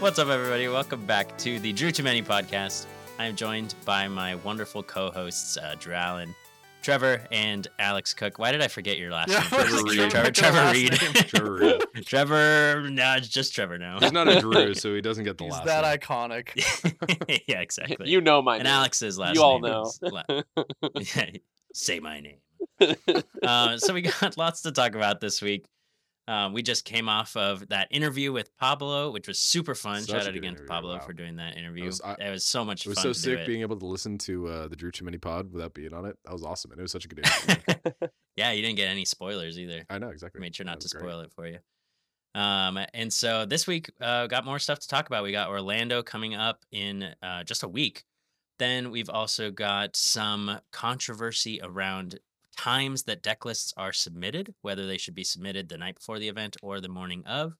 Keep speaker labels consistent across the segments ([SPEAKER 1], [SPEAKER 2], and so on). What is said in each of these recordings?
[SPEAKER 1] What's up, everybody? Welcome back to the Drew Too Many podcast. I am joined by my wonderful co-hosts, uh, Drew Allen, Trevor, and Alex Cook. Why did I forget your last
[SPEAKER 2] Yeah,
[SPEAKER 1] name?
[SPEAKER 2] I was
[SPEAKER 1] Trevor
[SPEAKER 2] like,
[SPEAKER 1] Reed. Trevor,
[SPEAKER 2] Trevor,
[SPEAKER 1] Trevor
[SPEAKER 2] what's your
[SPEAKER 1] Reed.
[SPEAKER 2] last
[SPEAKER 3] Trevor Reed.
[SPEAKER 1] Trevor. No, it's just Trevor now.
[SPEAKER 3] There's not a Drew, so he doesn't get the
[SPEAKER 2] He's
[SPEAKER 3] last.
[SPEAKER 2] that
[SPEAKER 3] name.
[SPEAKER 2] iconic.
[SPEAKER 1] yeah, exactly.
[SPEAKER 4] You know my
[SPEAKER 1] and
[SPEAKER 4] name.
[SPEAKER 1] Alex's last
[SPEAKER 4] You all
[SPEAKER 1] name is La- Say my name. uh, so we got lots to talk about this week. Um, we just came off of that interview with Pablo, which was super fun.
[SPEAKER 3] Such a
[SPEAKER 1] Shout out
[SPEAKER 3] good
[SPEAKER 1] again to
[SPEAKER 3] interview,
[SPEAKER 1] Pablo
[SPEAKER 3] wow.
[SPEAKER 1] for doing that interview.
[SPEAKER 3] was- I-
[SPEAKER 1] it was so much
[SPEAKER 3] It was
[SPEAKER 1] fun.
[SPEAKER 3] so
[SPEAKER 1] to do
[SPEAKER 3] sick
[SPEAKER 1] it.
[SPEAKER 3] being able to listen to uh, the Drew Too Many pod without being on it. That was awesome, and it was such a good. interview.
[SPEAKER 1] yeah, you didn't get any spoilers either.
[SPEAKER 3] I know exactly.
[SPEAKER 1] I made sure not
[SPEAKER 3] That
[SPEAKER 1] to
[SPEAKER 3] was great.
[SPEAKER 1] spoil it for you. Um, and so this week, uh, got more stuff to talk about. We got Orlando coming up in uh, just a week. Then we've also got some controversy around times that deck lists are submitted, whether they should be submitted the night before the event or the morning of.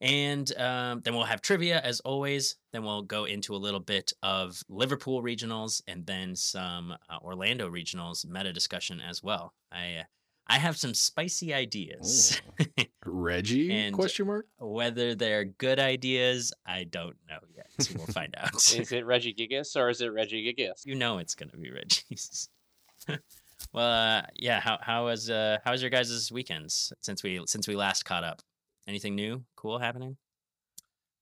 [SPEAKER 1] And um, then we'll have trivia as always. Then we'll go into a little bit of Liverpool regionals and then some uh, Orlando regionals meta discussion as well. I uh, I have some spicy ideas.
[SPEAKER 3] Oh. Reggie?
[SPEAKER 1] And- uh,
[SPEAKER 3] question mark.
[SPEAKER 1] Whether they're good ideas, I don't know yet. We'll find out.
[SPEAKER 4] Is it Reggie Gigas or is it Reggie Gigas?
[SPEAKER 1] you know it's gonna be Reggie's. well, uh, yeah. How how was uh, how was your guys' weekends since we since we last caught up? Anything new, cool happening?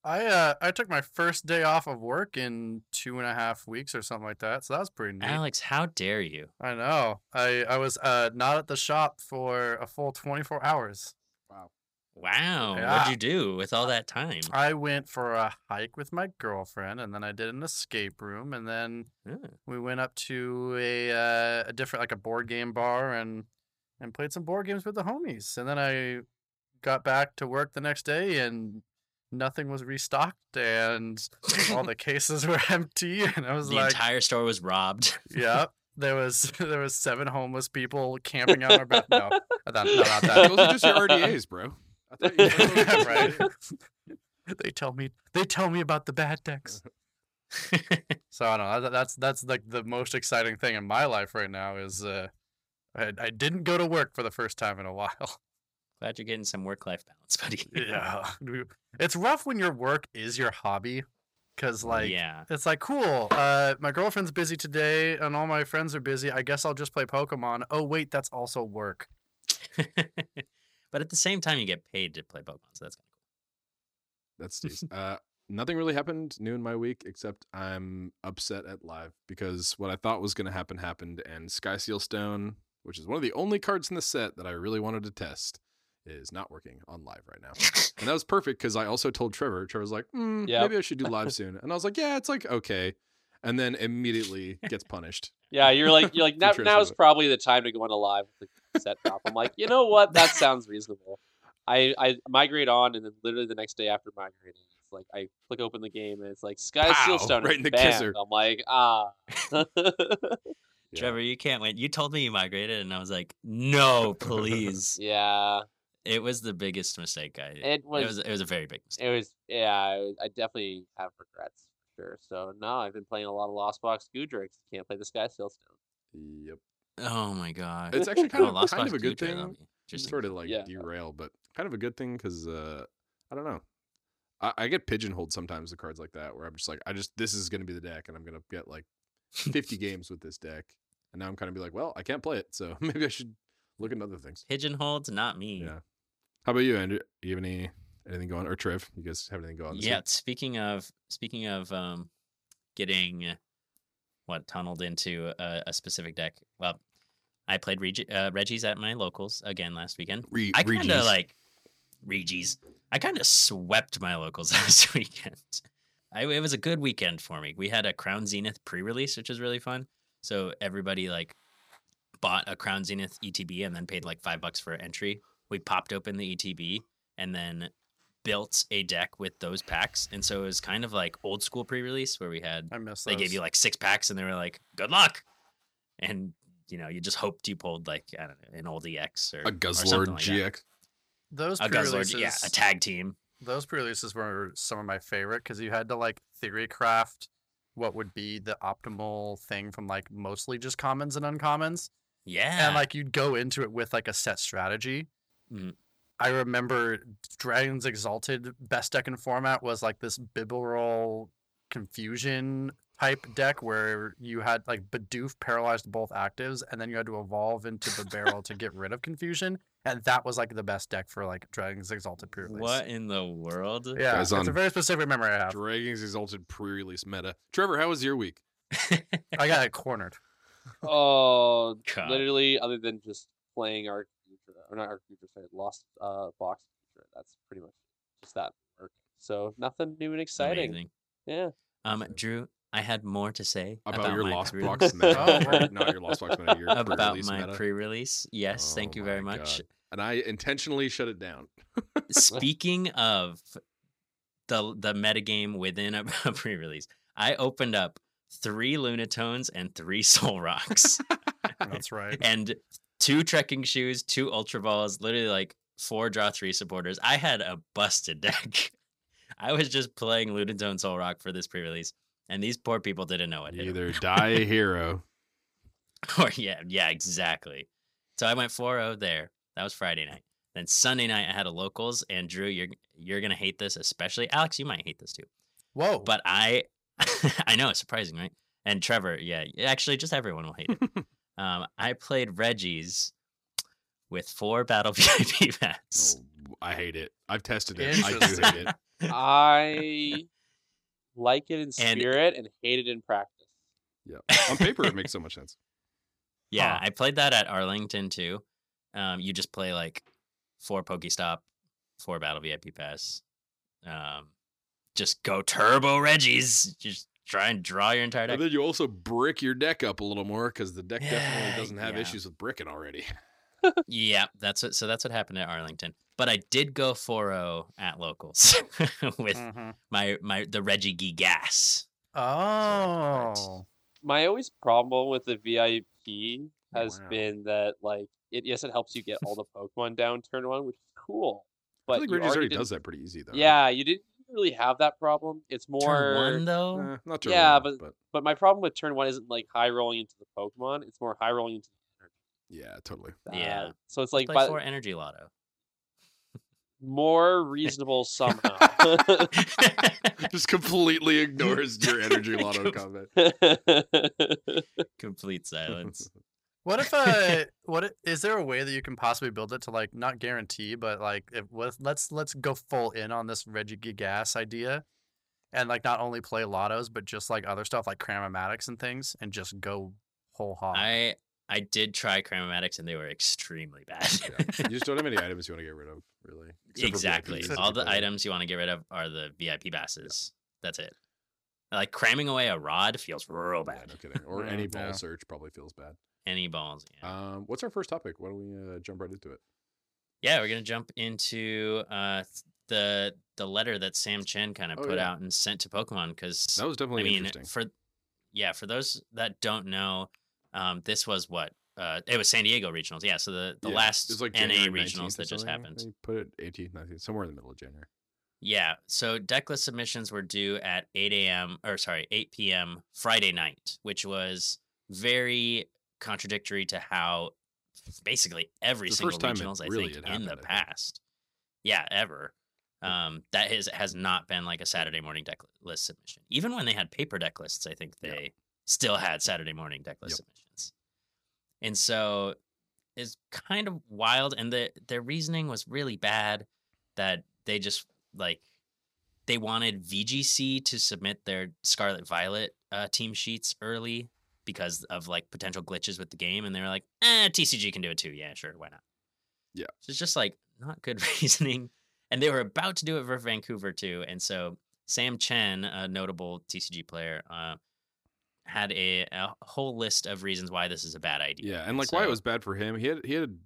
[SPEAKER 2] I uh, I took my first day off of work in two and a half weeks or something like that. So that was pretty neat.
[SPEAKER 1] Alex, how dare you?
[SPEAKER 2] I know. I I was uh not at the shop for a full 24 hours.
[SPEAKER 1] Wow,
[SPEAKER 2] Yeah.
[SPEAKER 1] what'd you do with all that time?
[SPEAKER 2] I went for a hike with my girlfriend, and then I did an escape room, and then
[SPEAKER 1] Huh.
[SPEAKER 2] we went up to a uh, a different like a board game bar and and played some board games with the homies and then i got back to work the next day and nothing was restocked and all the cases were empty and i was
[SPEAKER 1] the
[SPEAKER 2] like
[SPEAKER 1] entire store was robbed.
[SPEAKER 2] yep there was there was seven homeless people camping out our back no not, no, not that
[SPEAKER 3] Those are just your RDAs, bro. I thought you were doing those.
[SPEAKER 2] right they tell me they tell me about the bad decks So I don't know. that- That's that's like the most exciting thing in my life right now is uh, I, I didn't go to work for the first time in a while.
[SPEAKER 1] Glad you're getting some work life balance, buddy.
[SPEAKER 2] We- it's rough when your work is your hobby, because like
[SPEAKER 1] yeah.
[SPEAKER 2] it's like cool. Uh, my girlfriend's busy today, and all my friends are busy. I guess I'll just play Pokemon. Oh wait, that's also work.
[SPEAKER 1] but at the same time, you get paid to play Pokemon, so that's
[SPEAKER 3] That's decent. uh, nothing really happened new in my week except I'm upset at live because what I thought was going to happen happened, and Sky Seal Stone, which is one of the only cards in the set that I really wanted to test, is not working on live right now. And that was perfect because I also told Trevor. Trevor's like, mm,
[SPEAKER 4] Yep.
[SPEAKER 3] maybe I should do live soon, and I was like, yeah, it's like okay, and then immediately gets punished.
[SPEAKER 4] Yeah, you're like you're like now,
[SPEAKER 3] Interesting.
[SPEAKER 4] now's probably the time to go on a live with the set drop. I'm like, you know what? That sounds reasonable. I, I migrate on and then literally the next day after migrating, it's like I click open the game and it's like Sky
[SPEAKER 3] Pow,
[SPEAKER 4] Seal Stone
[SPEAKER 3] right
[SPEAKER 4] is
[SPEAKER 3] in the
[SPEAKER 4] banned.
[SPEAKER 3] kisser.
[SPEAKER 4] I'm like, ah.
[SPEAKER 3] Yeah.
[SPEAKER 1] Trevor, you can't win. You told me you migrated, and I was like, no, please.
[SPEAKER 4] yeah.
[SPEAKER 1] It was the biggest mistake I. It
[SPEAKER 4] It
[SPEAKER 1] was, it
[SPEAKER 4] was
[SPEAKER 1] was a very big mistake.
[SPEAKER 4] it was yeah I, was- I definitely have regrets for sure so no i've been playing a lot of lost box gudrix can't play the sky seal stone
[SPEAKER 3] Yep.
[SPEAKER 1] Oh my god.
[SPEAKER 3] It's actually kind
[SPEAKER 1] Oh,
[SPEAKER 3] of
[SPEAKER 1] Lost Mm-hmm.
[SPEAKER 3] kind of a
[SPEAKER 1] Box
[SPEAKER 3] good
[SPEAKER 1] Dude, that'll
[SPEAKER 3] thing.
[SPEAKER 1] be interesting.
[SPEAKER 3] sort of like
[SPEAKER 4] Yeah.
[SPEAKER 3] derail, but kind of a good thing because uh, I don't know. I, I get pigeonholed sometimes with cards like that where I'm just like, I just this is gonna be the deck, and I'm gonna get like 50 games with this deck, and now I'm kind of be like, well, I can't play it, so maybe I should look into other things.
[SPEAKER 1] Pigeonholed, not me.
[SPEAKER 3] Yeah. How about you, Andrew? You have any anything going or Triv? You guys have anything going? this
[SPEAKER 1] yeah
[SPEAKER 3] week?
[SPEAKER 1] speaking of speaking of um getting uh, what tunneled into a, a specific deck well i played Reg- uh, reggie's at my locals again last weekend
[SPEAKER 3] Re-
[SPEAKER 1] i kind of
[SPEAKER 3] Regis.
[SPEAKER 1] like reggie's i kind of swept my locals last weekend I, it was a good weekend for me we had a crown zenith pre-release which was really fun so everybody like bought a crown zenith etb and then paid like five bucks for entry we popped open the etb and then built a deck with those packs. And so it was kind of like old school pre release where we had,
[SPEAKER 2] I miss.
[SPEAKER 1] they gave you like six packs and they were like, good luck. And, you know, you just hoped you pulled like, I don't know, an old EX or
[SPEAKER 3] a
[SPEAKER 1] or
[SPEAKER 3] Guzzlord
[SPEAKER 1] something like that.
[SPEAKER 3] GX.
[SPEAKER 2] those
[SPEAKER 1] A Guzzlord,
[SPEAKER 2] pre-releases.
[SPEAKER 1] yeah, a tag team.
[SPEAKER 2] those pre-releases were some of my favorite because you had to like theory craft what would be the optimal thing from like mostly just commons and uncommons
[SPEAKER 1] Yeah.
[SPEAKER 2] and like you'd go into it with like a set strategy
[SPEAKER 1] Mhm.
[SPEAKER 2] I remember Dragon's Exalted best deck in format was like this Bibberol confusion type deck where you had like Bidoof paralyzed both actives and then you had to evolve into Bibarel to get rid of confusion. And that was like the best deck for like Dragon's Exalted pre release.
[SPEAKER 1] What in the world?
[SPEAKER 2] Yeah,
[SPEAKER 3] Guys,
[SPEAKER 2] it's
[SPEAKER 3] on-
[SPEAKER 2] a very specific memory I have.
[SPEAKER 3] Dragons Exalted pre-release meta. Trevor, how was your week?
[SPEAKER 2] I got it cornered.
[SPEAKER 4] Oh,
[SPEAKER 1] God.
[SPEAKER 4] literally, other than just playing Arc Future, or not Arc Future, sorry, Lost uh, Box Future. That's pretty much just that work. So nothing new and exciting.
[SPEAKER 1] Amazing.
[SPEAKER 4] Yeah.
[SPEAKER 1] Um, Drew, I had more to say
[SPEAKER 3] About, your
[SPEAKER 1] my
[SPEAKER 3] lost
[SPEAKER 1] pre-
[SPEAKER 3] box meta.
[SPEAKER 2] Oh,
[SPEAKER 3] or
[SPEAKER 4] right.
[SPEAKER 3] Not your lost box meta. Your
[SPEAKER 1] about
[SPEAKER 3] pre-release
[SPEAKER 1] my
[SPEAKER 3] meta.
[SPEAKER 1] pre-release. Yes, thank
[SPEAKER 3] Oh
[SPEAKER 1] you very
[SPEAKER 3] my
[SPEAKER 1] much.
[SPEAKER 3] God. and I intentionally shut it down.
[SPEAKER 1] Speaking of the the metagame within a pre-release, I opened up three Lunatones and three Soul Rocks.
[SPEAKER 2] That's right.
[SPEAKER 1] and two trekking shoes, two ultra balls, literally like four draw three supporters. I had a busted deck. I was just playing Ludendone Soul Rock for this pre-release, and these poor people didn't know what hit 'em.
[SPEAKER 3] Either die a hero.
[SPEAKER 1] or yeah, yeah, exactly. So I went 4-0 there. That was Friday night. Then Sunday night I had a locals, and Drew, you're you're gonna hate this, especially Alex. You might hate this too.
[SPEAKER 2] Whoa.
[SPEAKER 1] But I, I know it's surprising, right? And Trevor, yeah, actually, just everyone will hate it. um, I played Reggie's with four battle VIP mats.
[SPEAKER 3] Oh, I hate it. I've tested it. I do hate it.
[SPEAKER 4] I like it in spirit and, hate it in practice.
[SPEAKER 3] On paper, it makes so much sense.
[SPEAKER 1] Yeah,
[SPEAKER 2] Huh.
[SPEAKER 1] I played that at Arlington too. Um, you just play like four Pokestop, four Battle VIP Pass. Um, just go turbo Reggie's. Just try and draw your entire
[SPEAKER 3] But
[SPEAKER 1] deck.
[SPEAKER 3] then you also brick your deck up a little more because the deck
[SPEAKER 1] Yeah,
[SPEAKER 3] definitely doesn't have
[SPEAKER 1] yeah.
[SPEAKER 3] issues with bricking already.
[SPEAKER 1] yeah, that's what, so that's what happened at Arlington. But I did go 4-0 at locals with
[SPEAKER 2] Mhm.
[SPEAKER 1] my my the Reggie Gee gas.
[SPEAKER 2] Oh.
[SPEAKER 4] My always problem with the VIP has
[SPEAKER 2] Wow.
[SPEAKER 4] been that like it yes it helps you get all the Pokemon down turn one, which is cool. But
[SPEAKER 3] I think
[SPEAKER 4] you
[SPEAKER 3] Reggie's already
[SPEAKER 4] didn't-
[SPEAKER 3] does that pretty easy though.
[SPEAKER 4] Yeah, you didn't really have that problem. It's
[SPEAKER 1] Turn
[SPEAKER 4] more
[SPEAKER 1] one though.
[SPEAKER 3] Eh, not turn
[SPEAKER 4] Yeah,
[SPEAKER 3] one,
[SPEAKER 4] but-
[SPEAKER 3] but,
[SPEAKER 4] but my problem with turn one isn't like high rolling into the Pokemon, it's more high rolling into
[SPEAKER 3] yeah, totally.
[SPEAKER 4] the
[SPEAKER 1] Yeah.
[SPEAKER 4] uh, So
[SPEAKER 1] Let's
[SPEAKER 4] it's like
[SPEAKER 1] play
[SPEAKER 4] by,
[SPEAKER 1] four energy lotto.
[SPEAKER 4] more reasonable somehow.
[SPEAKER 3] Just completely ignores your energy lotto comment.
[SPEAKER 1] Complete silence.
[SPEAKER 2] What if uh what i- is there a way that you can possibly build it to like not guarantee, but like if what if- let's let's go full in on this Reggie Gas idea and like not only play lottos, but just like other stuff like cramomatics and things and just go whole hog.
[SPEAKER 1] I I did try cramomatics and they were extremely bad.
[SPEAKER 3] Yeah. You just don't have any items you want to get rid of, really. Except for
[SPEAKER 1] exactly.
[SPEAKER 3] VIPs,
[SPEAKER 1] All the
[SPEAKER 3] probably.
[SPEAKER 1] items you want to get rid of are the VIP passes. That's it. Like cramming away a rod feels real
[SPEAKER 3] Yeah,
[SPEAKER 1] bad.
[SPEAKER 3] no kidding. Or
[SPEAKER 2] Yeah,
[SPEAKER 3] any
[SPEAKER 2] yeah.
[SPEAKER 3] ball search probably feels bad.
[SPEAKER 1] Any balls. Yeah.
[SPEAKER 3] Um, what's our first topic? Why don't we uh, jump right into it?
[SPEAKER 1] Yeah, we're gonna jump into uh th- the the letter that Sam Chen kind of
[SPEAKER 3] Oh,
[SPEAKER 1] put
[SPEAKER 3] yeah.
[SPEAKER 1] out and sent to Pokemon because
[SPEAKER 3] That was definitely
[SPEAKER 1] I mean
[SPEAKER 3] interesting.
[SPEAKER 1] for yeah for those that don't know, um, this was what uh it was San Diego regionals. Yeah, so the the
[SPEAKER 3] Yeah,
[SPEAKER 1] last
[SPEAKER 3] it was like
[SPEAKER 1] NA
[SPEAKER 3] January 19th or
[SPEAKER 1] regionals that just
[SPEAKER 3] something, right?
[SPEAKER 1] happened.
[SPEAKER 3] They put it 18th, 19th, somewhere in the middle of January.
[SPEAKER 1] Yeah. So decklist submissions were due at 8 a.m. or sorry, 8 p.m. Friday night, which was very contradictory to how basically every
[SPEAKER 3] The
[SPEAKER 1] single
[SPEAKER 3] first time it
[SPEAKER 1] regionals I
[SPEAKER 3] really
[SPEAKER 1] think
[SPEAKER 3] had
[SPEAKER 1] in the
[SPEAKER 3] happened, I think.
[SPEAKER 1] past. Yeah, ever. Um, that is has not been like a Saturday morning deck list submission. Even when they had paper deck lists, I think they
[SPEAKER 3] Yeah.
[SPEAKER 1] still had Saturday morning deck list
[SPEAKER 3] Yep.
[SPEAKER 1] submissions. And so is kind of wild and the their reasoning was really bad that they just like they wanted VGC to submit their Scarlet Violet uh, team sheets early because of like potential glitches with the game and they were like, "Eh, TCG can do it too. Yeah, sure, why not?"
[SPEAKER 3] Yeah.
[SPEAKER 1] So it's just like not good reasoning. And they were about to do it for Vancouver too, and so Sam Chen, a notable TCG player, uh, had a, a whole list of reasons why this is a bad idea.
[SPEAKER 3] Yeah, and like why it
[SPEAKER 1] so-
[SPEAKER 3] was bad for him, he had he had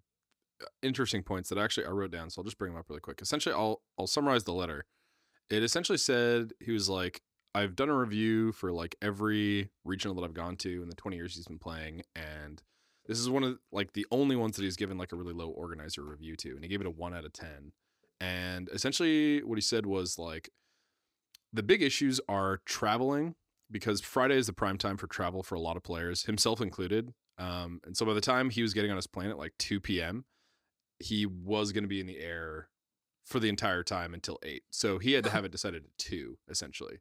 [SPEAKER 3] uh, interesting points that actually I wrote down, so I'll just bring them up really quick. Essentially, I'll I'll summarize the letter. It essentially said he was like, I've done a review for like every regional that I've gone to in the 20 years he's been playing, and this is one of like the only ones that he's given like a really low organizer review to, and he gave it a one out of 10. And essentially, what he said was like, the big issues are traveling because Friday is the prime time for travel for a lot of players, himself included. Um, and so by the time he was getting on his plane at like 2 p.m., he was going to be in the air for the entire time until eight. So he had to have it decided at two, essentially.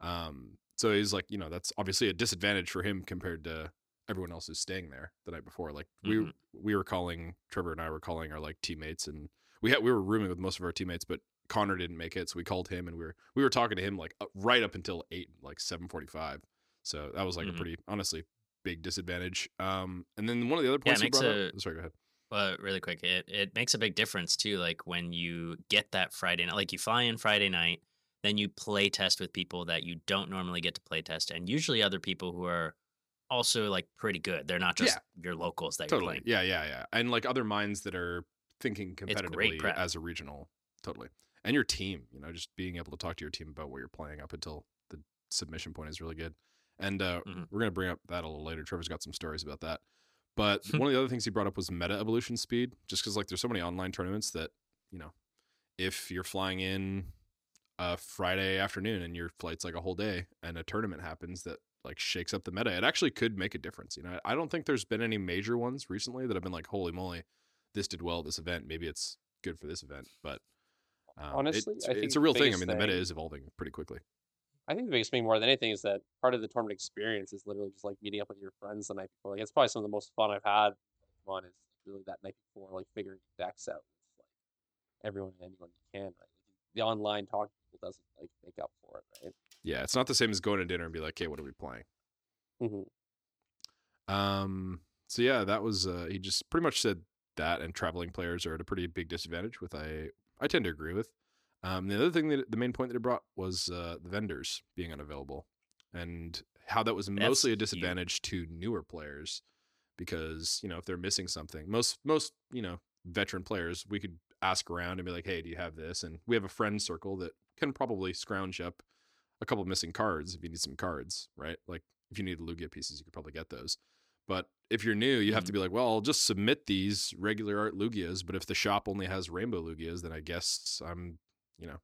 [SPEAKER 3] Um, so he's like, you know, that's obviously a disadvantage for him compared to everyone else who's staying there the night before. Like we
[SPEAKER 1] Mhm.
[SPEAKER 3] we were calling Trevor and I were calling our like teammates, and we had we were rooming with most of our teammates, but Connor didn't make it, so we called him, and we were we were talking to him like up- right up until eight, like seven forty five. So that was like a
[SPEAKER 1] Mhm.
[SPEAKER 3] pretty honestly big disadvantage. Um, and then one of the other
[SPEAKER 1] Yeah, it
[SPEAKER 3] points you
[SPEAKER 1] makes
[SPEAKER 3] brought
[SPEAKER 1] a-
[SPEAKER 3] up. Oh, Sorry, go ahead.
[SPEAKER 1] But really quick, it, it makes a big difference too. Like when you get that Friday night, like you fly in Friday night, then you play test with people that you don't normally get to play test, and usually other people who are also like pretty good. They're not just your locals that
[SPEAKER 3] Totally.
[SPEAKER 1] you're playing.
[SPEAKER 3] Yeah, yeah, yeah. And like other minds that are thinking
[SPEAKER 1] great
[SPEAKER 3] competitively
[SPEAKER 1] prep.
[SPEAKER 3] as a regional. Totally. And your team, you know, just being able to talk to your team about what you're playing up until the submission point is really good. And uh,
[SPEAKER 1] Mhm.
[SPEAKER 3] we're going to bring up that a little later. Trevor's got some stories about that. But one of the other things he brought up was meta evolution speed, just because like there's so many online tournaments that, you know, if you're flying in a Friday afternoon and your flight's like a whole day and a tournament happens that like shakes up the meta, it actually could make a difference. You know, I don't think there's been any major ones recently that have been like, holy moly, this did well at this event. Maybe it's good for this event. But um, it-
[SPEAKER 4] Honestly, I
[SPEAKER 3] it's,
[SPEAKER 4] think
[SPEAKER 3] a real
[SPEAKER 4] the
[SPEAKER 3] thing. I
[SPEAKER 4] biggest
[SPEAKER 3] mean, the meta
[SPEAKER 4] thing-
[SPEAKER 3] is evolving pretty quickly.
[SPEAKER 4] I think the biggest thing more than anything is that part of the tournament experience is literally just like meeting up with your friends the night before. Like it's probably some of the most fun I've had. One is really that night before, like figuring decks out with like everyone and anyone you can. Right? The online talk people doesn't like make up for it, right?
[SPEAKER 3] Yeah, it's not the same as going to dinner and be like, hey, what are we playing?
[SPEAKER 4] Mm-hmm.
[SPEAKER 3] Um. So yeah, that was. Uh, he just pretty much said that, and traveling players are at a pretty big disadvantage. With I, I tend to agree with. Um. The other thing that the main point that he brought was uh, the vendors being unavailable, and how that was
[SPEAKER 1] That's
[SPEAKER 3] mostly a disadvantage to newer players, because you know if they're missing something, most most you know veteran players, we could ask around and be like, hey, do you have this? And we have a friend circle that can probably scrounge up a couple missing cards if you need some cards, right? Like if you need Lugia pieces, you could probably get those. But if you're new, you have
[SPEAKER 1] Mm-hmm.
[SPEAKER 3] to be like, well, I'll just submit these regular art Lugias. But if the shop only has rainbow Lugias, then I guess I'm, you know,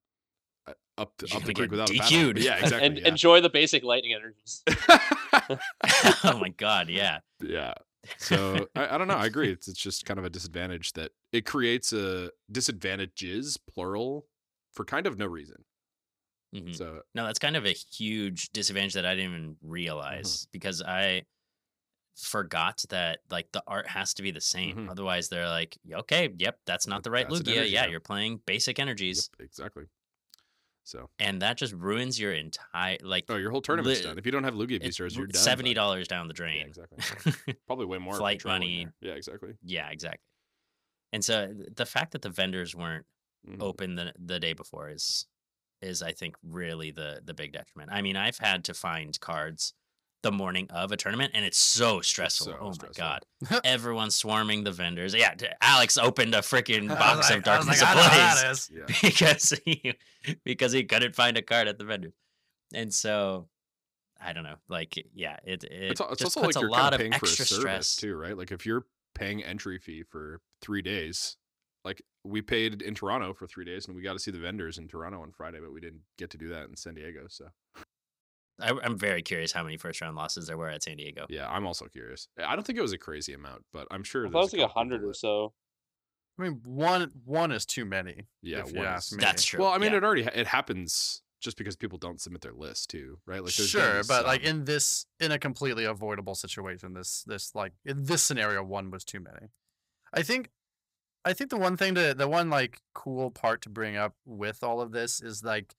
[SPEAKER 3] uh, up the,
[SPEAKER 1] You're
[SPEAKER 3] up
[SPEAKER 1] gonna
[SPEAKER 3] the creek
[SPEAKER 1] get
[SPEAKER 3] without a paddle.
[SPEAKER 1] DQ'd.
[SPEAKER 3] Yeah, exactly.
[SPEAKER 4] and
[SPEAKER 3] yeah.
[SPEAKER 4] enjoy the basic lightning energies.
[SPEAKER 1] oh my god, yeah.
[SPEAKER 3] yeah. So I, I don't know. I agree. It's, it's just kind of a disadvantage that it creates a disadvantages plural for kind of no reason.
[SPEAKER 1] Mhm.
[SPEAKER 3] So
[SPEAKER 1] No, that's kind of a huge disadvantage that I didn't even
[SPEAKER 3] Mm-hmm.
[SPEAKER 1] realize because I forgot that like the art has to be the same.
[SPEAKER 3] Mhm.
[SPEAKER 1] Otherwise, they're like, "Y- okay, yep, that's not the right
[SPEAKER 3] That's an
[SPEAKER 1] Lugia.
[SPEAKER 3] energy
[SPEAKER 1] Yeah,
[SPEAKER 3] now."
[SPEAKER 1] you're playing basic
[SPEAKER 3] yep,
[SPEAKER 1] energies,
[SPEAKER 3] exactly. So
[SPEAKER 1] and that just ruins your entire like.
[SPEAKER 3] oh, your whole tournament's
[SPEAKER 1] Li-
[SPEAKER 3] done. If you don't have Lugia
[SPEAKER 1] it's
[SPEAKER 3] Beasters, you're
[SPEAKER 1] r-
[SPEAKER 3] done. bud.
[SPEAKER 1] seventy dollars down the
[SPEAKER 3] Yeah,
[SPEAKER 1] drain.
[SPEAKER 3] exactly. Probably way more if you're
[SPEAKER 1] Flight
[SPEAKER 3] traveling
[SPEAKER 1] money.
[SPEAKER 3] there. Yeah, exactly.
[SPEAKER 1] yeah, exactly. And so th- the fact that the vendors weren't
[SPEAKER 3] Mhm.
[SPEAKER 2] Mm-hmm.
[SPEAKER 1] open the the day before is is I think really the the big detriment. I mean, I've had to find cards the morning of a tournament, and it's so stressful.
[SPEAKER 3] so
[SPEAKER 1] oh
[SPEAKER 3] stressful.
[SPEAKER 1] my god, everyone's swarming the vendors. Yeah, d- Alex opened a freaking
[SPEAKER 2] I was
[SPEAKER 1] box
[SPEAKER 2] like-
[SPEAKER 1] of
[SPEAKER 2] I was
[SPEAKER 1] darkness
[SPEAKER 2] like, I know how
[SPEAKER 1] ablaze
[SPEAKER 2] that is.
[SPEAKER 3] Yeah.
[SPEAKER 1] because he because he couldn't find a card at the vendor, and so. I don't know. Like, yeah, it, it
[SPEAKER 3] It's, al- it's
[SPEAKER 1] just
[SPEAKER 3] also
[SPEAKER 1] puts
[SPEAKER 3] like
[SPEAKER 1] a
[SPEAKER 3] you're kind
[SPEAKER 1] lot
[SPEAKER 3] of
[SPEAKER 1] of
[SPEAKER 3] paying for a
[SPEAKER 1] extra
[SPEAKER 3] service
[SPEAKER 1] stress.
[SPEAKER 3] too, right? Like if you're paying entry fee for three days, like we paid in Toronto for three days, and we got to see the vendors in Toronto on Friday, but we didn't get to do that in San Diego. So
[SPEAKER 1] I, I'm very curious how many first round losses there were at San Diego.
[SPEAKER 3] yeah, I'm also curious. I don't think it was a crazy amount, but I'm sure
[SPEAKER 4] I thought it
[SPEAKER 3] there's
[SPEAKER 4] was like a
[SPEAKER 3] couple
[SPEAKER 4] hundred
[SPEAKER 3] people
[SPEAKER 4] or
[SPEAKER 3] that-
[SPEAKER 4] so.
[SPEAKER 2] I mean, one one is too many.
[SPEAKER 3] Yeah,
[SPEAKER 2] if you
[SPEAKER 3] one
[SPEAKER 2] ask
[SPEAKER 3] is-
[SPEAKER 2] me.
[SPEAKER 1] That's true.
[SPEAKER 3] Well, I mean,
[SPEAKER 1] yeah.
[SPEAKER 3] it already ha- it happens just because people don't submit their list too, right? Like there's gotta
[SPEAKER 2] sure,
[SPEAKER 3] be
[SPEAKER 2] but like
[SPEAKER 3] some-
[SPEAKER 2] in this in a completely avoidable situation, this this like in this scenario, one was too many. I think I think the one thing to the one like cool part to bring up with all of this is like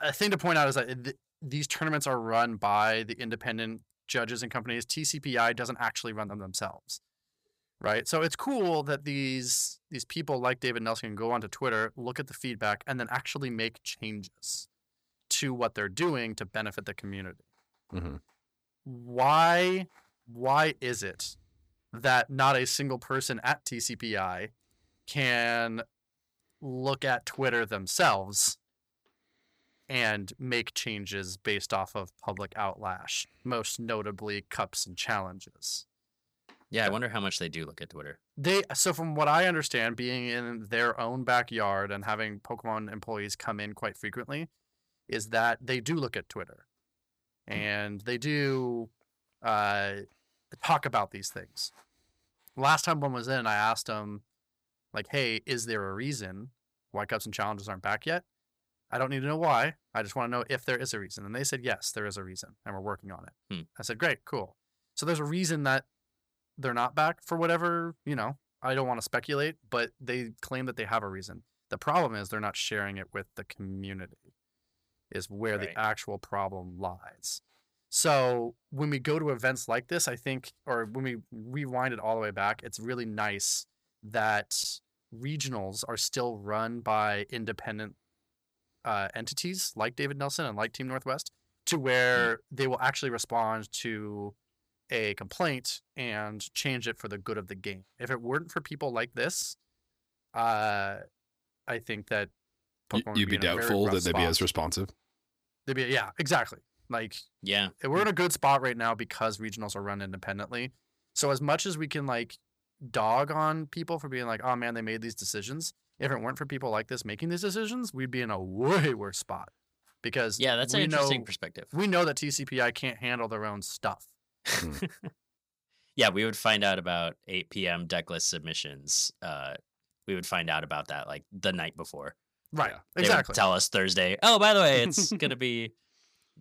[SPEAKER 2] a thing to point out is that it- th- these tournaments are run by the independent judges and companies. TCPI doesn't actually run them themselves. Right? So it's cool that these these people like David Nelson can go onto Twitter, look at the feedback and then actually make changes to what they're doing to benefit the community
[SPEAKER 3] Mhm.
[SPEAKER 2] why why is it that not a single person at TCPI can look at Twitter themselves and make changes based off of public outlash, most notably cups and challenges.
[SPEAKER 1] Yeah, I wonder how much they do look at Twitter.
[SPEAKER 2] They so from what I understand, being in their own backyard and having Pokemon employees come in quite frequently, is that they do look at Twitter, and they do uh, talk about these things. Last time one was in, I asked him like, hey, is there a reason why cups and challenges aren't back yet? I don't need to know why. I just want to know if there is a reason. And they said, yes, there is a reason, and we're working on it.
[SPEAKER 1] Hmm.
[SPEAKER 2] I said, great, cool. So there's a reason that they're not back for whatever, you know, I don't want to speculate, but they claim that they have a reason. The problem is they're not sharing it with the community, is where
[SPEAKER 1] Right.
[SPEAKER 2] the actual problem lies. So when we go to events like this, I think, or when we rewind it all the way back, it's really nice that regionals are still run by independent uh, entities like David Nelson and like Team Northwest,
[SPEAKER 3] Hmm.
[SPEAKER 2] to where they will actually respond to a complaint and change it for the good of the game. If it weren't for people like this, uh, I think that
[SPEAKER 3] Y-
[SPEAKER 2] Pokemon would
[SPEAKER 3] You'd be
[SPEAKER 2] in a very
[SPEAKER 3] doubtful
[SPEAKER 2] rough
[SPEAKER 3] that they'd be
[SPEAKER 2] spot.
[SPEAKER 3] as responsive.
[SPEAKER 2] They'd be, yeah, exactly. Like
[SPEAKER 1] Yeah.
[SPEAKER 2] and
[SPEAKER 3] Hmm.
[SPEAKER 2] we're in a good spot right now because regionals are run independently. So as much as we can like dog on people for being like, oh man, they made these decisions. If it weren't for people like this making these decisions, we'd be in a way worse spot. Because
[SPEAKER 1] Yeah, that's an
[SPEAKER 2] we
[SPEAKER 1] interesting
[SPEAKER 2] know-
[SPEAKER 1] perspective.
[SPEAKER 2] we know that TCPI can't handle their own stuff.
[SPEAKER 1] yeah, we would find out about 8 p.m. deck list submissions. Uh, we would find out about that like the night before.
[SPEAKER 2] Right.
[SPEAKER 3] Yeah.
[SPEAKER 1] They would
[SPEAKER 2] Exactly.
[SPEAKER 1] tell us Thursday. Oh, by the way, it's gonna be.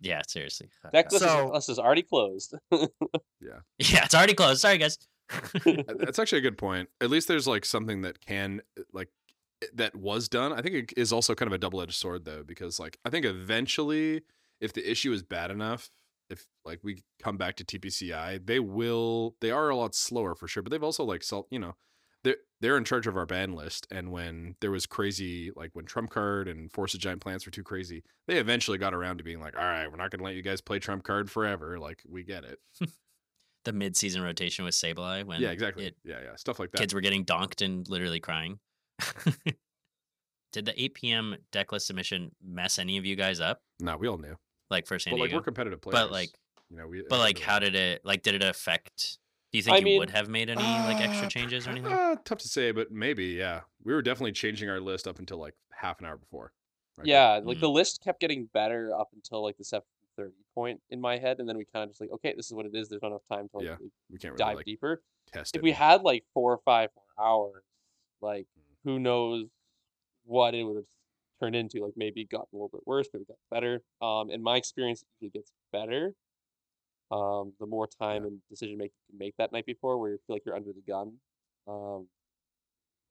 [SPEAKER 1] Yeah, seriously. Oh,
[SPEAKER 4] Deck
[SPEAKER 1] God.
[SPEAKER 4] list,
[SPEAKER 2] So-
[SPEAKER 4] is, list is already closed.
[SPEAKER 1] yeah, it's already closed. Sorry, guys.
[SPEAKER 3] Uh, That's actually a good point. At least there's like something that can like that was done. I think it is also kind of a double edged sword though, because like I think eventually, if the issue is bad enough, if like we come back to TPCI, they will. They are a lot slower for sure, but they've also like salt. You know, they're they're in charge of our ban list. And when there was crazy, like when Trump Card and Force of Giant Plants were too crazy, they eventually got around to being like, all right, we're not going to let you guys play Trump Card forever. Like we get it.
[SPEAKER 1] The mid-season rotation with Sableye when
[SPEAKER 3] yeah, exactly.
[SPEAKER 1] it-
[SPEAKER 3] yeah, yeah, stuff like that.
[SPEAKER 1] kids were getting donked and literally crying. Did the 8 p.m. deck list submission mess any of you guys up?
[SPEAKER 3] no, we all knew.
[SPEAKER 1] Like for San
[SPEAKER 3] but like
[SPEAKER 1] Diego,
[SPEAKER 3] we're competitive players.
[SPEAKER 1] but like,
[SPEAKER 3] you know, we.
[SPEAKER 1] but like,
[SPEAKER 3] everyone-
[SPEAKER 1] how did it? Like, did it affect? Do you think
[SPEAKER 4] I
[SPEAKER 1] you
[SPEAKER 4] mean-
[SPEAKER 1] would have made any like extra
[SPEAKER 3] Uh,
[SPEAKER 1] changes or anything?
[SPEAKER 3] Uh, tough to say, but maybe yeah. We were definitely changing our list up until like half an hour before. right?
[SPEAKER 4] Yeah, like the list kept getting better up until like the 730 point in my head, and then we kind of just like, okay, this is what it is. There's not enough time to like,
[SPEAKER 3] Yeah,
[SPEAKER 4] really
[SPEAKER 3] we can't really
[SPEAKER 4] dive
[SPEAKER 3] like
[SPEAKER 4] deeper.
[SPEAKER 3] test it.
[SPEAKER 4] If we had like four or five more hours, like who knows what it would have turned into. Like maybe it got a little bit worse, maybe it got better. Um, in my experience, it usually gets better. Um, the more time and decision making you make that night before, where you feel like you're under the gun. Um,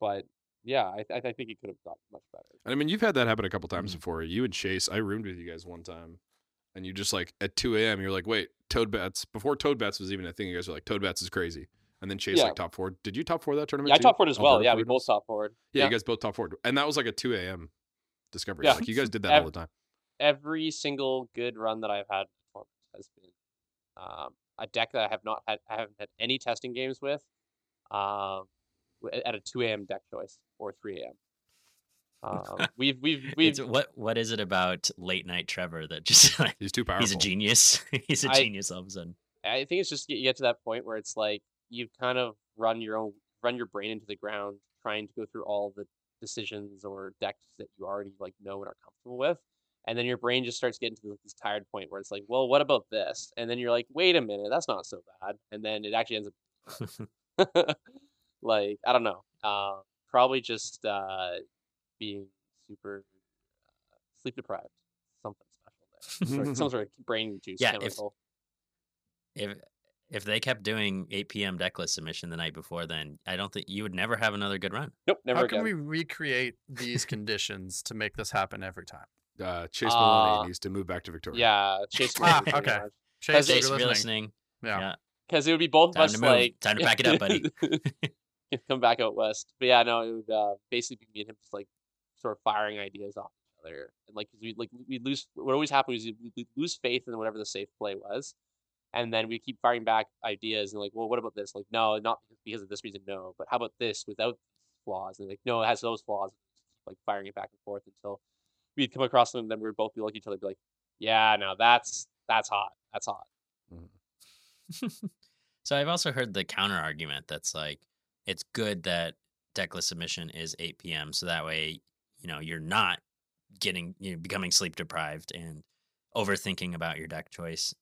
[SPEAKER 4] but yeah, I, I I think it could have gotten much better.
[SPEAKER 3] And I mean, you've had that happen a couple times
[SPEAKER 4] Mm-hmm.
[SPEAKER 1] Mhm.
[SPEAKER 3] before. You and Chase, I roomed with you guys one time, and you just like at 2 a.m. You're like, wait, Toad Bats. Before Toad Bats was even a thing, you guys were like, Toad Bats is crazy. And then Chase
[SPEAKER 4] Yeah.
[SPEAKER 3] like top four. Did you top four that tournament?
[SPEAKER 4] Yeah, I
[SPEAKER 3] too?
[SPEAKER 4] top forward as well.
[SPEAKER 3] Alberta
[SPEAKER 4] Yeah, we
[SPEAKER 3] played?
[SPEAKER 4] both top forward.
[SPEAKER 3] Yeah,
[SPEAKER 4] Yeah.
[SPEAKER 3] you guys both top four, and that was like a 2 a.m. discovery.
[SPEAKER 4] Yeah.
[SPEAKER 3] Like you guys did that
[SPEAKER 4] Ev-
[SPEAKER 3] all the time.
[SPEAKER 4] Every single good run that I've had for it has been um, a deck that I have not had. I haven't had any testing games with. Um, w- at- at a two a.m. deck choice or three a.m. Um, we've we've we've
[SPEAKER 1] It's, what what is it about late night Trevor that just like
[SPEAKER 3] He's too powerful.
[SPEAKER 1] he's a genius? he's a
[SPEAKER 4] I-
[SPEAKER 1] genius all of a sudden.
[SPEAKER 4] I think it's just you get to that point where it's like you kind of run your own run your brain into the ground trying to go through all the decisions or decks that you already like know and are comfortable with and then your brain just starts getting to this- this tired point where it's like well what about this and then you're like wait a minute that's not so bad and then it actually ends up like i don't know uh, probably just uh, being super uh, sleep deprived something special there Sort- some sort of brain juice
[SPEAKER 1] Yeah, if-
[SPEAKER 4] chemical
[SPEAKER 1] if if they kept doing 8 p.m. deck list submission the night before, then I don't think you would never have another good run.
[SPEAKER 4] nope never
[SPEAKER 2] How
[SPEAKER 4] again.
[SPEAKER 2] can we recreate these conditions to make this happen every time?
[SPEAKER 3] uh, Chase Maloney
[SPEAKER 4] Uh,
[SPEAKER 3] needs to move back to Victoria.
[SPEAKER 4] Yeah, Chase.
[SPEAKER 2] Ah, okay. Chase,
[SPEAKER 1] Jason,
[SPEAKER 2] if
[SPEAKER 1] if
[SPEAKER 2] you're
[SPEAKER 1] you're
[SPEAKER 2] listening,
[SPEAKER 1] listening,
[SPEAKER 2] Yeah.
[SPEAKER 1] yeah.
[SPEAKER 4] Because it would be both of
[SPEAKER 1] Time
[SPEAKER 4] us
[SPEAKER 1] to move.
[SPEAKER 4] like
[SPEAKER 1] Time to pack it up, buddy.
[SPEAKER 4] Come back out west, but yeah, no, it would uh, basically be me and him just like sort of firing ideas off each other, and like 'cause we like we lose. What always happened was we lose faith in whatever the safe play was, and then we keep firing back ideas and like, well, what about this? Like, no, not because- because of this reason, no, but how about this without flaws? And like, no, it has those flaws. Like firing it back and forth until we'd come across them, and then we'd both be like each other, be like, yeah, no, that's that's hot, that's hot.
[SPEAKER 1] so I've also heard the counter argument that's like, it's good that deck list submission is 8 p.m. So that way, you know, you're not getting, you know, becoming sleep deprived and overthinking about your deck choice.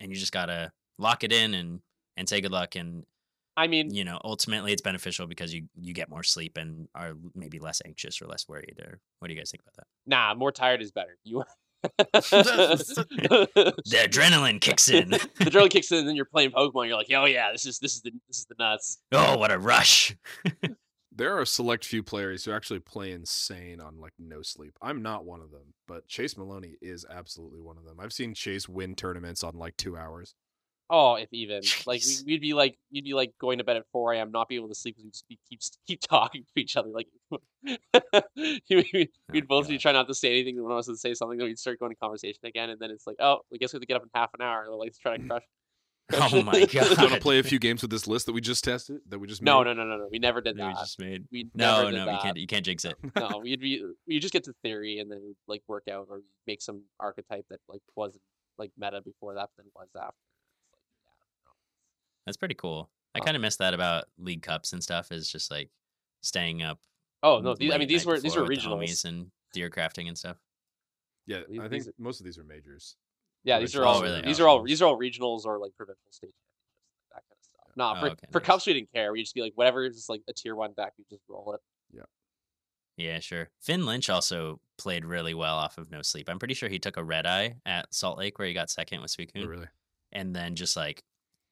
[SPEAKER 1] and you just got to lock it in and, and say good luck. And
[SPEAKER 4] I mean,
[SPEAKER 1] you know, ultimately it's beneficial because you you get more sleep and are maybe less anxious or less worried. Or what do you guys think about that?
[SPEAKER 4] nah, more tired is better. You
[SPEAKER 1] The adrenaline kicks in.
[SPEAKER 4] the drill kicks in, and then you're playing Pokemon. You're like, oh yeah, this is this is the this is the nuts.
[SPEAKER 1] oh, what a rush!
[SPEAKER 3] There are a select few players who actually play insane on like no sleep. I'm not one of them, but Chase Maloney is absolutely one of them. I've seen Chase win tournaments on like two hours.
[SPEAKER 4] Oh, if even like we,
[SPEAKER 1] Jeez.
[SPEAKER 4] we'd be like you'd be like going to bed at 4 a.m. not be able to sleep because we'd just be, keep keep talking to each other. Like we- we- we'd both be
[SPEAKER 1] Oh, God.
[SPEAKER 4] trying not to say anything. One of us would say something, then we'd start going to conversation again, and then it's like, oh, I guess we have to get up in half an hour. Like let's
[SPEAKER 1] Mm,
[SPEAKER 4] try to crush. crush
[SPEAKER 1] Oh
[SPEAKER 4] it.
[SPEAKER 1] my
[SPEAKER 3] Do you want to
[SPEAKER 1] god!
[SPEAKER 3] play a few games with this list that we just tested? That we just
[SPEAKER 4] No,
[SPEAKER 3] made?
[SPEAKER 4] no, no, no, no. We never did
[SPEAKER 1] That we
[SPEAKER 4] that.
[SPEAKER 1] just made.
[SPEAKER 4] We never
[SPEAKER 1] No,
[SPEAKER 4] did
[SPEAKER 1] no,
[SPEAKER 4] that.
[SPEAKER 1] you can't. You can't jinx it.
[SPEAKER 4] no, we'd be we just get to theory and then we'd, like work out or make some archetype that like wasn't like meta before that, but then was after.
[SPEAKER 1] That's pretty cool. I
[SPEAKER 4] Oh.
[SPEAKER 1] kind of miss that about league cups and stuff. Is just like staying up.
[SPEAKER 4] Oh no, these, I
[SPEAKER 1] late
[SPEAKER 4] mean these
[SPEAKER 1] night
[SPEAKER 4] were these were
[SPEAKER 1] before with the
[SPEAKER 4] regionals.
[SPEAKER 1] homies and deer crafting and stuff.
[SPEAKER 3] Yeah,
[SPEAKER 4] These-
[SPEAKER 3] I
[SPEAKER 4] these
[SPEAKER 3] think most of these are majors.
[SPEAKER 4] Yeah,
[SPEAKER 3] Or
[SPEAKER 4] these
[SPEAKER 3] like
[SPEAKER 4] are all
[SPEAKER 1] regionals or
[SPEAKER 4] these are all
[SPEAKER 3] nationals.
[SPEAKER 4] these are all regionals or like provincial state championships, that kind of stuff. Nah,
[SPEAKER 1] Oh,
[SPEAKER 4] for,
[SPEAKER 1] okay,
[SPEAKER 4] for
[SPEAKER 1] nice.
[SPEAKER 4] cups we didn't care. We just be like whatever is like a tier one deck, we just roll it.
[SPEAKER 1] Yeah, sure. Finn Lynch also played really well off of no sleep. I'm pretty sure he took a red eye at Salt Lake where he got second with Suicune.
[SPEAKER 3] Oh, really?
[SPEAKER 1] and then just like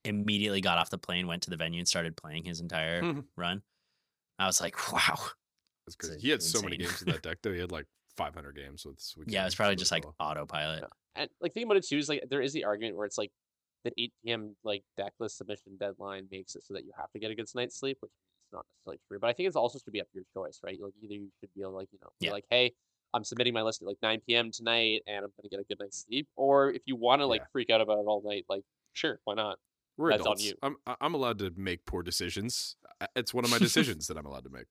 [SPEAKER 1] immediately got off the plane, went to the venue, and started playing his entire
[SPEAKER 3] Mhm.
[SPEAKER 1] run. I was like, wow.
[SPEAKER 3] That's crazy.
[SPEAKER 1] It's
[SPEAKER 3] He had so many
[SPEAKER 1] insane.
[SPEAKER 3] games in that deck though. He had like 500 games with. Suicune.
[SPEAKER 1] Yeah, it's probably
[SPEAKER 3] Really
[SPEAKER 1] just like
[SPEAKER 3] cool.
[SPEAKER 1] autopilot.
[SPEAKER 4] And like thinking about it too is like there is the argument where it's like that 8 p.m. like deck list submission deadline makes it so that you have to get a good night's sleep, which is not necessarily true. But I think it's also should be up to your choice, right? Like either you should be able, like you know, be
[SPEAKER 1] Yeah.
[SPEAKER 4] like hey, I'm submitting my list at like 9 p.m. tonight, and I'm gonna get a good night's sleep, or if you want to like
[SPEAKER 3] Yeah.
[SPEAKER 4] freak out about it all night, like sure, why not?
[SPEAKER 3] We're
[SPEAKER 4] That's on
[SPEAKER 3] adults.
[SPEAKER 4] you.
[SPEAKER 3] I'm I- I'm allowed to make poor decisions. I- It's one of my decisions that I'm allowed to make.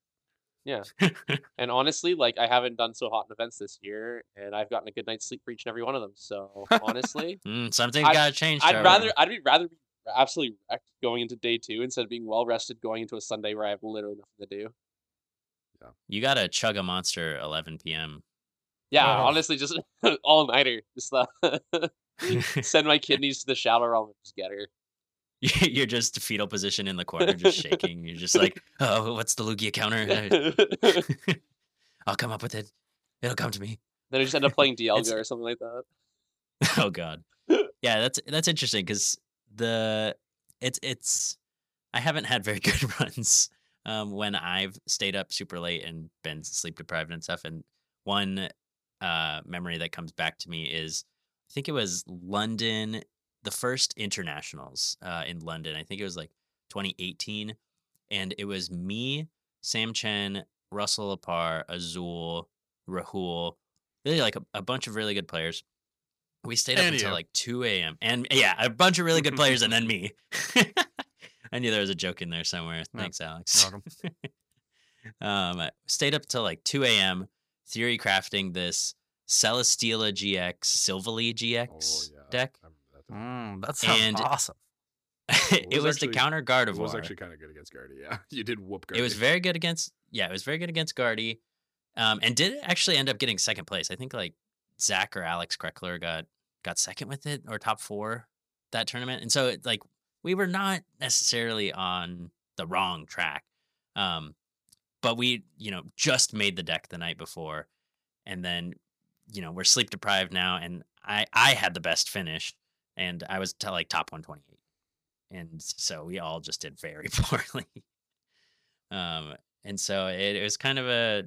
[SPEAKER 4] And honestly, like I haven't done so hot in events this year, and I've gotten a good night's sleep for each and every one of them. So honestly.
[SPEAKER 1] Mm, something's
[SPEAKER 4] I'd-
[SPEAKER 1] got to change.
[SPEAKER 4] I'd
[SPEAKER 1] Trevor.
[SPEAKER 4] rather I'd be rather be absolutely wrecked going into day two instead of being well rested going into a Sunday where I have literally nothing to do.
[SPEAKER 1] you got to chug a monster 11 p.m.
[SPEAKER 4] Yeah,
[SPEAKER 1] Oh.
[SPEAKER 4] honestly, just all nighter. Just uh, send my kidneys to the shallow realm and just get her.
[SPEAKER 1] You're just fetal position in the corner, just shaking. You're just like, oh, what's the Lugia counter?
[SPEAKER 4] then
[SPEAKER 1] I'll come up with it. It'll come to me.
[SPEAKER 4] I just end up playing Dialga
[SPEAKER 1] It's-
[SPEAKER 4] or something like that.
[SPEAKER 1] oh god yeah that's that's interesting because the it's it's i haven't had very good runs um when i've stayed up super late and been sleep deprived and stuff and one uh memory that comes back to me is i think it was london the first internationals uh in london i think it was like 2018 and it was me sam chen russell lapar azul rahul really like a, a bunch of really good players we stayed up
[SPEAKER 2] And
[SPEAKER 1] until
[SPEAKER 2] you.
[SPEAKER 1] like 2 a.m. And yeah, a bunch of really good players and then me. I knew there was a joke in there somewhere.
[SPEAKER 2] No,
[SPEAKER 1] Thanks, Alex.
[SPEAKER 2] welcome.
[SPEAKER 1] um, I stayed up till like 2 a.m. theory crafting this Celesteela GX, Silvally GX
[SPEAKER 3] oh yeah.
[SPEAKER 1] deck.
[SPEAKER 3] I remember that.
[SPEAKER 2] Mm, that sounds
[SPEAKER 1] And-
[SPEAKER 2] awesome.
[SPEAKER 1] it
[SPEAKER 3] was
[SPEAKER 1] was,
[SPEAKER 3] actually-
[SPEAKER 1] the counter guard
[SPEAKER 3] It
[SPEAKER 1] of
[SPEAKER 3] was actually kind of good against Guardy. Yeah, you did whoop Guardy.
[SPEAKER 1] It was very good against yeah, it was very good against Guardy. Um, and did actually end up getting second place. I think like Zach or Alex Kreckler got got second with it or top four that tournament. And so it, like we were not necessarily on the wrong track. Um, but we, you know, just made the deck the night before and then, you know, we're sleep deprived now and I I had the best finish and I was to like top 128. And so we all just did very poorly. Um, and so it, it was kind of a,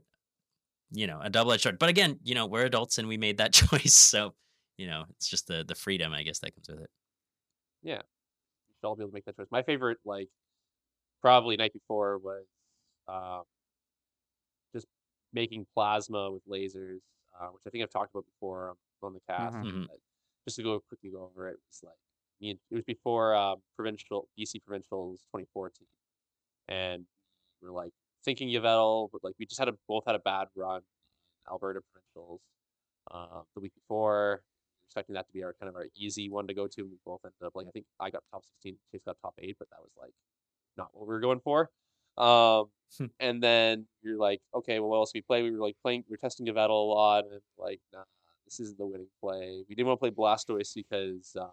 [SPEAKER 1] you know, a double edged sword. But again, you know, we're adults and we made that choice. So, you know, it's just the the freedom, I guess, that comes with it.
[SPEAKER 4] We should all be able to make that choice. My favorite, like, probably night before was um, just making plasma with lasers, uh, which I think I've talked about before um, on the cast.
[SPEAKER 1] Mhm.
[SPEAKER 4] but Just to go quickly go over it, it's like me and, it was before um, provincial BC provincials 2014, and we were like thinking Yvettel, but like we just had a both had a bad run in Alberta provincials uh, the week before expecting that to be our kind of our easy one to go to. and We both ended up like I think I got top sixteen, Chase got top eight, but that was like not what we were going for. Um,
[SPEAKER 1] Hmm.
[SPEAKER 4] and then you're like, okay, well, what else we play? We were like playing, we were testing Gavetto a lot, and like, nah, this isn't the winning play. We didn't want to play Blastoise because uh,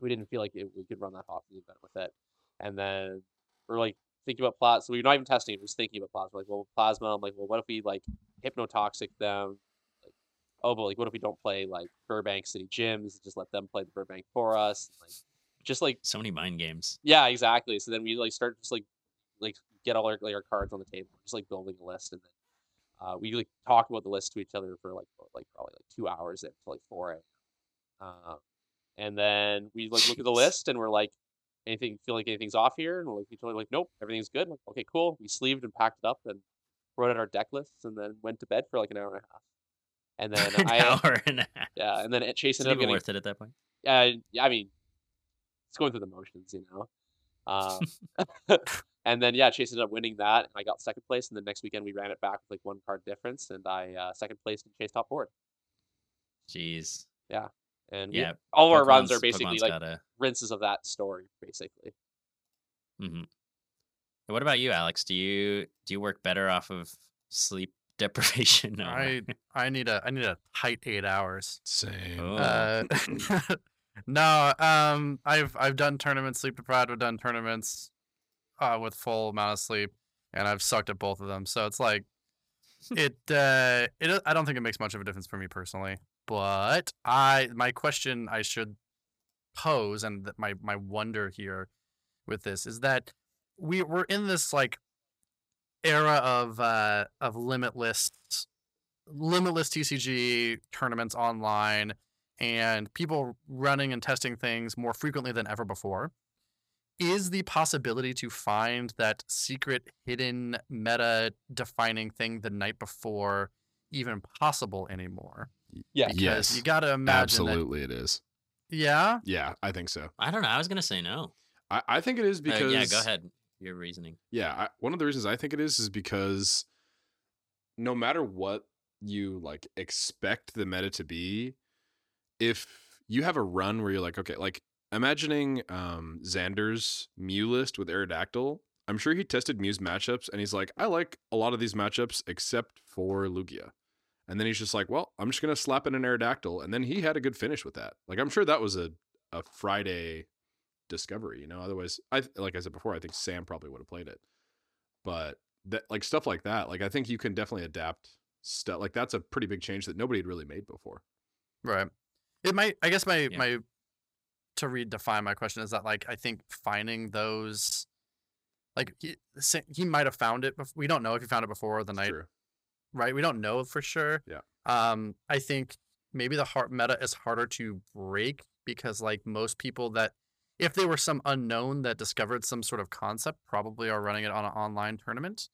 [SPEAKER 4] we didn't feel like it, we could run that hot for the event with it. And then We're like thinking about plasma. So we're not even testing. We're just thinking about plasma. Like, well, plasma. I'm like, well, what if we like hypnotoxic them? Like, oh, but like, what if we don't play like Burbank City gyms? Just let them play the Burbank for us. Like, just like
[SPEAKER 1] So many mind games.
[SPEAKER 4] yeah, exactly. So then we like start just like like get all our like our cards on the table, just like building a list, and then uh, we like talk about the list to each other for like about, like probably like two hours until like four a.m. Um, and then we like look at the
[SPEAKER 1] Jeez.
[SPEAKER 4] list and we're like, anything feel like anything's off here, and we're like, totally like, nope, everything's good. Like, okay, cool. We sleeved and packed it up and wrote out our deck lists, and then went to bed for like an hour and a half. And then
[SPEAKER 1] An
[SPEAKER 4] I
[SPEAKER 1] hour and a half.
[SPEAKER 4] yeah, and then it- Chase
[SPEAKER 1] Is it
[SPEAKER 4] ended up
[SPEAKER 1] even
[SPEAKER 4] getting
[SPEAKER 1] worth it at that point?
[SPEAKER 4] uh, I mean, it's going through the motions, you know. Um, and then yeah, Chase ended up winning that, and I got second place. And the next weekend we ran it back with like one card difference, and I uh, second place and Chase top board.
[SPEAKER 1] Jeez.
[SPEAKER 4] And we-
[SPEAKER 1] Yeah.
[SPEAKER 4] all our runs are
[SPEAKER 1] Pokemon's-
[SPEAKER 4] basically
[SPEAKER 1] Pokemon's
[SPEAKER 4] like
[SPEAKER 1] gotta-
[SPEAKER 4] rinses of that story, basically.
[SPEAKER 1] mm-hmm. What about you, Alex? Do you do you work better off of sleep deprivation? or-
[SPEAKER 2] I I need a I need a tight eight hours.
[SPEAKER 3] Same.
[SPEAKER 1] Oh.
[SPEAKER 2] Uh, no, um, I've I've done tournaments sleep deprived. I've done tournaments uh, with full amount of sleep, and I've sucked at both of them. So it's like it. Uh, it. I don't think it makes much of a difference for me personally. But I, my question I should pose, and th- my my wonder here with this is that we we're in this like era of uh of limitless limitless TCG tournaments online and people running and testing things more frequently than ever before. Is the possibility to find that secret, hidden, meta defining thing the night before even possible anymore?
[SPEAKER 4] Yeah,
[SPEAKER 2] Because
[SPEAKER 3] yes.
[SPEAKER 2] You got to imagine.
[SPEAKER 3] Absolutely, it is.
[SPEAKER 2] That, yeah.
[SPEAKER 3] Yeah, I think so.
[SPEAKER 1] I don't know. I was gonna say no.
[SPEAKER 3] I, I think it is
[SPEAKER 1] Uh,
[SPEAKER 3] because
[SPEAKER 1] yeah, go ahead. Your reasoning.
[SPEAKER 3] yeah I, one of the reasons i think it is is because no matter what you like expect the meta to be if you have a run where you're like okay like imagining um xander's mew list with aerodactyl i'm sure he tested mew's matchups and he's like i like a lot of these matchups except for lugia and then he's just like well i'm just gonna slap in an aerodactyl and then he had a good finish with that like i'm sure that was a a friday discovery you know otherwise i th- like i said before i think sam probably would have played it but that like stuff like that like i think you can definitely adapt stuff like that's a pretty big change that nobody had really made before
[SPEAKER 2] Right. It might. I guess my
[SPEAKER 1] Yeah.
[SPEAKER 2] my to redefine my question is that like I think finding those, like he sa- he might have found it. Before. We don't know if he found it before the
[SPEAKER 3] It's
[SPEAKER 2] night,
[SPEAKER 3] true.
[SPEAKER 2] right? We don't know for sure.
[SPEAKER 3] Yeah.
[SPEAKER 2] Um. I think maybe the heart meta is harder to break because like most people that if they were some unknown that discovered some sort of concept probably are running it on an online tournament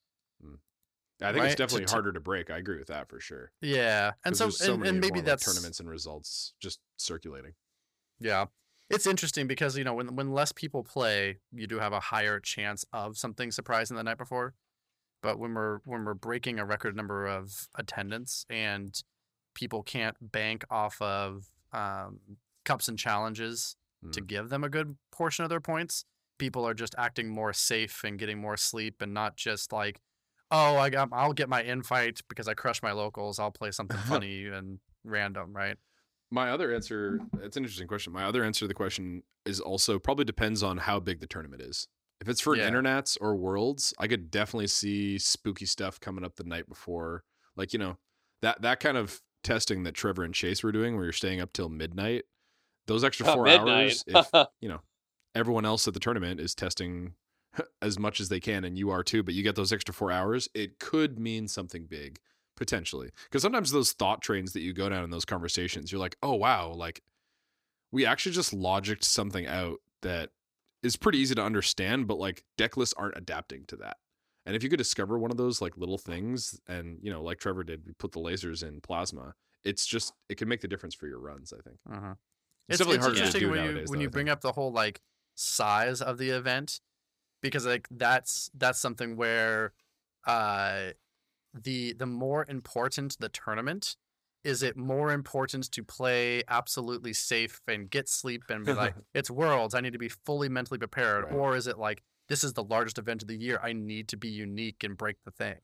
[SPEAKER 3] i think
[SPEAKER 2] Right,
[SPEAKER 3] it's
[SPEAKER 2] to-
[SPEAKER 3] definitely
[SPEAKER 2] to-
[SPEAKER 3] harder to break i agree with that for sure
[SPEAKER 2] yeah and
[SPEAKER 3] 'Cause
[SPEAKER 2] so,
[SPEAKER 3] there's so
[SPEAKER 2] and,
[SPEAKER 3] many
[SPEAKER 2] and
[SPEAKER 3] more,
[SPEAKER 2] maybe
[SPEAKER 3] like,
[SPEAKER 2] that's
[SPEAKER 3] tournaments and results just circulating
[SPEAKER 2] Yeah. It's interesting because, you know, when when less people play, you do have a higher chance of something surprising the night before. But when we're when we're breaking a record number of attendance and people can't bank off of um, cups and challenges to
[SPEAKER 3] Mhm.
[SPEAKER 2] give them a good portion of their points, people are just acting more safe and getting more sleep and not just like, oh, I got, I'll get my invite because I crushed my locals. I'll play something funny and random, right?
[SPEAKER 3] my other answer that's an interesting question my other answer to the question is also probably depends on how big the tournament is if it's for
[SPEAKER 2] Yeah.
[SPEAKER 3] internets or worlds i could definitely see spooky stuff coming up the night before like you know that that kind of testing that trevor and chase were doing where you're staying up till midnight those extra
[SPEAKER 4] Oh,
[SPEAKER 3] four hours if you know everyone else at the tournament is testing as much as they can and you are too but you get those extra four hours it could mean something big potentially because sometimes those thought trains that you go down in those conversations you're like oh wow like we actually just logicked something out that is pretty easy to understand but like deck lists aren't adapting to that and if you could discover one of those like little things and you know like trevor did we put the lasers in plasma it's just it can make the difference for your runs i think
[SPEAKER 2] Uh-huh.
[SPEAKER 3] it's, definitely harder to
[SPEAKER 2] interesting
[SPEAKER 3] do
[SPEAKER 2] when
[SPEAKER 3] nowadays,
[SPEAKER 2] you when
[SPEAKER 3] though, I
[SPEAKER 2] you
[SPEAKER 3] think.
[SPEAKER 2] bring up the whole like size of the event because like that's that's something where uh the the more important the tournament is it more important to play absolutely safe and get sleep and be like it's worlds i need to be fully mentally prepared
[SPEAKER 3] Right.
[SPEAKER 2] or is it like this is the largest event of the year i need to be unique and break the thing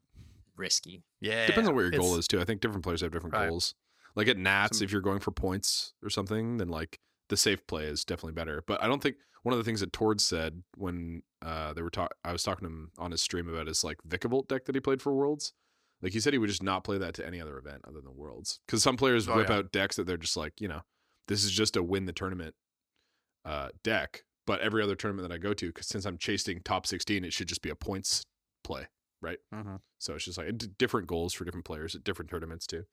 [SPEAKER 1] Risky.
[SPEAKER 2] yeah
[SPEAKER 3] Depends on what your
[SPEAKER 2] it's-
[SPEAKER 3] goal is too. I think different players have different
[SPEAKER 2] Right.
[SPEAKER 3] goals. Like at Nats,
[SPEAKER 2] Some-
[SPEAKER 3] if you're going for points or something, then like the safe play is definitely better. But I don't think one of the things that Tord said when uh, they were talk- I was talking to him on his stream about his like Vikavolt deck that he played for Worlds. Like he said, he would just not play that to any other event other than Worlds because some players
[SPEAKER 2] Oh,
[SPEAKER 3] whip
[SPEAKER 2] yeah.
[SPEAKER 3] out decks that they're just like, you know, this is just a win the tournament uh, deck. But every other tournament that I go to, 'cause since I'm chasing top 16, it should just be a points play.
[SPEAKER 2] Mm-hmm.
[SPEAKER 3] So it's just like d- different goals for different players at different tournaments too.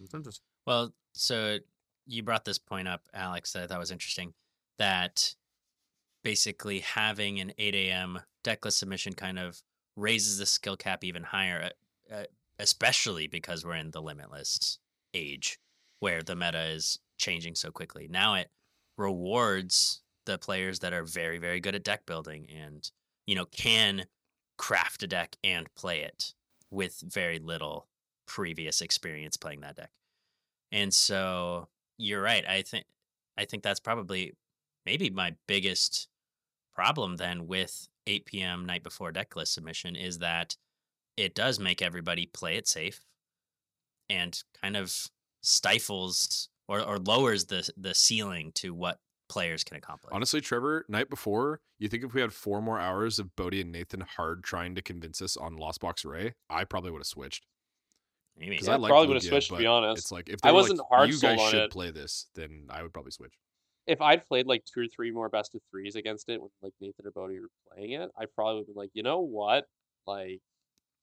[SPEAKER 2] It's interesting.
[SPEAKER 1] Well, so you brought this point up, Alex, that I thought was interesting that basically having an 8 a.m. decklist submission kind of raises the skill cap even higher, uh, uh, especially because we're in the limitless age where the meta is changing so quickly. Now it rewards the players that are very, very good at deck building and, you know, can craft a deck and play it with very little previous experience playing that deck. And so you're right. I think I think that's probably maybe my biggest problem then with 8 p.m. night before deck list submission is that it does make everybody play it safe and kind of stifles or, or lowers the the ceiling to what players can accomplish.
[SPEAKER 3] Honestly, Trevor, night before, you think if we had four more hours of Bodie and Nathan hard trying to convince us on Lost Box Array, I probably would have switched.
[SPEAKER 1] Maybe.
[SPEAKER 3] 'Cause
[SPEAKER 4] Yeah,
[SPEAKER 3] I
[SPEAKER 4] I
[SPEAKER 3] like
[SPEAKER 4] probably would have
[SPEAKER 3] Lugia,
[SPEAKER 4] switched, to
[SPEAKER 3] but
[SPEAKER 4] be honest.
[SPEAKER 3] It's like if
[SPEAKER 4] I
[SPEAKER 3] they were
[SPEAKER 4] wasn't
[SPEAKER 3] like,
[SPEAKER 4] hard
[SPEAKER 3] you guys
[SPEAKER 4] sold on
[SPEAKER 3] should
[SPEAKER 4] it.
[SPEAKER 3] play this, then I would probably switch.
[SPEAKER 4] if I'd played like two or three more best of threes against it when like Nathan or Bodie were playing it, I probably would have been like, you know what? Like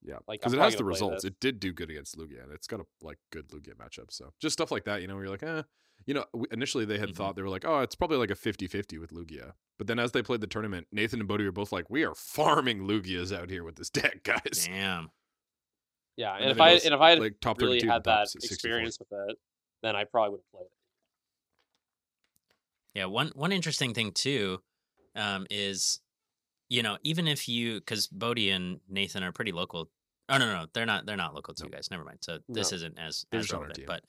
[SPEAKER 3] Yeah,
[SPEAKER 4] Like,
[SPEAKER 3] because
[SPEAKER 4] I'm
[SPEAKER 3] it has the
[SPEAKER 4] probably gonna play
[SPEAKER 3] results.
[SPEAKER 4] this.
[SPEAKER 3] It did do good against Lugia, and it's got a like good Lugia matchup. So just stuff like that, you know, where you're like, eh, you know, we, initially they had
[SPEAKER 4] Mm-hmm.
[SPEAKER 1] Mhm.
[SPEAKER 3] thought they were like, oh, it's probably like a 50-50 with Lugia. But then as they played the tournament, Nathan and Bodie were both like, we are farming Lugias out here with this deck, guys.
[SPEAKER 1] Damn.
[SPEAKER 4] yeah, and,
[SPEAKER 3] then
[SPEAKER 4] if
[SPEAKER 3] they
[SPEAKER 4] I
[SPEAKER 3] both,
[SPEAKER 4] and if I had
[SPEAKER 3] like top
[SPEAKER 4] really
[SPEAKER 3] 32
[SPEAKER 4] had
[SPEAKER 3] and top
[SPEAKER 4] that
[SPEAKER 3] 64.
[SPEAKER 4] experience with it, then I probably would have played it.
[SPEAKER 1] Yeah, one one interesting thing too um, is, you know, even if you because Bodie and Nathan are pretty local. Oh no, no, no, they're not. They're not local to you guys. Never mind. So this
[SPEAKER 4] No.
[SPEAKER 1] isn't as,
[SPEAKER 3] They're
[SPEAKER 1] as
[SPEAKER 3] just on our
[SPEAKER 1] relevant.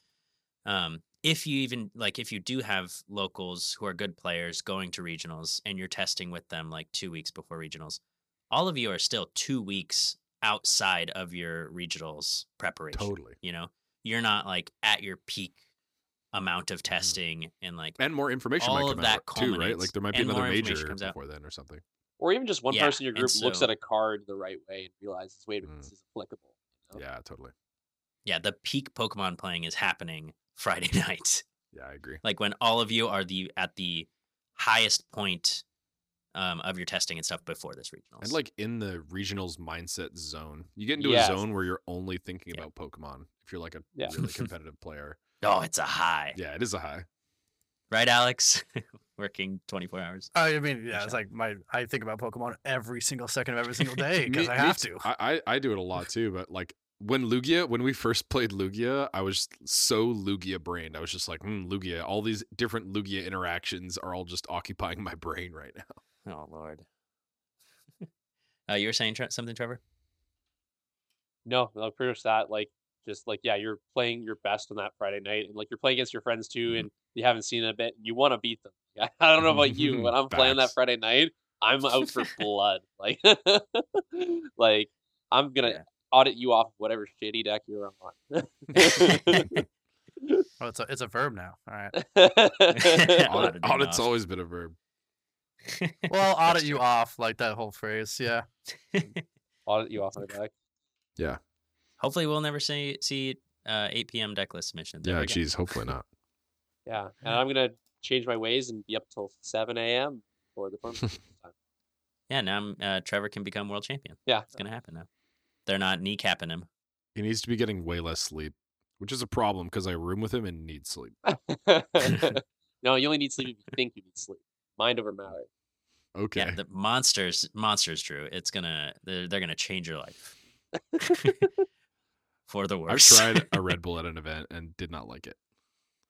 [SPEAKER 1] But um, if you even like, if you do have locals who are good players going to regionals and you're testing with them like two weeks before regionals, all of you are still two weeks outside of your regionals preparation.
[SPEAKER 3] Totally,
[SPEAKER 1] You know, you're not like at your peak amount of testing and like
[SPEAKER 3] and more information
[SPEAKER 1] All
[SPEAKER 3] might
[SPEAKER 1] of
[SPEAKER 3] come
[SPEAKER 1] that
[SPEAKER 3] out too, right?
[SPEAKER 1] culminates,
[SPEAKER 3] Like there might be
[SPEAKER 1] and
[SPEAKER 3] another
[SPEAKER 1] more information
[SPEAKER 3] major
[SPEAKER 1] comes out.
[SPEAKER 3] before then or something.
[SPEAKER 4] Or even just one
[SPEAKER 1] Yeah,
[SPEAKER 4] person in your
[SPEAKER 1] and
[SPEAKER 4] group looks
[SPEAKER 1] so-
[SPEAKER 4] at a card the right way and realizes, wait a minute,
[SPEAKER 3] Mm.
[SPEAKER 4] this is applicable. you know?
[SPEAKER 3] Yeah, totally.
[SPEAKER 1] yeah, the peak Pokemon playing is happening Friday night.
[SPEAKER 3] Yeah, I agree.
[SPEAKER 1] Like when all of you are the at the highest point um, of your testing and stuff before this regional.
[SPEAKER 3] And like in the regionals mindset zone, you get into
[SPEAKER 4] Yes.
[SPEAKER 3] a zone where you're only thinking
[SPEAKER 1] Yeah.
[SPEAKER 3] about Pokemon. If you're like a
[SPEAKER 4] Yeah.
[SPEAKER 3] really competitive player,
[SPEAKER 1] oh, it's a high,
[SPEAKER 3] yeah, it is a high.
[SPEAKER 1] right, Alex? Working twenty four hours.
[SPEAKER 2] I mean, yeah,
[SPEAKER 1] Watch
[SPEAKER 2] it's like my I think about Pokemon every single second of every single day
[SPEAKER 3] Me-
[SPEAKER 2] because I
[SPEAKER 3] me
[SPEAKER 2] have
[SPEAKER 3] t-
[SPEAKER 2] to.
[SPEAKER 3] I, I I do it a lot too, but like when Lugia, when we first played Lugia, I was so Lugia brained. I was just like, hmm, Lugia. All these different Lugia interactions are all just occupying my brain right now.
[SPEAKER 1] Oh Lord. uh, you were saying tre- something, Trevor?
[SPEAKER 4] No, no, pretty much that. Like, just like, yeah, you're playing your best on that Friday night, and like you're playing against your friends too,
[SPEAKER 1] Mm-hmm.
[SPEAKER 3] Mhm.
[SPEAKER 4] and you haven't seen it a bit. And you want to beat them. Yeah, I don't know about you,
[SPEAKER 1] Mm-hmm.
[SPEAKER 4] when I'm playing that
[SPEAKER 3] Facts.
[SPEAKER 4] Friday night, I'm out for blood. Like, like I'm gonna
[SPEAKER 1] Yeah.
[SPEAKER 4] audit you off whatever shady deck you're on.
[SPEAKER 2] Oh, it's a it's a verb now. All right.
[SPEAKER 1] Auditing
[SPEAKER 3] Audit, audit's
[SPEAKER 1] off.
[SPEAKER 3] always been a verb.
[SPEAKER 2] Well, I'll audit you off like that whole phrase. Yeah.
[SPEAKER 4] audit you off my deck.
[SPEAKER 1] Hopefully, we'll never see see uh, eight p.m. decklist submission. There
[SPEAKER 3] yeah,
[SPEAKER 1] we go.
[SPEAKER 3] geez, hopefully not.
[SPEAKER 4] Yeah, and I'm gonna change my ways and be up till 7 a.m. for the tournament. this time.
[SPEAKER 1] Yeah, now I'm, uh, Trevor can become world champion.
[SPEAKER 4] Yeah,
[SPEAKER 1] It's gonna happen now. They're not kneecapping him.
[SPEAKER 3] He needs to be getting way less sleep, which is a problem because I room with him and need sleep.
[SPEAKER 4] no, you only need sleep if you think you need sleep. Mind over matter.
[SPEAKER 3] Okay.
[SPEAKER 1] Yeah, the monsters, monsters, Drew. It's gonna, they're, they're gonna change your life for the
[SPEAKER 3] I've
[SPEAKER 1] worse.
[SPEAKER 3] tried a Red Bull at an event and did not like it.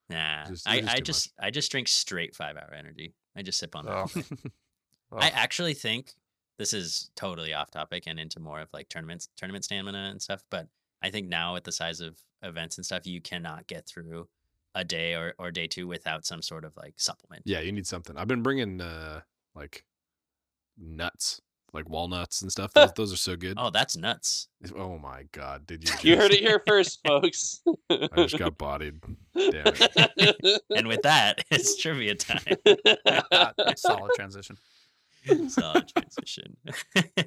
[SPEAKER 1] Nah,
[SPEAKER 3] Just-
[SPEAKER 1] I,
[SPEAKER 3] it is
[SPEAKER 1] I
[SPEAKER 3] too much.
[SPEAKER 1] just, I just drink straight five hour energy. I just sip on that. all
[SPEAKER 2] Oh.
[SPEAKER 1] day.
[SPEAKER 2] Oh.
[SPEAKER 1] I actually think this is totally off topic and into more of like tournaments, tournament stamina and stuff. But I think now with the size of events and stuff, you cannot get through a day or, or day two without some sort of like supplement.
[SPEAKER 3] Yeah, you need something. I've been bringing uh like nuts like walnuts and stuff. Those, those are so good.
[SPEAKER 1] Oh, that's nuts.
[SPEAKER 3] Oh my god, did you?
[SPEAKER 4] You heard it
[SPEAKER 3] just-
[SPEAKER 4] here first, folks.
[SPEAKER 3] I just got bodied. Damn
[SPEAKER 1] And with that, it's trivia time.
[SPEAKER 2] Ah, solid transition.
[SPEAKER 1] Solid transition.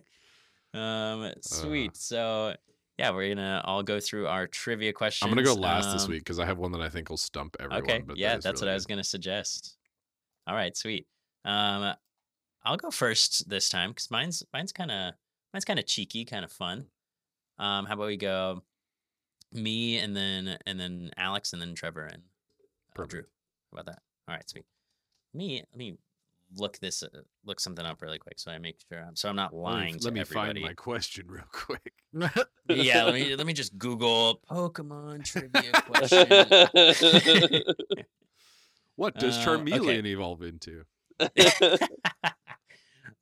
[SPEAKER 1] um, sweet. so yeah, we're gonna all go through our trivia questions.
[SPEAKER 3] I'm gonna go last this
[SPEAKER 1] Um,
[SPEAKER 3] week because I have one that I think will stump everyone.
[SPEAKER 1] Okay.
[SPEAKER 3] but that
[SPEAKER 1] yeah,
[SPEAKER 3] is
[SPEAKER 1] that's what I
[SPEAKER 3] really
[SPEAKER 1] was
[SPEAKER 3] good.
[SPEAKER 1] going to suggest. All right, sweet. Um I'll go first this time cuz mine's mine's kind of mine's kind of cheeky, kind of fun. Um how about we go me and then and then Alex and then Trevor and uh,
[SPEAKER 3] Perfect.
[SPEAKER 1] Drew. How about that? All right, sweet. Me let me look this uh, look something up really quick so I make sure I'm so I'm not
[SPEAKER 3] Let me-
[SPEAKER 1] lying
[SPEAKER 3] Let me,
[SPEAKER 1] to
[SPEAKER 3] find
[SPEAKER 1] everybody.
[SPEAKER 3] my question real quick.
[SPEAKER 2] Oh,
[SPEAKER 1] yeah, let me let me just google Pokemon trivia question.
[SPEAKER 4] Question.
[SPEAKER 3] What does
[SPEAKER 1] Uh, okay.
[SPEAKER 3] Charmeleon evolve into?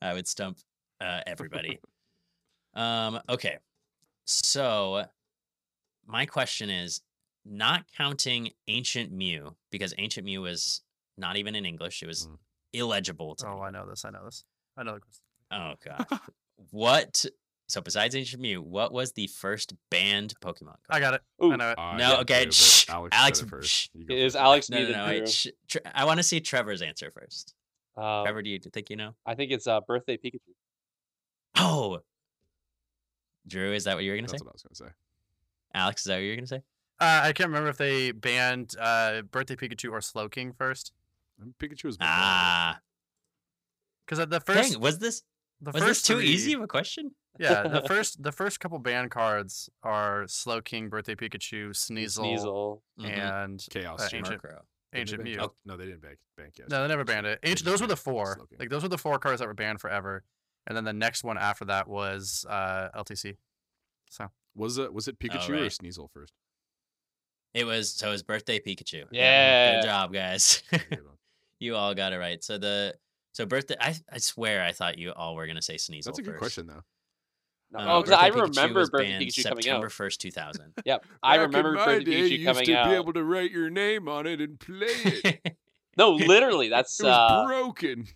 [SPEAKER 1] I would stump uh, everybody. um, okay. So, my question is not counting Ancient Mew, because Ancient Mew was not even in English, it was
[SPEAKER 3] Mm.
[SPEAKER 1] illegible. To
[SPEAKER 2] oh,
[SPEAKER 1] me.
[SPEAKER 2] I know this. I know this. I know the question.
[SPEAKER 1] Oh, God. what? So, besides Ancient Mew, what was the first banned Pokemon?
[SPEAKER 2] I got it. I
[SPEAKER 4] Ooh,
[SPEAKER 2] know it.
[SPEAKER 3] I
[SPEAKER 1] No,
[SPEAKER 3] got
[SPEAKER 1] okay,
[SPEAKER 3] two, but
[SPEAKER 1] shh,
[SPEAKER 3] Alex,
[SPEAKER 1] Alex,
[SPEAKER 3] said it
[SPEAKER 1] shh.
[SPEAKER 3] first. You go
[SPEAKER 4] is
[SPEAKER 3] first,
[SPEAKER 4] Alex
[SPEAKER 1] No,
[SPEAKER 4] me
[SPEAKER 1] no,
[SPEAKER 4] the
[SPEAKER 1] no. wait,
[SPEAKER 4] Drew?
[SPEAKER 1] sh- Tre- I want to see Trevor's answer first.
[SPEAKER 4] Um,
[SPEAKER 1] Trevor, do you think you know?
[SPEAKER 4] I think it's uh, birthday Pikachu.
[SPEAKER 1] Oh, Drew, is that what you were going to say?
[SPEAKER 3] That's what I was gonna say.
[SPEAKER 1] Alex, is that what you were going to say?
[SPEAKER 2] Uh, I can't remember if they banned uh, Birthday Pikachu or Slowking first.
[SPEAKER 3] And Pikachu was
[SPEAKER 1] Ah,
[SPEAKER 2] Because the first,
[SPEAKER 1] dang! Was this
[SPEAKER 2] the
[SPEAKER 1] was this
[SPEAKER 2] first
[SPEAKER 1] too
[SPEAKER 2] three,
[SPEAKER 1] easy of a question?
[SPEAKER 2] yeah, the first, the first couple ban cards are Slowking, Birthday Pikachu, Sneasel,
[SPEAKER 4] Sneasel.
[SPEAKER 1] Mm-hmm.
[SPEAKER 2] and
[SPEAKER 3] chaos.
[SPEAKER 2] uh,
[SPEAKER 3] Genie.
[SPEAKER 2] ancient-
[SPEAKER 1] Murkrow.
[SPEAKER 3] Did they
[SPEAKER 2] Ancient
[SPEAKER 3] ban-
[SPEAKER 2] Mew.
[SPEAKER 3] oh, no, they didn't ban. ban chaos.
[SPEAKER 2] No, they never
[SPEAKER 3] Genie.
[SPEAKER 2] banned it.
[SPEAKER 3] They
[SPEAKER 2] Ancient,
[SPEAKER 3] just
[SPEAKER 2] those were the
[SPEAKER 3] banned
[SPEAKER 2] four.
[SPEAKER 3] Slowking.
[SPEAKER 2] Like those were the four cards that were banned forever. And then the next one after that was uh, LTC. So
[SPEAKER 3] was it was it Pikachu or
[SPEAKER 1] right.
[SPEAKER 3] Sneasel first?
[SPEAKER 1] It was so his birthday Pikachu.
[SPEAKER 4] Yeah.
[SPEAKER 1] good job, guys.
[SPEAKER 3] Good one.
[SPEAKER 1] you all got it right. So the so birthday. I I swear I thought you all were gonna say Sneasel.
[SPEAKER 3] That's a good
[SPEAKER 1] first.
[SPEAKER 3] question though.
[SPEAKER 4] No,
[SPEAKER 1] Um,
[SPEAKER 4] oh, 'cause I
[SPEAKER 1] Birthday Pikachu
[SPEAKER 4] remember
[SPEAKER 1] was
[SPEAKER 4] Birthday
[SPEAKER 1] banned
[SPEAKER 4] Pikachu coming
[SPEAKER 1] September
[SPEAKER 4] out.
[SPEAKER 1] first, two thousand.
[SPEAKER 4] Yep, I
[SPEAKER 3] Back in
[SPEAKER 4] remember
[SPEAKER 3] my
[SPEAKER 4] Birthday
[SPEAKER 3] day, you
[SPEAKER 4] Pikachu
[SPEAKER 3] used
[SPEAKER 4] coming
[SPEAKER 3] to be
[SPEAKER 4] out.
[SPEAKER 3] able to write your name on it and play it. it
[SPEAKER 4] No, literally, that's
[SPEAKER 3] was
[SPEAKER 4] uh,
[SPEAKER 3] broken.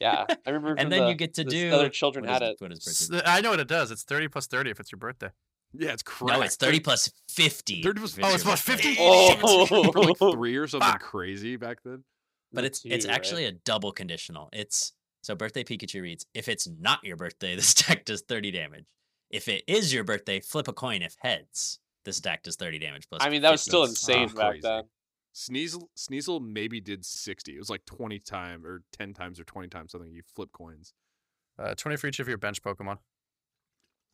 [SPEAKER 4] yeah. I remember. from
[SPEAKER 1] and then
[SPEAKER 4] the-
[SPEAKER 1] you get to
[SPEAKER 4] this
[SPEAKER 1] do
[SPEAKER 4] other children
[SPEAKER 1] what is-
[SPEAKER 4] had it.
[SPEAKER 1] What is
[SPEAKER 2] S-
[SPEAKER 1] birthday?
[SPEAKER 2] I know what it does. It's thirty plus thirty if it's your birthday.
[SPEAKER 3] Yeah, it's cracked.
[SPEAKER 1] No, it's thirty plus fifty.
[SPEAKER 3] 30 plus-
[SPEAKER 1] if
[SPEAKER 2] Oh, it's
[SPEAKER 1] your
[SPEAKER 2] plus
[SPEAKER 1] birthday.
[SPEAKER 2] 50?
[SPEAKER 4] Oh,
[SPEAKER 3] for like three or something
[SPEAKER 2] Fuck.
[SPEAKER 3] crazy back then.
[SPEAKER 1] but it's it's
[SPEAKER 4] two, right?
[SPEAKER 1] actually a double conditional. It's so birthday Pikachu reads if it's not your birthday, this deck does 30 damage. If it is your birthday, flip a coin. If heads, this deck does 30 damage plus.
[SPEAKER 4] I mean, that was still
[SPEAKER 1] 50.
[SPEAKER 3] That's
[SPEAKER 4] insane back
[SPEAKER 3] crazy.
[SPEAKER 4] then.
[SPEAKER 3] Sneasel Sneasel maybe did sixty. It was like twenty times or ten times or twenty times something. You flip coins.
[SPEAKER 2] Uh, Twenty for each of your bench Pokemon.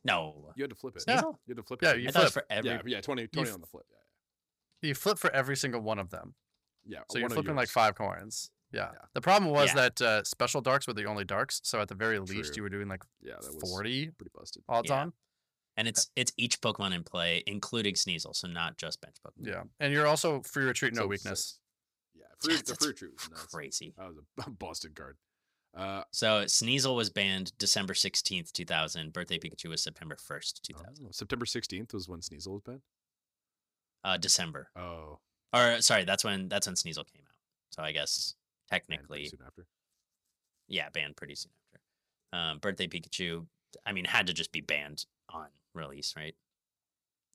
[SPEAKER 1] No.
[SPEAKER 3] You had to flip it.
[SPEAKER 2] Yeah.
[SPEAKER 3] You had to flip it.
[SPEAKER 2] Yeah,
[SPEAKER 3] I
[SPEAKER 2] you
[SPEAKER 1] I
[SPEAKER 3] think.
[SPEAKER 1] thought it was for
[SPEAKER 2] flip.
[SPEAKER 1] every.
[SPEAKER 3] yeah, yeah, 20, 20
[SPEAKER 2] f-
[SPEAKER 3] on the flip. Yeah,
[SPEAKER 2] You flip for every single one of them.
[SPEAKER 3] yeah. yeah
[SPEAKER 2] So you're
[SPEAKER 3] one of
[SPEAKER 2] flipping like
[SPEAKER 3] yours.
[SPEAKER 2] five coins. Yeah.
[SPEAKER 3] Yeah.
[SPEAKER 2] The problem was
[SPEAKER 1] Yeah.
[SPEAKER 2] that uh, special darks were the only darks. So at the very least,
[SPEAKER 3] True.
[SPEAKER 2] you were doing like
[SPEAKER 3] Yeah, that was
[SPEAKER 2] forty
[SPEAKER 3] pretty busted.
[SPEAKER 2] odds
[SPEAKER 1] Yeah.
[SPEAKER 2] on.
[SPEAKER 1] And it's it's each Pokemon in play, including Sneasel, so not just bench Pokemon.
[SPEAKER 2] Yeah, and you're also free retreat, no
[SPEAKER 3] So
[SPEAKER 2] weakness.
[SPEAKER 3] six. Yeah, fruit, the
[SPEAKER 1] That's
[SPEAKER 3] fruit tree was nuts.
[SPEAKER 1] Crazy.
[SPEAKER 3] That was a busted card. Uh,
[SPEAKER 1] So Sneasel was banned December 16th, 2000. Birthday Pikachu was September 1st, 2000.
[SPEAKER 3] oh, September sixteenth was when Sneasel was banned.
[SPEAKER 1] Uh, December.
[SPEAKER 3] Oh,
[SPEAKER 1] Or sorry, that's when that's when Sneasel came out. So I guess
[SPEAKER 3] banned pretty
[SPEAKER 1] technically
[SPEAKER 3] soon after.
[SPEAKER 1] yeah, banned pretty soon after. Um, Birthday Pikachu, I mean, had to just be banned on release, right?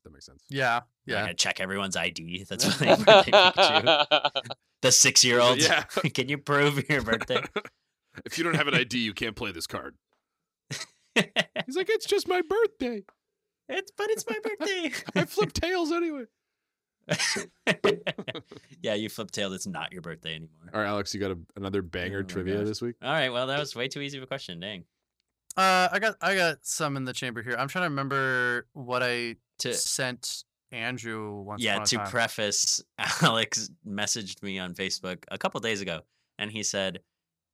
[SPEAKER 3] That makes sense.
[SPEAKER 2] Yeah,
[SPEAKER 1] You're not
[SPEAKER 2] yeah.
[SPEAKER 1] gonna check everyone's ID. That's what they Birthday Pikachu. The six-year-old.
[SPEAKER 3] Yeah.
[SPEAKER 1] Can you prove your birthday?
[SPEAKER 3] if you don't have an ID, you can't play this card. He's like, it's just my birthday.
[SPEAKER 1] it's but it's my
[SPEAKER 3] I
[SPEAKER 1] birthday.
[SPEAKER 3] flip tails anyway.
[SPEAKER 1] yeah, you flip tailed. It's not your birthday anymore.
[SPEAKER 3] All right, Alex, you got a, another banger
[SPEAKER 1] Oh my
[SPEAKER 3] trivia
[SPEAKER 1] gosh.
[SPEAKER 3] this week?
[SPEAKER 1] All right. Well, that was way too easy of a question. Dang.
[SPEAKER 2] Uh, I got I got some in the chamber here. I'm trying to remember what I
[SPEAKER 1] To
[SPEAKER 2] sent Andrew once.
[SPEAKER 1] yeah
[SPEAKER 2] upon a
[SPEAKER 1] to
[SPEAKER 2] time.
[SPEAKER 1] preface alex messaged me on facebook a couple days ago and he said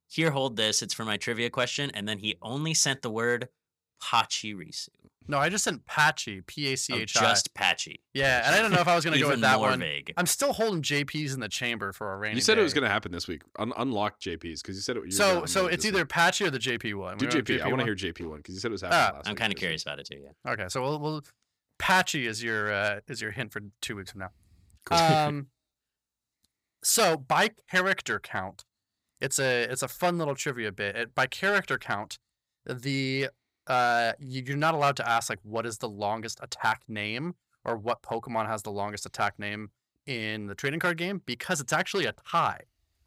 [SPEAKER 1] here hold this it's for my trivia question and then he only sent the word pachirisu
[SPEAKER 2] No, I just sent Patchy, P A
[SPEAKER 1] oh,
[SPEAKER 2] C H I.
[SPEAKER 1] just patchy
[SPEAKER 2] Yeah, and I don't know if I was gonna
[SPEAKER 1] even
[SPEAKER 2] go with that
[SPEAKER 1] more
[SPEAKER 2] one.
[SPEAKER 1] vague
[SPEAKER 2] I'm still holding JP's in the chamber for a rainy.
[SPEAKER 3] You said it was
[SPEAKER 2] day.
[SPEAKER 3] going to happen this week. Un- unlock JP's because you said it. You were gonna
[SPEAKER 2] So
[SPEAKER 3] unload
[SPEAKER 2] so
[SPEAKER 3] it
[SPEAKER 2] it's
[SPEAKER 3] this
[SPEAKER 2] either
[SPEAKER 3] week.
[SPEAKER 2] Patchy or the JP one.
[SPEAKER 3] do
[SPEAKER 2] We going
[SPEAKER 3] JP. I want
[SPEAKER 2] one?
[SPEAKER 3] to hear JP one because you said it was happening
[SPEAKER 2] Ah,
[SPEAKER 3] last
[SPEAKER 1] i'm
[SPEAKER 3] week,
[SPEAKER 1] kind of
[SPEAKER 3] so-
[SPEAKER 1] curious about it too yeah
[SPEAKER 2] Okay, so we'll, we'll Patchy is your uh, is your hint for two weeks from now.
[SPEAKER 3] Cool.
[SPEAKER 2] Um, so by character count, it's a it's a fun little trivia bit. It, by character count, the uh you, you're not allowed to ask like what is the longest attack name or what Pokemon has the longest attack name in the trading card game because it's actually a tie.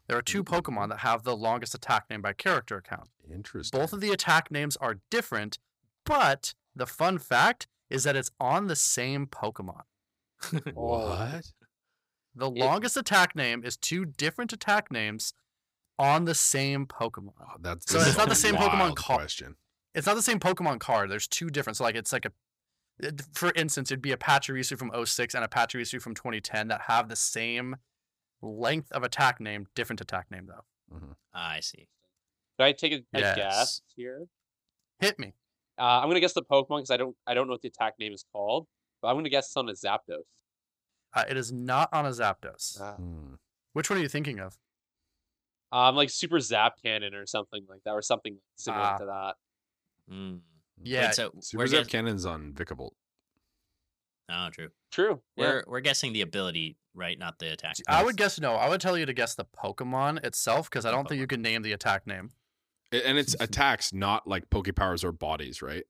[SPEAKER 2] There are two
[SPEAKER 3] Ooh.
[SPEAKER 2] Pokemon that have the longest attack name by character count.
[SPEAKER 3] Interesting.
[SPEAKER 2] Both of the attack names are different, but the fun fact is that it's on the same Pokemon.
[SPEAKER 3] What?
[SPEAKER 2] The
[SPEAKER 4] It-
[SPEAKER 2] longest attack name is two different attack names on the same Pokemon.
[SPEAKER 3] Oh, that's
[SPEAKER 2] So
[SPEAKER 3] this
[SPEAKER 2] it's
[SPEAKER 3] is
[SPEAKER 2] not
[SPEAKER 3] a
[SPEAKER 2] the same Pokemon
[SPEAKER 3] wild
[SPEAKER 2] card.
[SPEAKER 3] question.
[SPEAKER 2] It's not the same Pokemon card. There's two different. So like it's like a it- for instance, it'd be a Pachirisu from 06 and a Pachirisu from 2010 that have the same length of attack name, different attack name though.
[SPEAKER 3] Mm-hmm.
[SPEAKER 1] Ah, I see.
[SPEAKER 4] Can I take a, a
[SPEAKER 2] Yes.
[SPEAKER 4] guess here?
[SPEAKER 2] Hit me.
[SPEAKER 4] Uh, I'm gonna guess the Pokemon because I don't I don't know what the attack name is called, but I'm gonna guess it's on a Zapdos.
[SPEAKER 2] Uh, it is not on a Zapdos.
[SPEAKER 4] Uh,
[SPEAKER 3] Hmm.
[SPEAKER 2] Which one are you thinking of?
[SPEAKER 4] um, like Super Zap Cannon or something like that, or something similar
[SPEAKER 2] Ah.
[SPEAKER 4] to that.
[SPEAKER 1] Mm.
[SPEAKER 2] Yeah.
[SPEAKER 1] Wait, so
[SPEAKER 3] Super
[SPEAKER 1] we're
[SPEAKER 3] Zap
[SPEAKER 1] guess-
[SPEAKER 3] Cannon's on Vickabolt.
[SPEAKER 1] Oh, true.
[SPEAKER 4] True. Yeah.
[SPEAKER 1] We're we're guessing the ability, right? Not the attack.
[SPEAKER 2] I would guess no. I would tell you to guess the Pokemon itself because I don't think you can name the attack name.
[SPEAKER 3] A- And it's attacks, not like Poke powers or bodies, right?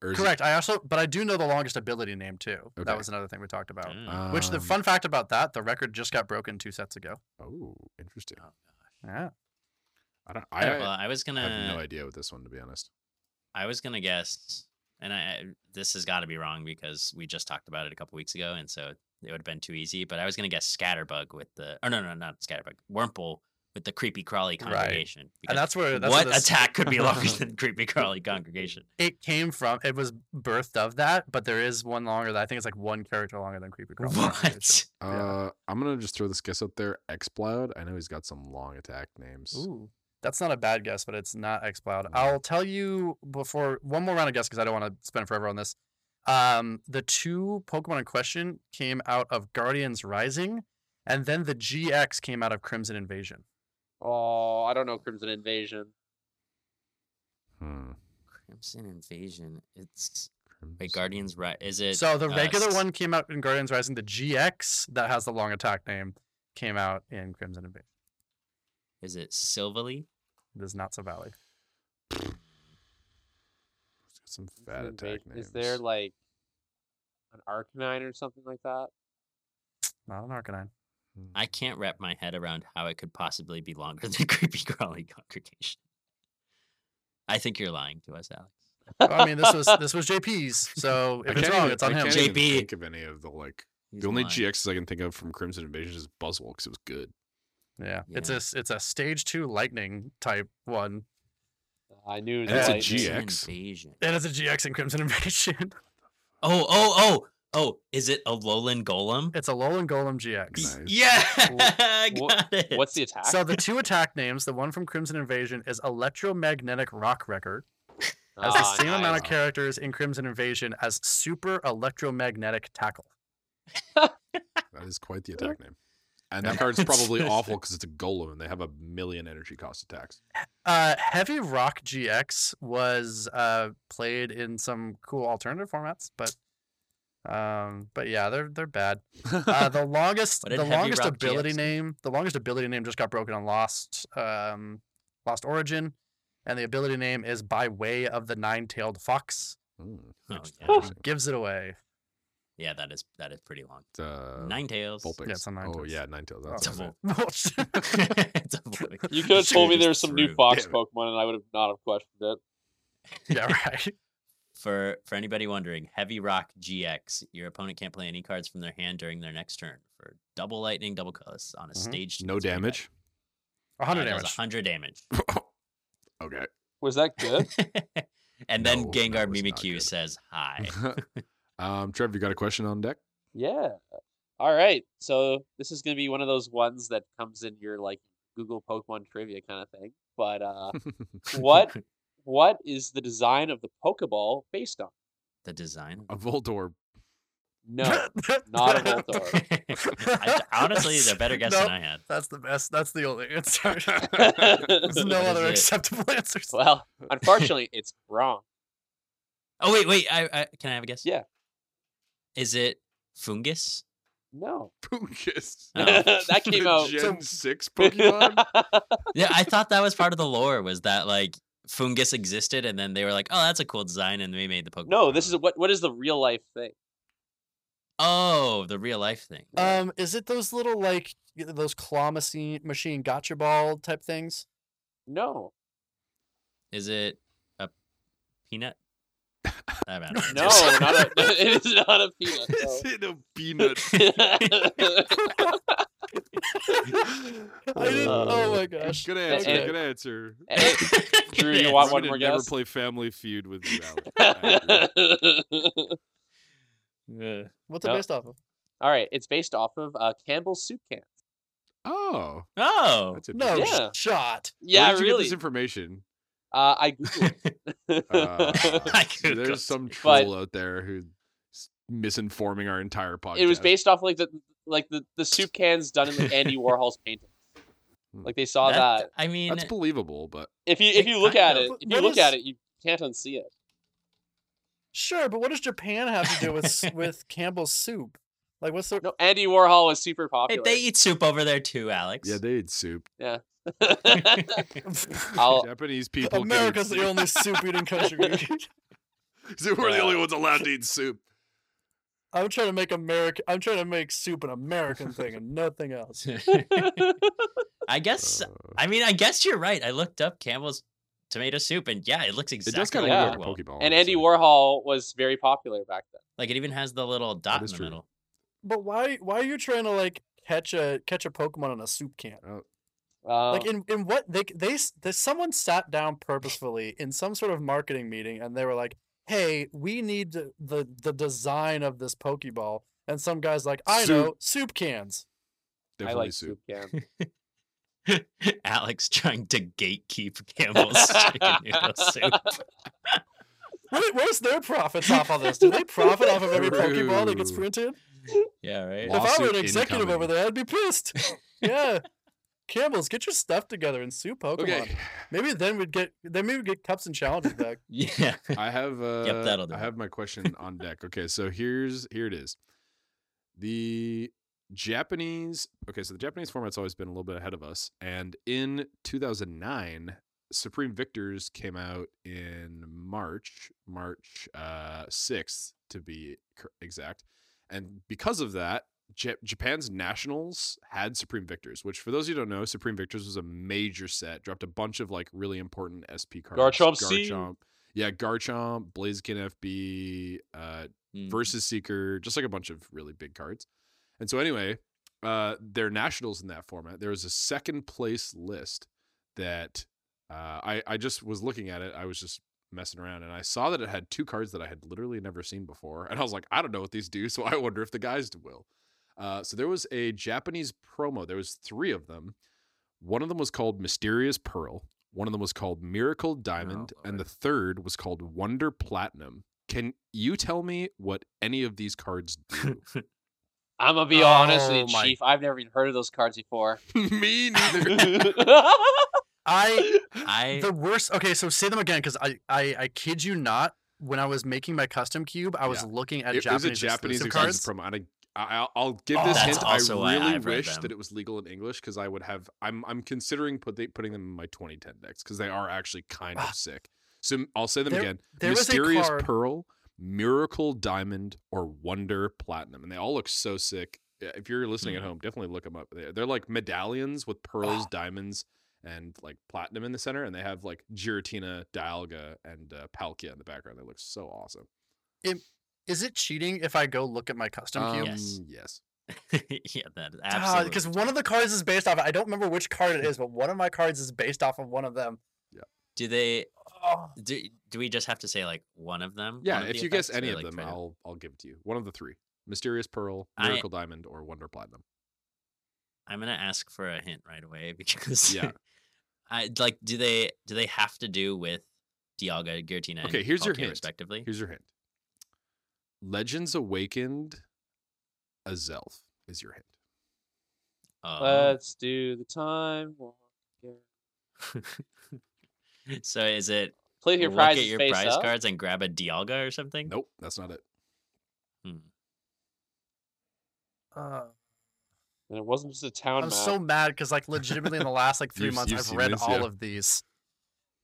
[SPEAKER 3] Or is it-
[SPEAKER 2] Correct. I also, but I do know the longest ability name too.
[SPEAKER 3] Okay.
[SPEAKER 2] That was another thing we talked about.
[SPEAKER 1] Mm.
[SPEAKER 2] Which the
[SPEAKER 3] Um,
[SPEAKER 2] fun fact about that, the record just got broken two sets ago.
[SPEAKER 3] Oh, interesting.
[SPEAKER 1] Oh, gosh.
[SPEAKER 2] Yeah.
[SPEAKER 3] I don't.
[SPEAKER 1] All
[SPEAKER 3] I,
[SPEAKER 1] right, well, I was
[SPEAKER 3] I have
[SPEAKER 1] gonna.
[SPEAKER 3] no idea with this one, to be honest.
[SPEAKER 1] I was gonna guess, and I I- this has got to be wrong because we just talked about it a couple weeks ago, and so it would have been too easy. But I was gonna guess Scatterbug with the. Oh no, no, not Scatterbug. Wurmple with the creepy crawly
[SPEAKER 2] Right.
[SPEAKER 1] congregation.
[SPEAKER 2] And
[SPEAKER 1] because
[SPEAKER 2] that's where that's
[SPEAKER 1] what
[SPEAKER 2] where this,
[SPEAKER 1] attack could be longer than creepy crawly congregation?
[SPEAKER 2] it came from. It was birthed of that, but there is one longer that I think it's like one character longer than Creepy Crawler.
[SPEAKER 1] What?
[SPEAKER 3] Uh, I'm gonna just throw this guess out there. Xplode. I know he's got some long attack names.
[SPEAKER 2] Ooh. Hmm. That's not a bad guess, but it's not XCloud. I'll tell you before one more round of guess because I don't want to spend forever on this. Um, the two Pokemon in question came out of Guardians Rising, and then the GX came out of Crimson Invasion.
[SPEAKER 4] Oh, I don't know Crimson Invasion.
[SPEAKER 3] Hmm.
[SPEAKER 1] Crimson Invasion. It's wait,
[SPEAKER 3] Crimson-
[SPEAKER 1] Guardians. Right? Is it?
[SPEAKER 2] so the
[SPEAKER 1] uh,
[SPEAKER 2] regular
[SPEAKER 1] s-
[SPEAKER 2] one came out in Guardians Rising. The GX that has the long attack name came out in Crimson Invasion.
[SPEAKER 1] Is it Silvally?
[SPEAKER 2] It is not so valley.
[SPEAKER 3] He's got some
[SPEAKER 4] Crimson
[SPEAKER 3] fat attack
[SPEAKER 4] Invasion.
[SPEAKER 3] names.
[SPEAKER 4] Is there like an Arcanine or something like that?
[SPEAKER 2] Not an Arcanine.
[SPEAKER 3] Hmm.
[SPEAKER 1] I can't wrap my head around how it could possibly be longer than creepy crawly congregation. I think you're lying to us, Alex.
[SPEAKER 2] Well, I mean, this was this was JP's. So
[SPEAKER 3] I
[SPEAKER 2] if it's
[SPEAKER 3] can't
[SPEAKER 2] wrong,
[SPEAKER 3] even-
[SPEAKER 2] it's on
[SPEAKER 3] I
[SPEAKER 2] him.
[SPEAKER 3] can't even
[SPEAKER 1] JP.
[SPEAKER 3] think of any of the like.
[SPEAKER 1] He's
[SPEAKER 3] the only
[SPEAKER 1] lying.
[SPEAKER 3] GXs I can think of from Crimson Invasion is Buzzwole because it was good.
[SPEAKER 2] Yeah. it's
[SPEAKER 1] Yeah.
[SPEAKER 2] a it's a stage two lightning type one.
[SPEAKER 4] I knew. it
[SPEAKER 3] And it's a
[SPEAKER 4] was
[SPEAKER 1] Crimson
[SPEAKER 4] lightning.
[SPEAKER 3] GX.
[SPEAKER 1] Invasion.
[SPEAKER 2] It has a GX in Crimson Invasion.
[SPEAKER 1] Oh, oh, oh, oh! Is it a Lowland Golem?
[SPEAKER 2] It's a Lolan Golem GX.
[SPEAKER 3] Nice.
[SPEAKER 1] Yeah, I
[SPEAKER 4] Wha-
[SPEAKER 1] got it.
[SPEAKER 4] What's the attack?
[SPEAKER 2] So the two attack names, the one from Crimson Invasion is Electromagnetic Rock Wrecker. Has the
[SPEAKER 4] Ah,
[SPEAKER 2] same amount of
[SPEAKER 4] nice.
[SPEAKER 2] characters in Crimson Invasion as Super Electromagnetic Tackle.
[SPEAKER 3] That is quite the attack name. And that card's probably awful because it's a golem and they have a million energy cost attacks.
[SPEAKER 2] Uh, Heavy Rock GX was uh, played in some cool alternative formats, but um, but yeah, they're they're bad.
[SPEAKER 3] Hmm.
[SPEAKER 2] Uh, the longest
[SPEAKER 1] What did
[SPEAKER 2] the
[SPEAKER 1] Heavy
[SPEAKER 2] longest
[SPEAKER 1] Rock
[SPEAKER 2] ability
[SPEAKER 1] GX do?
[SPEAKER 2] name the longest ability name just got broken on Lost um, Lost Origin, and the ability name is by way of the nine tailed fox.
[SPEAKER 3] Hmm.
[SPEAKER 1] Oh, yeah.
[SPEAKER 3] Interesting.
[SPEAKER 2] Gives it away.
[SPEAKER 1] yeah, that is that is pretty long.
[SPEAKER 3] It's, uh,
[SPEAKER 1] Nine tails.
[SPEAKER 3] Vulpix.
[SPEAKER 2] Yeah, it's a nine
[SPEAKER 3] oh,
[SPEAKER 2] tails.
[SPEAKER 3] yeah, nine tails. That's
[SPEAKER 1] It's a
[SPEAKER 3] what I meant.
[SPEAKER 1] Vul- It's a Vulpix.
[SPEAKER 4] You could have
[SPEAKER 1] Should've
[SPEAKER 4] told me
[SPEAKER 1] just
[SPEAKER 4] there was some new
[SPEAKER 1] threw.
[SPEAKER 4] Fox
[SPEAKER 3] Damn it.
[SPEAKER 4] Pokemon, and I would have not have questioned it.
[SPEAKER 2] yeah, right.
[SPEAKER 1] For for anybody wondering, Heavy Rock GX. Your opponent can't play any cards from their hand during their next turn for double lightning, double colorless on a
[SPEAKER 2] Mhm.
[SPEAKER 1] stage.
[SPEAKER 3] Mm-hmm. No damage.
[SPEAKER 2] hundred damage.
[SPEAKER 1] hundred damage.
[SPEAKER 3] okay.
[SPEAKER 4] Was that good?
[SPEAKER 1] and then
[SPEAKER 3] No, that
[SPEAKER 1] Gengar
[SPEAKER 3] was not
[SPEAKER 1] Mimikyu
[SPEAKER 3] good.
[SPEAKER 1] says hi.
[SPEAKER 3] um, Trev, you got a question on deck?
[SPEAKER 4] yeah. All right. So this is going to be one of those ones that comes in your like Google Pokemon trivia kind of thing. But uh, what what is the design of the Pokeball based on?
[SPEAKER 1] the design.
[SPEAKER 3] a Voldor.
[SPEAKER 4] No, not a Voltorb.
[SPEAKER 1] I, honestly, it's a better guess
[SPEAKER 2] Nope.
[SPEAKER 1] than I had.
[SPEAKER 2] That's the best. That's the only answer. There's no
[SPEAKER 1] What is
[SPEAKER 2] other
[SPEAKER 1] it?
[SPEAKER 2] acceptable answers.
[SPEAKER 4] well, unfortunately, it's wrong.
[SPEAKER 1] Oh wait, wait. I, I can I have a guess?
[SPEAKER 4] Yeah.
[SPEAKER 1] Is it fungus?
[SPEAKER 4] No.
[SPEAKER 3] Fungus.
[SPEAKER 1] Oh.
[SPEAKER 4] That came out-
[SPEAKER 3] Gen 6 Pokemon?
[SPEAKER 1] Yeah, I thought that was part of the lore. Was that like Fungus existed, and then they were like, "Oh, that's a cool design," and they made the Pokemon.
[SPEAKER 4] No, this is what what is the real life thing?
[SPEAKER 1] oh the real life thing.
[SPEAKER 2] Um, is it those little like those claw machine machine gotcha ball type things?
[SPEAKER 4] No,
[SPEAKER 1] Is it a peanut? I don't know.
[SPEAKER 4] no, not a, it is not a peanut. no.
[SPEAKER 3] it a peanut?
[SPEAKER 2] I didn't, oh
[SPEAKER 3] Uh,
[SPEAKER 2] my gosh.
[SPEAKER 3] Good answer.
[SPEAKER 4] Okay.
[SPEAKER 3] Good answer.
[SPEAKER 4] Eh, Drew, you want
[SPEAKER 3] I'm
[SPEAKER 4] one
[SPEAKER 3] gonna
[SPEAKER 4] more
[SPEAKER 3] never
[SPEAKER 4] guess?
[SPEAKER 3] play Family Feud with you, Alex. I agree.
[SPEAKER 4] All
[SPEAKER 1] Yeah.
[SPEAKER 2] What's it
[SPEAKER 4] No.
[SPEAKER 2] based off of?
[SPEAKER 4] right, it's based off of uh, Campbell's soup can.
[SPEAKER 3] oh,
[SPEAKER 1] Oh,
[SPEAKER 3] that's
[SPEAKER 2] No
[SPEAKER 3] interesting.
[SPEAKER 4] Yeah.
[SPEAKER 2] shot.
[SPEAKER 3] Where
[SPEAKER 4] Yeah,
[SPEAKER 3] did you get
[SPEAKER 4] really.
[SPEAKER 3] this information?
[SPEAKER 4] uh, I googled. it.
[SPEAKER 3] Uh,
[SPEAKER 1] I
[SPEAKER 3] see,
[SPEAKER 1] could go
[SPEAKER 3] there's some
[SPEAKER 4] But-
[SPEAKER 3] troll out there who's misinforming our entire podcast.
[SPEAKER 4] it was based off like the like the, the soup cans done in like Andy Warhol's paintings. Like they saw that.
[SPEAKER 1] that- I mean,
[SPEAKER 3] That's believable, but
[SPEAKER 4] If you if
[SPEAKER 1] it
[SPEAKER 4] you look
[SPEAKER 1] kind
[SPEAKER 4] at
[SPEAKER 1] of-
[SPEAKER 4] it,
[SPEAKER 2] But
[SPEAKER 4] if you
[SPEAKER 2] what
[SPEAKER 4] look at
[SPEAKER 2] is-
[SPEAKER 4] it, you can't unsee it.
[SPEAKER 2] Sure, but what does Japan have to do with s- with Campbell's soup? Like, what's the
[SPEAKER 4] No, Andy Warhol was super
[SPEAKER 1] hey,
[SPEAKER 4] popular.
[SPEAKER 1] they eat soup over there too, Alex.
[SPEAKER 3] yeah, they eat soup.
[SPEAKER 4] I'll-
[SPEAKER 3] Japanese people. can eat
[SPEAKER 2] America's the
[SPEAKER 3] soup.
[SPEAKER 2] only soup eating country.
[SPEAKER 3] So We're the
[SPEAKER 4] Yeah.
[SPEAKER 3] only ones allowed to eat soup.
[SPEAKER 2] I'm trying to make America. I'm trying to make soup an American thing and nothing else.
[SPEAKER 1] I guess.
[SPEAKER 3] Uh,
[SPEAKER 1] I mean, I guess you're right. I looked up Campbell's tomato soup, and yeah, it looks
[SPEAKER 3] it
[SPEAKER 1] exactly
[SPEAKER 3] does kind of
[SPEAKER 1] like
[SPEAKER 4] Yeah.
[SPEAKER 3] look
[SPEAKER 1] Pokeball.
[SPEAKER 3] like a Pokeball.
[SPEAKER 4] and Andy
[SPEAKER 3] honestly.
[SPEAKER 4] Warhol was very popular back then.
[SPEAKER 1] Like it even has the little dot in
[SPEAKER 3] is
[SPEAKER 1] the
[SPEAKER 3] true.
[SPEAKER 1] middle.
[SPEAKER 2] But why? Why are you trying to like catch a catch a Pokemon in a soup can?
[SPEAKER 4] Um,
[SPEAKER 2] Like in, in what they they s- that someone sat down purposefully in some sort of marketing meeting and they were like, "Hey, we need the the, the design of this Pokeball." And some guys like, "I know soup cans."
[SPEAKER 4] I
[SPEAKER 3] Definitely
[SPEAKER 4] like
[SPEAKER 3] soup.
[SPEAKER 4] soup cans.
[SPEAKER 1] Alex trying to gatekeep Campbell's chicken noodle soup.
[SPEAKER 2] Where, where's their profits off all this? Do they profit off of every Pokeball that gets
[SPEAKER 3] True.
[SPEAKER 2] printed?
[SPEAKER 1] Yeah, right.
[SPEAKER 2] if
[SPEAKER 3] Well-
[SPEAKER 2] I were
[SPEAKER 3] Lawsuit
[SPEAKER 2] an executive over
[SPEAKER 3] incoming.
[SPEAKER 2] there, I'd be pissed. yeah. Campbell's, get your stuff together and sue Pokemon.
[SPEAKER 3] Okay,
[SPEAKER 2] Maybe then we'd get then maybe we'd get cups and challenges back.
[SPEAKER 1] Yeah.
[SPEAKER 3] I have uh,
[SPEAKER 1] that'll do
[SPEAKER 3] I
[SPEAKER 1] it.
[SPEAKER 3] have my question on deck. Okay, so here's here it is. The Japanese okay, so the Japanese format's always been a little bit ahead of us, and in 2009, Supreme Victors came out in March, March uh, 6th to be cor- exact, and because of that. Ja- Japan's nationals had Supreme Victors, which, for those of you who don't know, Supreme Victors was a major set. Dropped a bunch of like really important SP cards.
[SPEAKER 4] Garchomp C.
[SPEAKER 3] Yeah, Garchomp, Blaziken FB, uh,
[SPEAKER 1] Mm.
[SPEAKER 3] versus Seeker, just like a bunch of really big cards. And so, anyway, uh, they're nationals in that format. There was a second place list that uh, I I just was looking at it. I was just messing around, and I saw that it had two cards that I had literally never seen before, and I was like, I don't know what these do, so I wonder if the guys will. Uh, so there was a Japanese promo. There was three of them. One of them was called Mysterious Pearl. One of them was called Miracle Diamond, and the
[SPEAKER 1] Lord.
[SPEAKER 3] third was called Wonder Platinum. Can you tell me what any of these cards do?
[SPEAKER 4] I'm gonna be honest with
[SPEAKER 2] Oh
[SPEAKER 4] you,
[SPEAKER 2] my-
[SPEAKER 4] Chief. I've never even heard of those cards before.
[SPEAKER 3] me neither.
[SPEAKER 4] I
[SPEAKER 2] I
[SPEAKER 1] I
[SPEAKER 2] the worst okay, so say them again because I, I I kid you not, when I was making my custom cube, I was
[SPEAKER 3] Yeah.
[SPEAKER 2] looking at
[SPEAKER 3] it was a
[SPEAKER 2] Japanese,
[SPEAKER 3] Japanese
[SPEAKER 2] exclusive
[SPEAKER 3] exclusive
[SPEAKER 2] cards.
[SPEAKER 3] promo, and I, I, I'll- I'll give
[SPEAKER 2] Oh,
[SPEAKER 3] this
[SPEAKER 2] that's
[SPEAKER 3] hint.
[SPEAKER 1] also why
[SPEAKER 3] I really
[SPEAKER 1] I've read
[SPEAKER 3] wish
[SPEAKER 1] them.
[SPEAKER 3] that it was legal in English because I would have. I'm I'm considering put they, putting them in my 2010 decks because they are actually kind
[SPEAKER 2] Ah.
[SPEAKER 3] of sick. So I'll say them
[SPEAKER 2] There-
[SPEAKER 3] again:
[SPEAKER 2] there was a
[SPEAKER 3] Mysterious
[SPEAKER 2] card-
[SPEAKER 3] Pearl, Miracle Diamond, or Wonder Platinum, and they all look so sick. Yeah, If you're listening at
[SPEAKER 2] Hmm.
[SPEAKER 1] Mhm.
[SPEAKER 3] home, definitely look them up. They're, they're like medallions with pearls,
[SPEAKER 2] Oh.
[SPEAKER 3] diamonds, and like platinum in the center, and they have like Giratina, Dialga, and uh, Palkia in the background. They look so awesome.
[SPEAKER 2] Is it cheating if I go look at my custom
[SPEAKER 1] Oh,
[SPEAKER 2] cube?
[SPEAKER 1] Yes.
[SPEAKER 3] Um, yes.
[SPEAKER 1] yeah, that is
[SPEAKER 2] Ah,
[SPEAKER 1] absolutely.
[SPEAKER 2] Because one of the cards is based off I don't remember which card it is, but one of my cards is based off of one of them.
[SPEAKER 1] do they
[SPEAKER 2] Oh,
[SPEAKER 1] do, do we just have to say like one of them?
[SPEAKER 3] Yeah,
[SPEAKER 1] One of
[SPEAKER 3] if
[SPEAKER 1] the
[SPEAKER 3] you guess
[SPEAKER 1] effects,
[SPEAKER 3] any
[SPEAKER 1] or,
[SPEAKER 3] of
[SPEAKER 1] like,
[SPEAKER 3] them,
[SPEAKER 1] try to-
[SPEAKER 3] I'll I'll give it to you. One of the three: Mysterious Pearl,
[SPEAKER 1] I-
[SPEAKER 3] Miracle Diamond, or Wonder Platinum.
[SPEAKER 1] I'm gonna ask for a hint right away because
[SPEAKER 3] Yeah.
[SPEAKER 1] I like do they do they have to do with Dialga, Giratina? and
[SPEAKER 3] Okay, here's your
[SPEAKER 1] Palkia
[SPEAKER 3] hint.
[SPEAKER 1] respectively.
[SPEAKER 3] Here's your hint: Legends Awakened, Azelf is your hint.
[SPEAKER 1] Oh.
[SPEAKER 4] Let's do the time. walk here.
[SPEAKER 1] so is it
[SPEAKER 4] Play with your
[SPEAKER 1] look at
[SPEAKER 4] prize
[SPEAKER 1] your
[SPEAKER 4] face
[SPEAKER 1] prize
[SPEAKER 4] up.
[SPEAKER 1] cards and grab a Dialga or something?
[SPEAKER 3] Nope, that's not it.
[SPEAKER 1] Hmm.
[SPEAKER 2] uh,
[SPEAKER 4] And it wasn't just a town
[SPEAKER 2] I'm
[SPEAKER 4] map.
[SPEAKER 2] so mad because like legitimately in the last like 3
[SPEAKER 3] You've-
[SPEAKER 2] months
[SPEAKER 3] you've
[SPEAKER 2] I've
[SPEAKER 3] seen
[SPEAKER 2] read
[SPEAKER 3] this,
[SPEAKER 2] all
[SPEAKER 3] yeah.
[SPEAKER 2] of these.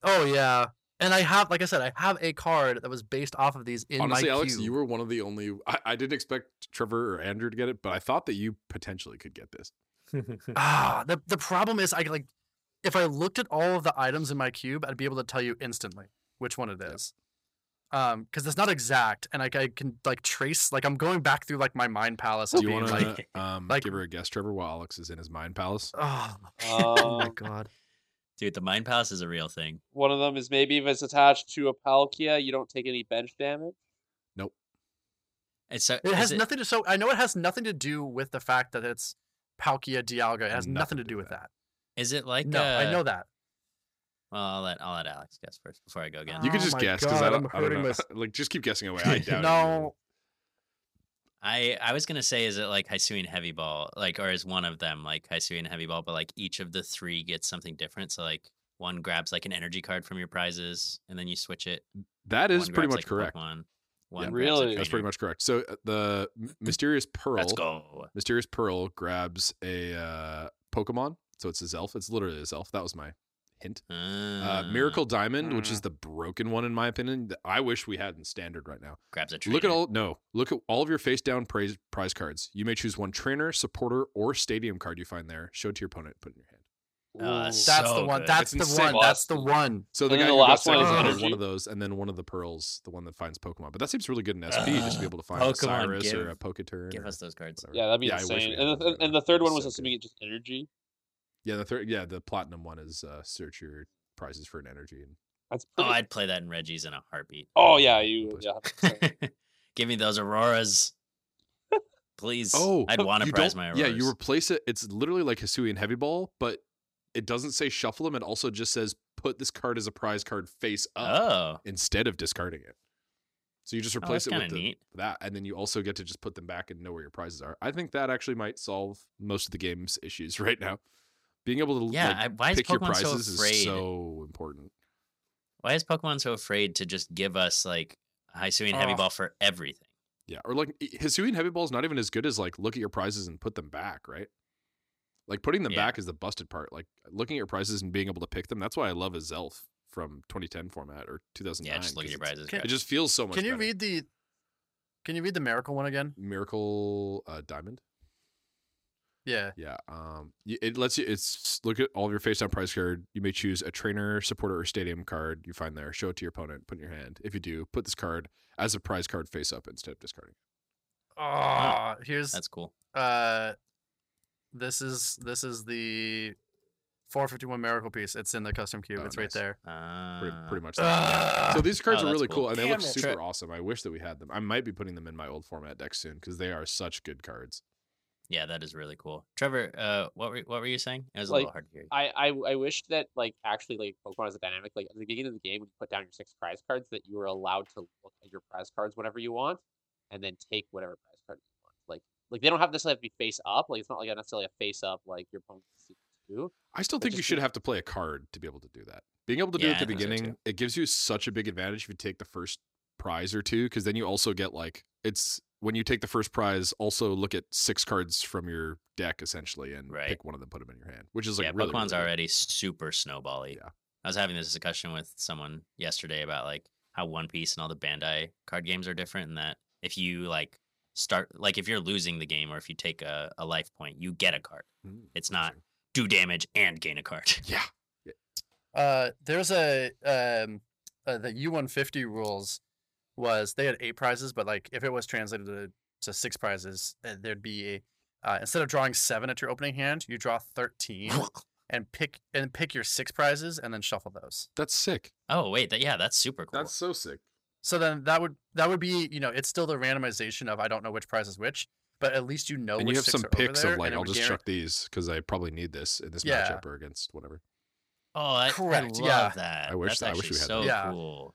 [SPEAKER 2] Oh yeah. And I have, like I said, I have a card that was based off of these in
[SPEAKER 3] Honestly,
[SPEAKER 2] my
[SPEAKER 3] Alex,
[SPEAKER 2] queue.
[SPEAKER 3] you were one of the only. I, I didn't expect Trevor or Andrew to get it, but I thought that you potentially could get this.
[SPEAKER 2] ah, the the problem is, I like, if I looked at all of the items in my cube, I'd be able to tell you instantly which one it
[SPEAKER 3] Yep.
[SPEAKER 2] is. Um, because it's not exact, and like I can like trace, like I'm going back through like my mind palace.
[SPEAKER 3] Do
[SPEAKER 2] And
[SPEAKER 3] you
[SPEAKER 2] being
[SPEAKER 3] want to
[SPEAKER 2] like,
[SPEAKER 3] um,
[SPEAKER 2] like-
[SPEAKER 3] give her a guess, Trevor, while Alex is in his mind palace?
[SPEAKER 2] oh, oh my
[SPEAKER 4] Um,
[SPEAKER 2] god.
[SPEAKER 1] Dude, the mind palace is a real thing.
[SPEAKER 4] one of them is maybe if it's attached to a Palkia, you don't take any bench damage.
[SPEAKER 1] And so
[SPEAKER 2] It
[SPEAKER 1] is
[SPEAKER 2] has nothing to. So I know it has nothing to do with the fact that it's Palkia Dialga. It has nothing, to do with that.
[SPEAKER 1] Is it like
[SPEAKER 2] no,
[SPEAKER 1] uh,
[SPEAKER 2] I know that.
[SPEAKER 1] Well, I'll let I'll let Alex guess first before I go again.
[SPEAKER 3] You could
[SPEAKER 2] Oh
[SPEAKER 3] just
[SPEAKER 2] my
[SPEAKER 3] guess because
[SPEAKER 2] God,
[SPEAKER 3] I don't.
[SPEAKER 2] I'm
[SPEAKER 3] I don't
[SPEAKER 2] hurting
[SPEAKER 3] know.
[SPEAKER 2] mys-
[SPEAKER 3] like, just keep guessing away. I doubt.
[SPEAKER 2] no,
[SPEAKER 1] I I was gonna say, is it like Hisuian Heavy Ball, like, or is one of them like Hisuian Heavy Ball, but like each of the three gets something different. So like one grabs like an energy card from your prizes, and then you switch it.
[SPEAKER 3] That is
[SPEAKER 1] One
[SPEAKER 3] pretty
[SPEAKER 1] grabs,
[SPEAKER 3] much
[SPEAKER 1] like,
[SPEAKER 3] correct.
[SPEAKER 1] Pokemon. One grabs a
[SPEAKER 4] Really?
[SPEAKER 3] That's pretty
[SPEAKER 1] trainer.
[SPEAKER 3] much correct. So uh, the m- mysterious pearl.
[SPEAKER 1] Let's go.
[SPEAKER 3] Mysterious Pearl grabs a uh, Pokemon. So it's a Zelf. It's literally a Zelf. That was my hint. Uh,
[SPEAKER 1] Ah,
[SPEAKER 3] Miracle Diamond, which is
[SPEAKER 2] Mm.
[SPEAKER 3] the broken one in my opinion. that I wish we had in standard right now.
[SPEAKER 1] grabs a
[SPEAKER 3] Look at
[SPEAKER 1] trainer.
[SPEAKER 3] all no. Look at all of your face down prize prize cards. You may choose one trainer, supporter, or stadium card you find there. Show it to your opponent. Put it in your hand.
[SPEAKER 1] Oh, that's
[SPEAKER 4] Ooh.
[SPEAKER 2] that's
[SPEAKER 1] so
[SPEAKER 2] the one.
[SPEAKER 1] good.
[SPEAKER 2] That's the
[SPEAKER 3] It's insane.
[SPEAKER 2] one. That's the one.
[SPEAKER 3] So the
[SPEAKER 4] And
[SPEAKER 3] guy
[SPEAKER 4] then the
[SPEAKER 3] who last
[SPEAKER 4] last one
[SPEAKER 3] one
[SPEAKER 2] is
[SPEAKER 3] is
[SPEAKER 4] energy.
[SPEAKER 3] one of those, and then one of the pearls, the one that finds Pokemon. But that seems really good in SP, just to be
[SPEAKER 1] Ugh.
[SPEAKER 3] able to find
[SPEAKER 1] Pokemon,
[SPEAKER 3] a Cyrus
[SPEAKER 1] give-
[SPEAKER 3] or a Poketurn.
[SPEAKER 1] Give
[SPEAKER 3] or
[SPEAKER 1] us those cards.
[SPEAKER 3] whatever.
[SPEAKER 4] Yeah, that'd be
[SPEAKER 3] I wish we
[SPEAKER 4] insane.
[SPEAKER 3] had
[SPEAKER 4] And
[SPEAKER 3] one
[SPEAKER 4] the, and,
[SPEAKER 3] of
[SPEAKER 4] and the
[SPEAKER 3] those.
[SPEAKER 4] third
[SPEAKER 3] That'd be
[SPEAKER 4] one was
[SPEAKER 3] so
[SPEAKER 4] assuming
[SPEAKER 3] good.
[SPEAKER 4] it just energy.
[SPEAKER 3] Yeah, the third. Yeah, the platinum one is uh, search your prizes for an energy. And
[SPEAKER 4] That's
[SPEAKER 1] Oh,
[SPEAKER 4] pretty-
[SPEAKER 1] I'd play that in Reggie's in a heartbeat.
[SPEAKER 4] oh yeah, you. Yeah,
[SPEAKER 1] Give me those auroras, please.
[SPEAKER 3] oh,
[SPEAKER 1] I'd want to
[SPEAKER 3] you
[SPEAKER 1] prize
[SPEAKER 3] don't-
[SPEAKER 1] my auroras.
[SPEAKER 3] Yeah, you replace it. It's literally like Hisuian Heavy Ball, but it doesn't say shuffle them. It also just says put this card as a prize card face up
[SPEAKER 1] Oh,
[SPEAKER 3] instead of discarding it. So you just
[SPEAKER 1] oh that's
[SPEAKER 3] replace it
[SPEAKER 1] kind
[SPEAKER 3] with
[SPEAKER 1] of
[SPEAKER 3] the,
[SPEAKER 1] neat.
[SPEAKER 3] that, and then you also get to just put them back and know where your prizes are. I think that actually might solve most of the game's issues right now. Being able to
[SPEAKER 1] Yeah,
[SPEAKER 3] like,
[SPEAKER 1] I, why is
[SPEAKER 3] pick your
[SPEAKER 1] Pokemon so
[SPEAKER 3] prizes
[SPEAKER 1] afraid?
[SPEAKER 3] is so important.
[SPEAKER 1] Why is Pokemon so afraid to just give us like Hisuian Heavy
[SPEAKER 3] Oh.
[SPEAKER 2] Ugh.
[SPEAKER 1] Ball for everything?
[SPEAKER 3] Yeah, or like i- Hisuian Heavy Ball is not even as good as like look at your prizes and put them back, right? Like putting them
[SPEAKER 1] Yeah.
[SPEAKER 3] back is the busted part. Like looking at your prizes and being able to pick them. That's why I love a Zelf from 2010 format or 2009.
[SPEAKER 1] Yeah, just look at
[SPEAKER 3] 'cause
[SPEAKER 1] your
[SPEAKER 3] it's-
[SPEAKER 1] prizes.
[SPEAKER 2] Can-
[SPEAKER 1] grab
[SPEAKER 3] It just feels so much.
[SPEAKER 2] Can you
[SPEAKER 3] better.
[SPEAKER 2] read the? Can you read the miracle one again?
[SPEAKER 3] Miracle uh, Diamond?
[SPEAKER 2] Yeah.
[SPEAKER 3] Yeah. Um. y- It lets you. It's look at all of your face down prize card. You may choose a trainer, supporter, or stadium card you find there. Show it to your opponent. Put it in your hand. If you do, put this card as a prize card face up instead of discarding.
[SPEAKER 2] Ah, here's
[SPEAKER 1] That's cool.
[SPEAKER 2] uh, this is this is the 451 miracle piece. It's in the custom cube.
[SPEAKER 3] Oh,
[SPEAKER 2] it's
[SPEAKER 3] nice.
[SPEAKER 2] right there.
[SPEAKER 1] Uh,
[SPEAKER 3] Pretty, pretty much. that.
[SPEAKER 2] Ah,
[SPEAKER 3] So these cards
[SPEAKER 1] Oh,
[SPEAKER 3] are
[SPEAKER 1] that's
[SPEAKER 3] really
[SPEAKER 1] cool.
[SPEAKER 3] cool, and they
[SPEAKER 2] Damn
[SPEAKER 3] look
[SPEAKER 2] it.
[SPEAKER 3] super
[SPEAKER 1] Sure.
[SPEAKER 3] awesome. I wish that we had them. I might be putting them in my old format deck soon because they are such good cards.
[SPEAKER 1] Yeah, that is really cool. Trevor, uh, what were what were you saying? It was a
[SPEAKER 4] Like,
[SPEAKER 1] little hard to hear. you.
[SPEAKER 4] I, I I wish that like actually like Pokemon is a dynamic. Like at the beginning of the game, when you put down your six prize cards, that you were allowed to look at your prize cards whenever you want, and then take whatever prize card you want. Like like they don't have necessarily have to be face up. Like it's not like a- necessarily a face up like your opponent can see do.
[SPEAKER 3] I still think you
[SPEAKER 4] just
[SPEAKER 3] should
[SPEAKER 4] be-
[SPEAKER 3] have to play a card to be able to do that. Being able to do
[SPEAKER 1] Yeah,
[SPEAKER 3] it at the
[SPEAKER 1] I think so, too.
[SPEAKER 3] beginning, it gives you such a big advantage if you take the first prize or two, because then you also get like it's when you take the first prize, also look at six cards from your deck essentially and
[SPEAKER 1] Right.
[SPEAKER 3] pick one of them, put them in your hand, which is like
[SPEAKER 1] yeah,
[SPEAKER 3] really,
[SPEAKER 1] Pokemon's
[SPEAKER 3] really good.
[SPEAKER 1] already super snowbally.
[SPEAKER 3] Yeah.
[SPEAKER 1] I was having this discussion with someone yesterday about like how One Piece and all the Bandai card games are different, and that if you like start like if you're losing the game or if you take a, a life point, you get a card.
[SPEAKER 3] Mm,
[SPEAKER 1] It's not
[SPEAKER 3] interesting.
[SPEAKER 1] do damage and gain a card.
[SPEAKER 3] Yeah,
[SPEAKER 2] Uh, there's a um, uh, the U150 rules was they had eight prizes, but like if it was translated to, to six prizes, uh, there'd be a, uh, instead of drawing seven at your opening hand, you draw thirteen and pick and pick your six prizes and then shuffle those.
[SPEAKER 3] that's sick.
[SPEAKER 1] oh wait, that yeah, that's super cool.
[SPEAKER 3] That's so sick.
[SPEAKER 2] So then that would that would be you know it's still the randomization of I don't know which prize is which, but at least you know
[SPEAKER 3] and
[SPEAKER 2] which
[SPEAKER 3] you have
[SPEAKER 2] six
[SPEAKER 3] some
[SPEAKER 2] are over
[SPEAKER 3] picks
[SPEAKER 2] there,
[SPEAKER 3] of
[SPEAKER 2] and
[SPEAKER 3] like
[SPEAKER 2] it
[SPEAKER 3] I'll
[SPEAKER 2] would
[SPEAKER 3] just
[SPEAKER 2] guaran-
[SPEAKER 3] chuck these because I probably need this in this
[SPEAKER 2] Yeah.
[SPEAKER 3] matchup or against whatever.
[SPEAKER 1] oh, I,
[SPEAKER 2] correct,
[SPEAKER 1] I love
[SPEAKER 2] yeah.
[SPEAKER 1] that.
[SPEAKER 3] I wish
[SPEAKER 1] that's
[SPEAKER 3] that- I wish
[SPEAKER 1] actually
[SPEAKER 3] we had
[SPEAKER 1] so
[SPEAKER 2] that. Yeah.
[SPEAKER 1] cool.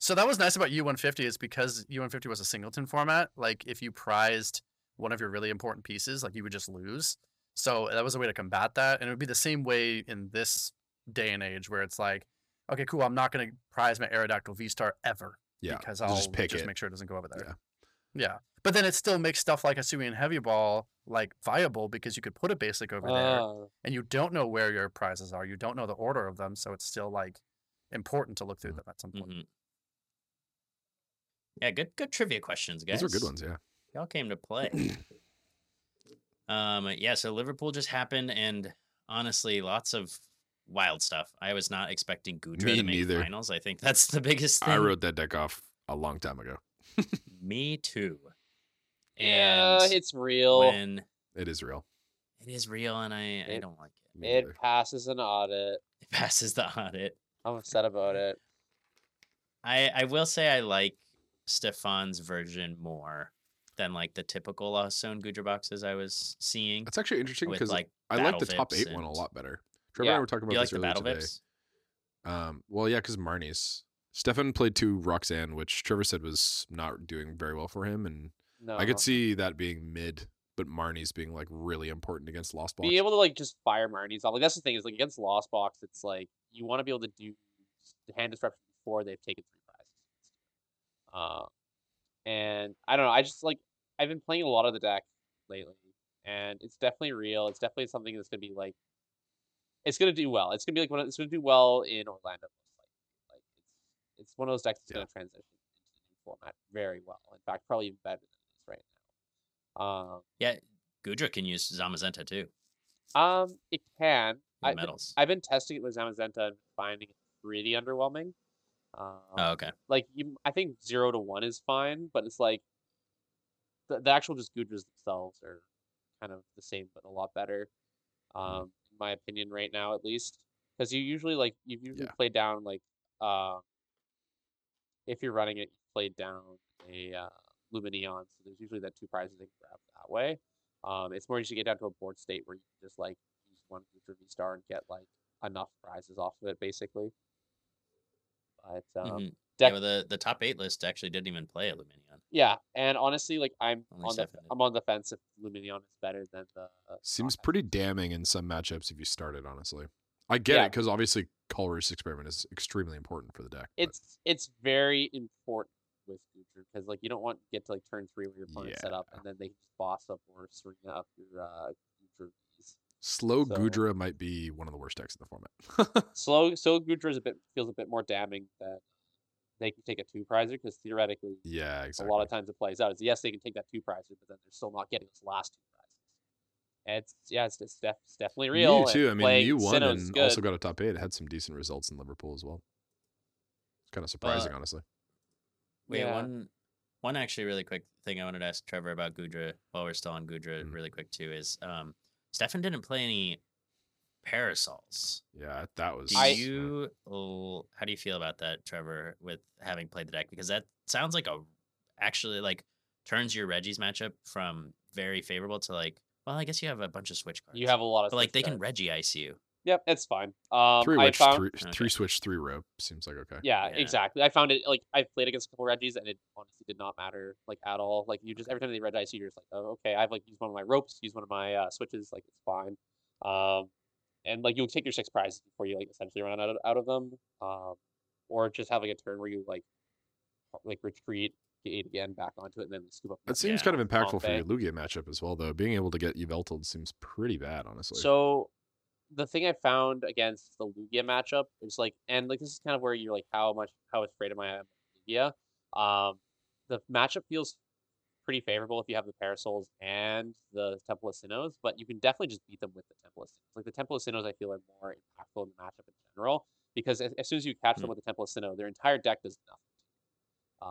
[SPEAKER 2] So that was nice about U150 is because U150 was a singleton format. Like if you prized one of your really important pieces, like you would just lose. So that was a way to combat that, and it would be the same way in this day and age where it's like, okay, cool, I'm not going to prize my Aerodactyl V Star ever
[SPEAKER 3] Yeah,
[SPEAKER 2] because
[SPEAKER 3] you'll
[SPEAKER 2] I'll
[SPEAKER 3] just pick it.
[SPEAKER 2] make sure it doesn't go over there. Yeah. But then it still makes stuff like Hisuian Heavy Ball like viable because you could put a basic over there
[SPEAKER 4] Uh,
[SPEAKER 2] and you don't know where your prizes are. You don't know the order of them, so it's still like important to look
[SPEAKER 3] Mm-hmm.
[SPEAKER 2] through them at some point.
[SPEAKER 1] hmm Yeah, good good trivia questions, guys.
[SPEAKER 3] These are good ones, yeah.
[SPEAKER 1] Y'all came to play. um, yeah, so Liverpool just happened, and honestly, lots of wild stuff. I was not expecting Gutra
[SPEAKER 3] Me
[SPEAKER 1] to make
[SPEAKER 3] neither.
[SPEAKER 1] finals. I think that's the biggest thing.
[SPEAKER 3] I wrote that deck off a long time ago.
[SPEAKER 1] Me too.
[SPEAKER 4] Yeah,
[SPEAKER 1] And
[SPEAKER 4] it's real.
[SPEAKER 1] when
[SPEAKER 3] It is real.
[SPEAKER 1] it is real, and I I
[SPEAKER 4] It-
[SPEAKER 1] don't like it.
[SPEAKER 3] Me
[SPEAKER 4] it
[SPEAKER 3] neither.
[SPEAKER 4] passes an audit.
[SPEAKER 1] It passes the audit.
[SPEAKER 4] I'm upset about it.
[SPEAKER 1] I I will say I like Stefan's version more than like the typical Lost Zone Gudra boxes I was seeing.
[SPEAKER 3] That's actually interesting
[SPEAKER 1] with
[SPEAKER 3] because
[SPEAKER 1] like
[SPEAKER 3] I like the
[SPEAKER 1] Battle
[SPEAKER 3] top
[SPEAKER 1] Vips
[SPEAKER 3] eight one a
[SPEAKER 1] and-
[SPEAKER 3] lot better. Trevor and I
[SPEAKER 4] Yeah.
[SPEAKER 3] were talking about
[SPEAKER 1] you like
[SPEAKER 3] this
[SPEAKER 1] the
[SPEAKER 3] earlier
[SPEAKER 1] battle
[SPEAKER 3] today.
[SPEAKER 1] vips?
[SPEAKER 3] Um, well, yeah, because Marnie's. Stefan played two Roxanne, which Trevor said was not doing very well for him, and
[SPEAKER 4] No,
[SPEAKER 3] I could see that being mid, but Marnie's being like really important against Lost Box.
[SPEAKER 4] be able to like just fire Marnie's off. Like that's the thing is like against Lost Box, it's like you want to be able to do the hand disruption before they've taken three prizes. Uh, and I don't know. I just like I've been playing a lot of the deck lately, and it's definitely real. It's definitely something that's gonna be like it's gonna do well. It's gonna be like one. of- It's gonna do well in Orlando. Most likely. Like it's it's one of those decks that's
[SPEAKER 3] Yeah.
[SPEAKER 4] gonna transition into the new format very well. In fact, probably even better than it is right now. Um,
[SPEAKER 1] Yeah, Gudra can use Zamazenta too.
[SPEAKER 4] um, it can.
[SPEAKER 1] The
[SPEAKER 4] I, the
[SPEAKER 1] metals.
[SPEAKER 4] I've been testing it with Zamazenta and finding it pretty underwhelming. Um,
[SPEAKER 1] oh, okay.
[SPEAKER 4] Like you, I think zero to one is fine, but it's like the, the actual just Gudras themselves are kind of the same, but a lot better, um, in my opinion, right now at least. Because you usually like you usually
[SPEAKER 3] Yeah.
[SPEAKER 4] play down like uh, if you're running it, you play down a uh, Lumineon, so there's usually that two prizes they can grab that way. Um, it's more you should get down to a board state where you can just like use one Gudra V Star and get like enough prizes off of it, basically. But um,
[SPEAKER 1] Mhm. yeah,
[SPEAKER 4] deck-
[SPEAKER 1] well, the the top eight list actually didn't even play Illuminion.
[SPEAKER 4] yeah, and honestly, like I'm
[SPEAKER 1] Only
[SPEAKER 4] on the
[SPEAKER 1] Stefan did.
[SPEAKER 4] I'm on the fence if Luminion is better than the. Uh,
[SPEAKER 3] Seems
[SPEAKER 4] Hawkeye.
[SPEAKER 3] pretty damning in some matchups if you start it. Honestly, I get it 'cause
[SPEAKER 4] Yeah.
[SPEAKER 3] it because obviously Culver's experiment is extremely important for the deck. but-
[SPEAKER 4] It's it's very important with Future because like you don't want to get to like turn three where your opponent set up and then they just boss up or Serena up your uh Future. piece.
[SPEAKER 3] Slow
[SPEAKER 4] So-
[SPEAKER 3] Gudra might be one of the worst decks in the format.
[SPEAKER 4] Slow so Gudra is a bit feels a bit more damning that they can take a two prizer because theoretically
[SPEAKER 3] yeah, exactly.
[SPEAKER 4] a lot of times it plays out is yes they can take that two prizer but then they're still not getting those last two prizes. And it's yeah it's, it's, def- it's definitely real.
[SPEAKER 3] You too. I
[SPEAKER 4] and
[SPEAKER 3] mean,
[SPEAKER 4] playing
[SPEAKER 3] you won
[SPEAKER 4] Sinnoh's
[SPEAKER 3] and
[SPEAKER 4] good.
[SPEAKER 3] also got a top eight. It had some decent results in Liverpool as well. It's kind of surprising, honestly.
[SPEAKER 1] Wait,
[SPEAKER 4] Yeah.
[SPEAKER 1] one one actually really quick thing I wanted to ask Trevor about Gudra while we're still on Gudra,
[SPEAKER 3] Mm.
[SPEAKER 1] really quick too, is um Stefan didn't play any parasols.
[SPEAKER 3] Yeah, that was.
[SPEAKER 1] Do
[SPEAKER 4] I-
[SPEAKER 1] you l- how do you feel about that, Trevor, with having played the deck? Because that sounds like a actually like turns your Reggie's matchup from very favorable to like well, I guess you have a bunch of switch cards.
[SPEAKER 4] You have a lot of
[SPEAKER 1] but like
[SPEAKER 4] switch
[SPEAKER 1] they
[SPEAKER 4] cards.
[SPEAKER 1] can Reggie ice you.
[SPEAKER 4] Yep, it's fine. Um,
[SPEAKER 3] three
[SPEAKER 4] I
[SPEAKER 3] witch,
[SPEAKER 4] found,
[SPEAKER 3] three,
[SPEAKER 1] Okay.
[SPEAKER 3] three switch, three rope seems like okay.
[SPEAKER 4] yeah,
[SPEAKER 1] Yeah.
[SPEAKER 4] exactly. I found it like I played against a couple Reggies and it honestly did not matter like at all. Like you just every time they red dice, you, you're just like, oh, okay, I've like used one of my ropes, used one of my uh, switches, like it's fine. Um, and like you'll take your six prizes before you like essentially run out of, out of them. Um, or just have like a turn where you like like retreat, get eight again, back onto it, and then scoop up.
[SPEAKER 3] That seems
[SPEAKER 1] Yeah,
[SPEAKER 3] kind of impactful for
[SPEAKER 4] Pompeii.
[SPEAKER 3] your Lugia matchup as well, though. Being able to get Yveltaled seems pretty bad, honestly.
[SPEAKER 4] So the thing I found against the Lugia matchup is like, and like this is kind of where you're like, how much, how afraid am I of Lugia? Um, the matchup feels pretty favorable if you have the Parasols and the Temple of Sinnohs, but you can definitely just beat them with the Temple of Sinnohs. Like the Temple of Sinnohs, I feel are more impactful in the matchup in general because as, as soon as you
[SPEAKER 3] Hmm.
[SPEAKER 4] catch them with the Temple of Sinnoh, their entire deck does nothing.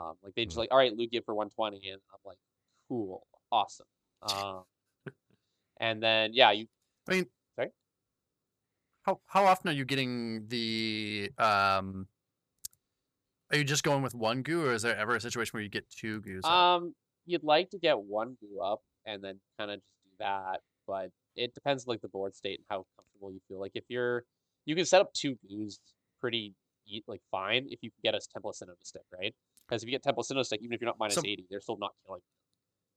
[SPEAKER 4] Um, like they just
[SPEAKER 3] Hmm.
[SPEAKER 4] like, all right, Lugia for 120, and I'm like, cool, awesome. Um, and then yeah, you
[SPEAKER 2] I mean,
[SPEAKER 4] Sorry?
[SPEAKER 2] How how often are you getting the um? Are you just going with one goo, or is there ever a situation where you get two goos? out?
[SPEAKER 4] Um, you'd like to get one blue up and then kind of just do that, but it depends like the board state and how comfortable you feel. Like if you're, you can set up two blues pretty e- like fine if you can get a Temple of Sinnoh to stick, right? Because if you get Temple of Sinnoh to stick, even if you're not minus
[SPEAKER 2] Some-
[SPEAKER 4] eighty, they're still not killing.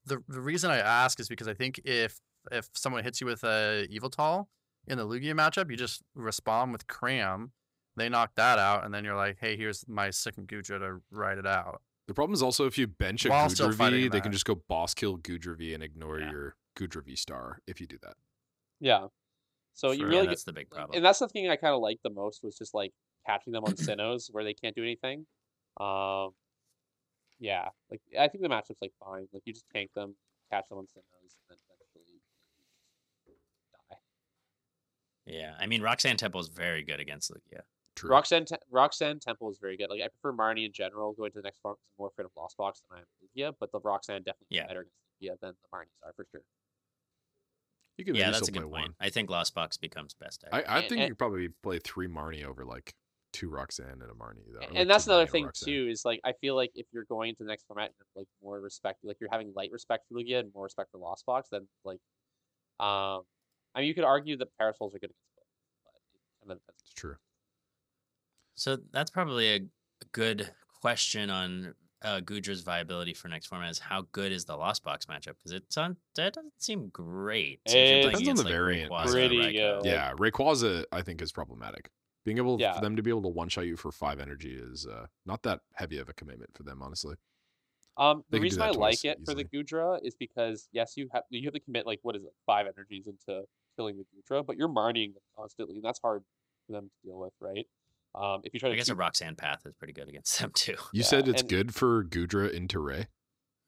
[SPEAKER 2] the the reason I ask is because I think if if someone hits you with a evil tall in the Lugia matchup, you just respond with cram. They knock that out, and then you're like, "Hey, here's my second Gudra to ride it out."
[SPEAKER 3] the problem is also if you bench a
[SPEAKER 2] While still
[SPEAKER 3] Gudra
[SPEAKER 2] fighting
[SPEAKER 3] they can
[SPEAKER 2] that.
[SPEAKER 3] just go boss kill Gudra and ignore
[SPEAKER 1] Yeah.
[SPEAKER 3] your Gudra star if you do that.
[SPEAKER 4] Yeah. So you
[SPEAKER 1] Yeah,
[SPEAKER 4] really,
[SPEAKER 1] that's the big
[SPEAKER 4] like,
[SPEAKER 1] problem.
[SPEAKER 4] And that's the thing I kind of liked the most was just like catching them on Sinnohs where they can't do anything. Um, yeah, like I think the matchup's like fine. Like you just tank them, catch them on Sinnohs, and then eventually die.
[SPEAKER 1] Yeah, I mean Roxanne Temple is very good against Lugia.
[SPEAKER 3] True.
[SPEAKER 4] Roxanne, Te- Roxanne Temple is very good. Like I prefer Marnie in general going to the next farm. 'cause I'm more afraid of Lost Box than I am Lugia, but the Roxanne definitely is
[SPEAKER 1] Yeah.
[SPEAKER 4] better against Lugia than the Marnies are for sure.
[SPEAKER 3] you can
[SPEAKER 1] yeah,
[SPEAKER 3] maybe
[SPEAKER 1] that's a
[SPEAKER 3] still
[SPEAKER 1] good
[SPEAKER 3] play
[SPEAKER 1] point.
[SPEAKER 3] one.
[SPEAKER 1] I think Lost Box becomes best.
[SPEAKER 3] I,
[SPEAKER 1] Egg.
[SPEAKER 3] I
[SPEAKER 4] And-
[SPEAKER 3] think you
[SPEAKER 4] and-
[SPEAKER 3] could probably play three Marnie over like two Roxanne and a Marnie though. or,
[SPEAKER 4] and
[SPEAKER 3] like,
[SPEAKER 4] that's
[SPEAKER 3] two Marnie
[SPEAKER 4] another
[SPEAKER 3] and a
[SPEAKER 4] thing
[SPEAKER 3] Roxanne.
[SPEAKER 4] too is like I feel like if you're going to the next format and like more respect, like you're having light respect for Lugia and more respect for Lost Box, then like, um, I mean you could argue that Parasols are good against both, but it kind of depends.
[SPEAKER 3] It's true.
[SPEAKER 1] so that's probably a good question on uh, Gudra's viability for next format is how good is the Lost Box matchup because it's on that doesn't seem great. If you're
[SPEAKER 4] It
[SPEAKER 1] playing
[SPEAKER 4] depends on
[SPEAKER 1] against,
[SPEAKER 3] the variant,
[SPEAKER 1] Rayquaza or
[SPEAKER 4] pretty
[SPEAKER 1] Raikou.
[SPEAKER 4] good. Like-
[SPEAKER 3] yeah, Rayquaza I think is problematic. Being able
[SPEAKER 4] Yeah.
[SPEAKER 3] for them to be able to one shot you for five energy is uh, not that heavy of a commitment for them, honestly.
[SPEAKER 4] Um,
[SPEAKER 3] They
[SPEAKER 4] the
[SPEAKER 3] can do
[SPEAKER 4] reason
[SPEAKER 3] that
[SPEAKER 4] I
[SPEAKER 3] twice
[SPEAKER 4] like it for the Gudra is because yes, you have you have to commit like what is it five energies into killing the Gudra, but you're martying them constantly, and that's hard for them to deal with, right? Um, if you try to
[SPEAKER 1] I guess a
[SPEAKER 4] keep-
[SPEAKER 1] Roxanne Path is pretty good against them too.
[SPEAKER 3] You
[SPEAKER 4] Yeah,
[SPEAKER 3] said it's
[SPEAKER 4] and-
[SPEAKER 3] good for Gudra into Ray,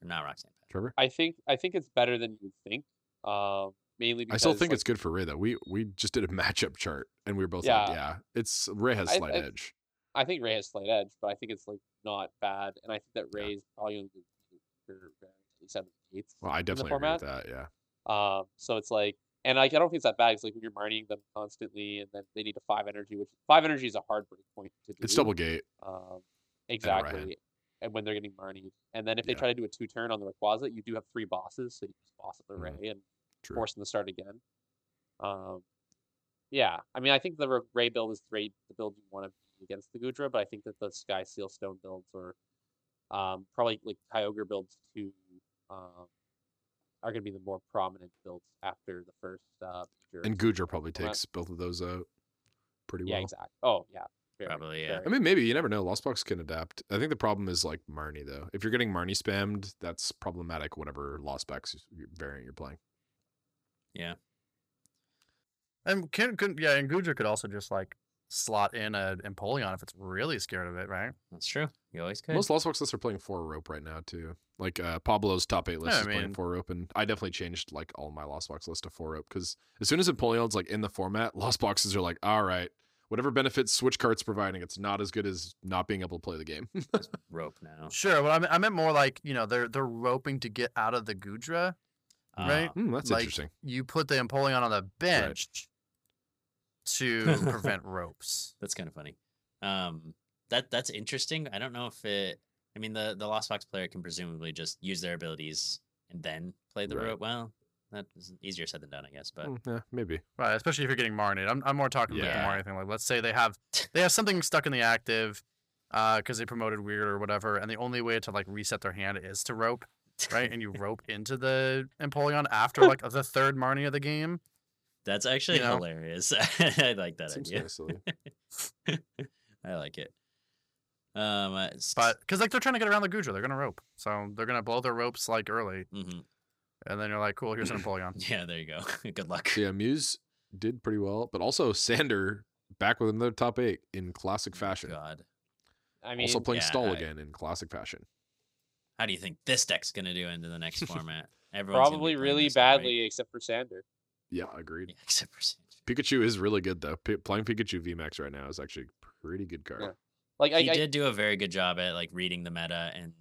[SPEAKER 1] Or not Roxanne Path.
[SPEAKER 3] Trevor.
[SPEAKER 4] I think I think it's better than you would think. Um, mainly because
[SPEAKER 3] I still think
[SPEAKER 4] like,
[SPEAKER 3] it's good for Ray though. We we just did a matchup chart and we were both like,
[SPEAKER 4] Yeah.
[SPEAKER 3] yeah, it's Ray has
[SPEAKER 4] I-
[SPEAKER 3] slight
[SPEAKER 4] I-
[SPEAKER 3] edge.
[SPEAKER 4] I think Ray has slight edge, but I think it's like not bad, and I think that Ray's probably going to be for at least out of the gates.
[SPEAKER 3] Well, I definitely agree with that. Yeah,
[SPEAKER 4] Um, so it's like, and like I don't think it's that bad. It's like when you're mining them constantly, and then they need a five energy, which five energy is a hard break point to do.
[SPEAKER 3] it's double gate.
[SPEAKER 4] Um,
[SPEAKER 3] Ryan.
[SPEAKER 4] exactly. And when they're getting Marnie, and then if they
[SPEAKER 3] Yeah.
[SPEAKER 4] try to do a two turn on the Rayquaza, you do have three bosses, so you just boss up the
[SPEAKER 3] Mhm.
[SPEAKER 4] Ray and
[SPEAKER 3] True.
[SPEAKER 4] force them to start again. Um, yeah, I mean, I think the Ra- Ray build is the, Ray- the build you want to be against the Gudra, but I think that the Sky Seal Stone builds or um, probably like Kyogre builds too um, are going to be the more prominent builds after the first. Uh, major
[SPEAKER 3] And Gudra probably
[SPEAKER 4] Well,
[SPEAKER 3] takes both of those out pretty
[SPEAKER 4] yeah,
[SPEAKER 3] well.
[SPEAKER 4] exactly. Oh, yeah, very,
[SPEAKER 1] Probably, yeah.
[SPEAKER 3] I
[SPEAKER 4] very.
[SPEAKER 3] mean, maybe you never know. Lost Box can adapt. I think the problem is like Marnie though. If you're getting Marnie spammed, that's problematic. Whatever Lost Box variant you're playing.
[SPEAKER 2] And can, could yeah, and Gudra could also just like slot in a Empoleon if it's really scared of it, right?
[SPEAKER 1] That's true. You always
[SPEAKER 2] Eh.
[SPEAKER 1] could.
[SPEAKER 3] Most Lost Box lists are playing four rope right now too. Like uh, Pablo's top eight list
[SPEAKER 2] Yeah, I
[SPEAKER 3] is playing
[SPEAKER 2] mean-
[SPEAKER 3] four rope, and I definitely changed like all my Lost Box list to four rope because as soon as Empoleon's like in the format, Lost Boxes are like, all right, whatever benefits Switch Cart's providing, it's not as good as not being able to play the game.
[SPEAKER 1] rope now.
[SPEAKER 2] Sure. Well, I, mean, I meant more like you know they're they're roping to get out of the Gudra. Right.
[SPEAKER 1] Uh,
[SPEAKER 3] Hmm, that's
[SPEAKER 2] Like,
[SPEAKER 3] interesting.
[SPEAKER 2] You put the Empoleon on the bench to prevent ropes.
[SPEAKER 1] that's kind of funny. Um, that that's interesting. I don't know if it. I mean, the the Lost Box player can presumably just use their abilities and then play the
[SPEAKER 3] Right.
[SPEAKER 1] rope. Well, that is easier said than done, I guess. But
[SPEAKER 3] Hmm, yeah, maybe.
[SPEAKER 2] Right, especially if you're getting marinated. I'm, I'm more talking
[SPEAKER 1] Yeah.
[SPEAKER 2] about the Marnie thing. Like, let's say they have they have something stuck in the active, uh, because they promoted weird or whatever, and the only way to like reset their hand is to rope, right? And you rope into the Empoleon after like the third Marnie of the game.
[SPEAKER 1] that's actually
[SPEAKER 2] You know?
[SPEAKER 1] hilarious. I like that
[SPEAKER 3] Seems
[SPEAKER 1] idea.
[SPEAKER 3] kinda silly.
[SPEAKER 1] I like it. Um, uh, s-
[SPEAKER 2] But because like they're trying to get around the Gudra, they're gonna rope, so they're gonna blow their ropes like early,
[SPEAKER 1] mhm.
[SPEAKER 2] and then you're like, cool, here's an Empoleon.
[SPEAKER 1] yeah, there you go. Good luck.
[SPEAKER 3] So yeah, Muse did pretty well, but also Sander back with another top eight in classic fashion.
[SPEAKER 1] Mm, God,
[SPEAKER 4] I mean,
[SPEAKER 3] also playing
[SPEAKER 1] yeah,
[SPEAKER 3] stall
[SPEAKER 1] I-
[SPEAKER 3] again in classic fashion.
[SPEAKER 1] how do you think this deck's gonna do into the next format? Everyone's gonna be
[SPEAKER 4] probably
[SPEAKER 1] playing
[SPEAKER 4] really
[SPEAKER 1] this deck, right?
[SPEAKER 4] badly, except for Sander.
[SPEAKER 3] Yeah, agreed.
[SPEAKER 1] Yeah, except for Sandra.
[SPEAKER 3] Pikachu is really good though. P- playing Pikachu VMAX right now is actually a pretty good card.
[SPEAKER 4] Yeah. Like I,
[SPEAKER 1] he
[SPEAKER 4] I,
[SPEAKER 1] did do a very good job at like reading the meta and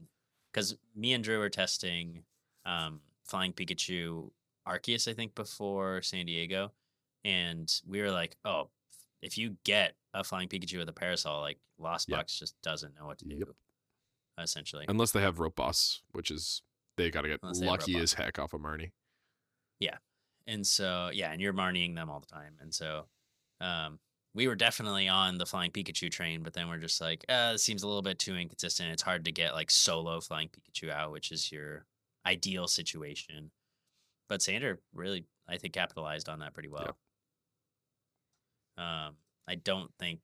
[SPEAKER 1] because me and Drew were testing um, Flying Pikachu Arceus, I think, before San Diego, and we were like, oh, if you get a Flying Pikachu with a parasol, like Lost
[SPEAKER 3] Yep.
[SPEAKER 1] Box just doesn't know what to do,
[SPEAKER 3] Yep.
[SPEAKER 1] essentially.
[SPEAKER 3] Unless they have Rope Boss, which is they gotta get
[SPEAKER 1] Unless they have
[SPEAKER 3] lucky
[SPEAKER 1] Rope Boss.
[SPEAKER 3] as heck off of Marnie.
[SPEAKER 1] and so yeah, and you're marnieing them all the time, and so um, we were definitely on the flying Pikachu train, but then we're just like, uh, this seems a little bit too inconsistent. It's hard to get like solo flying Pikachu out, which is your ideal situation. But Sander really, I think, capitalized on that pretty well. Um, I don't think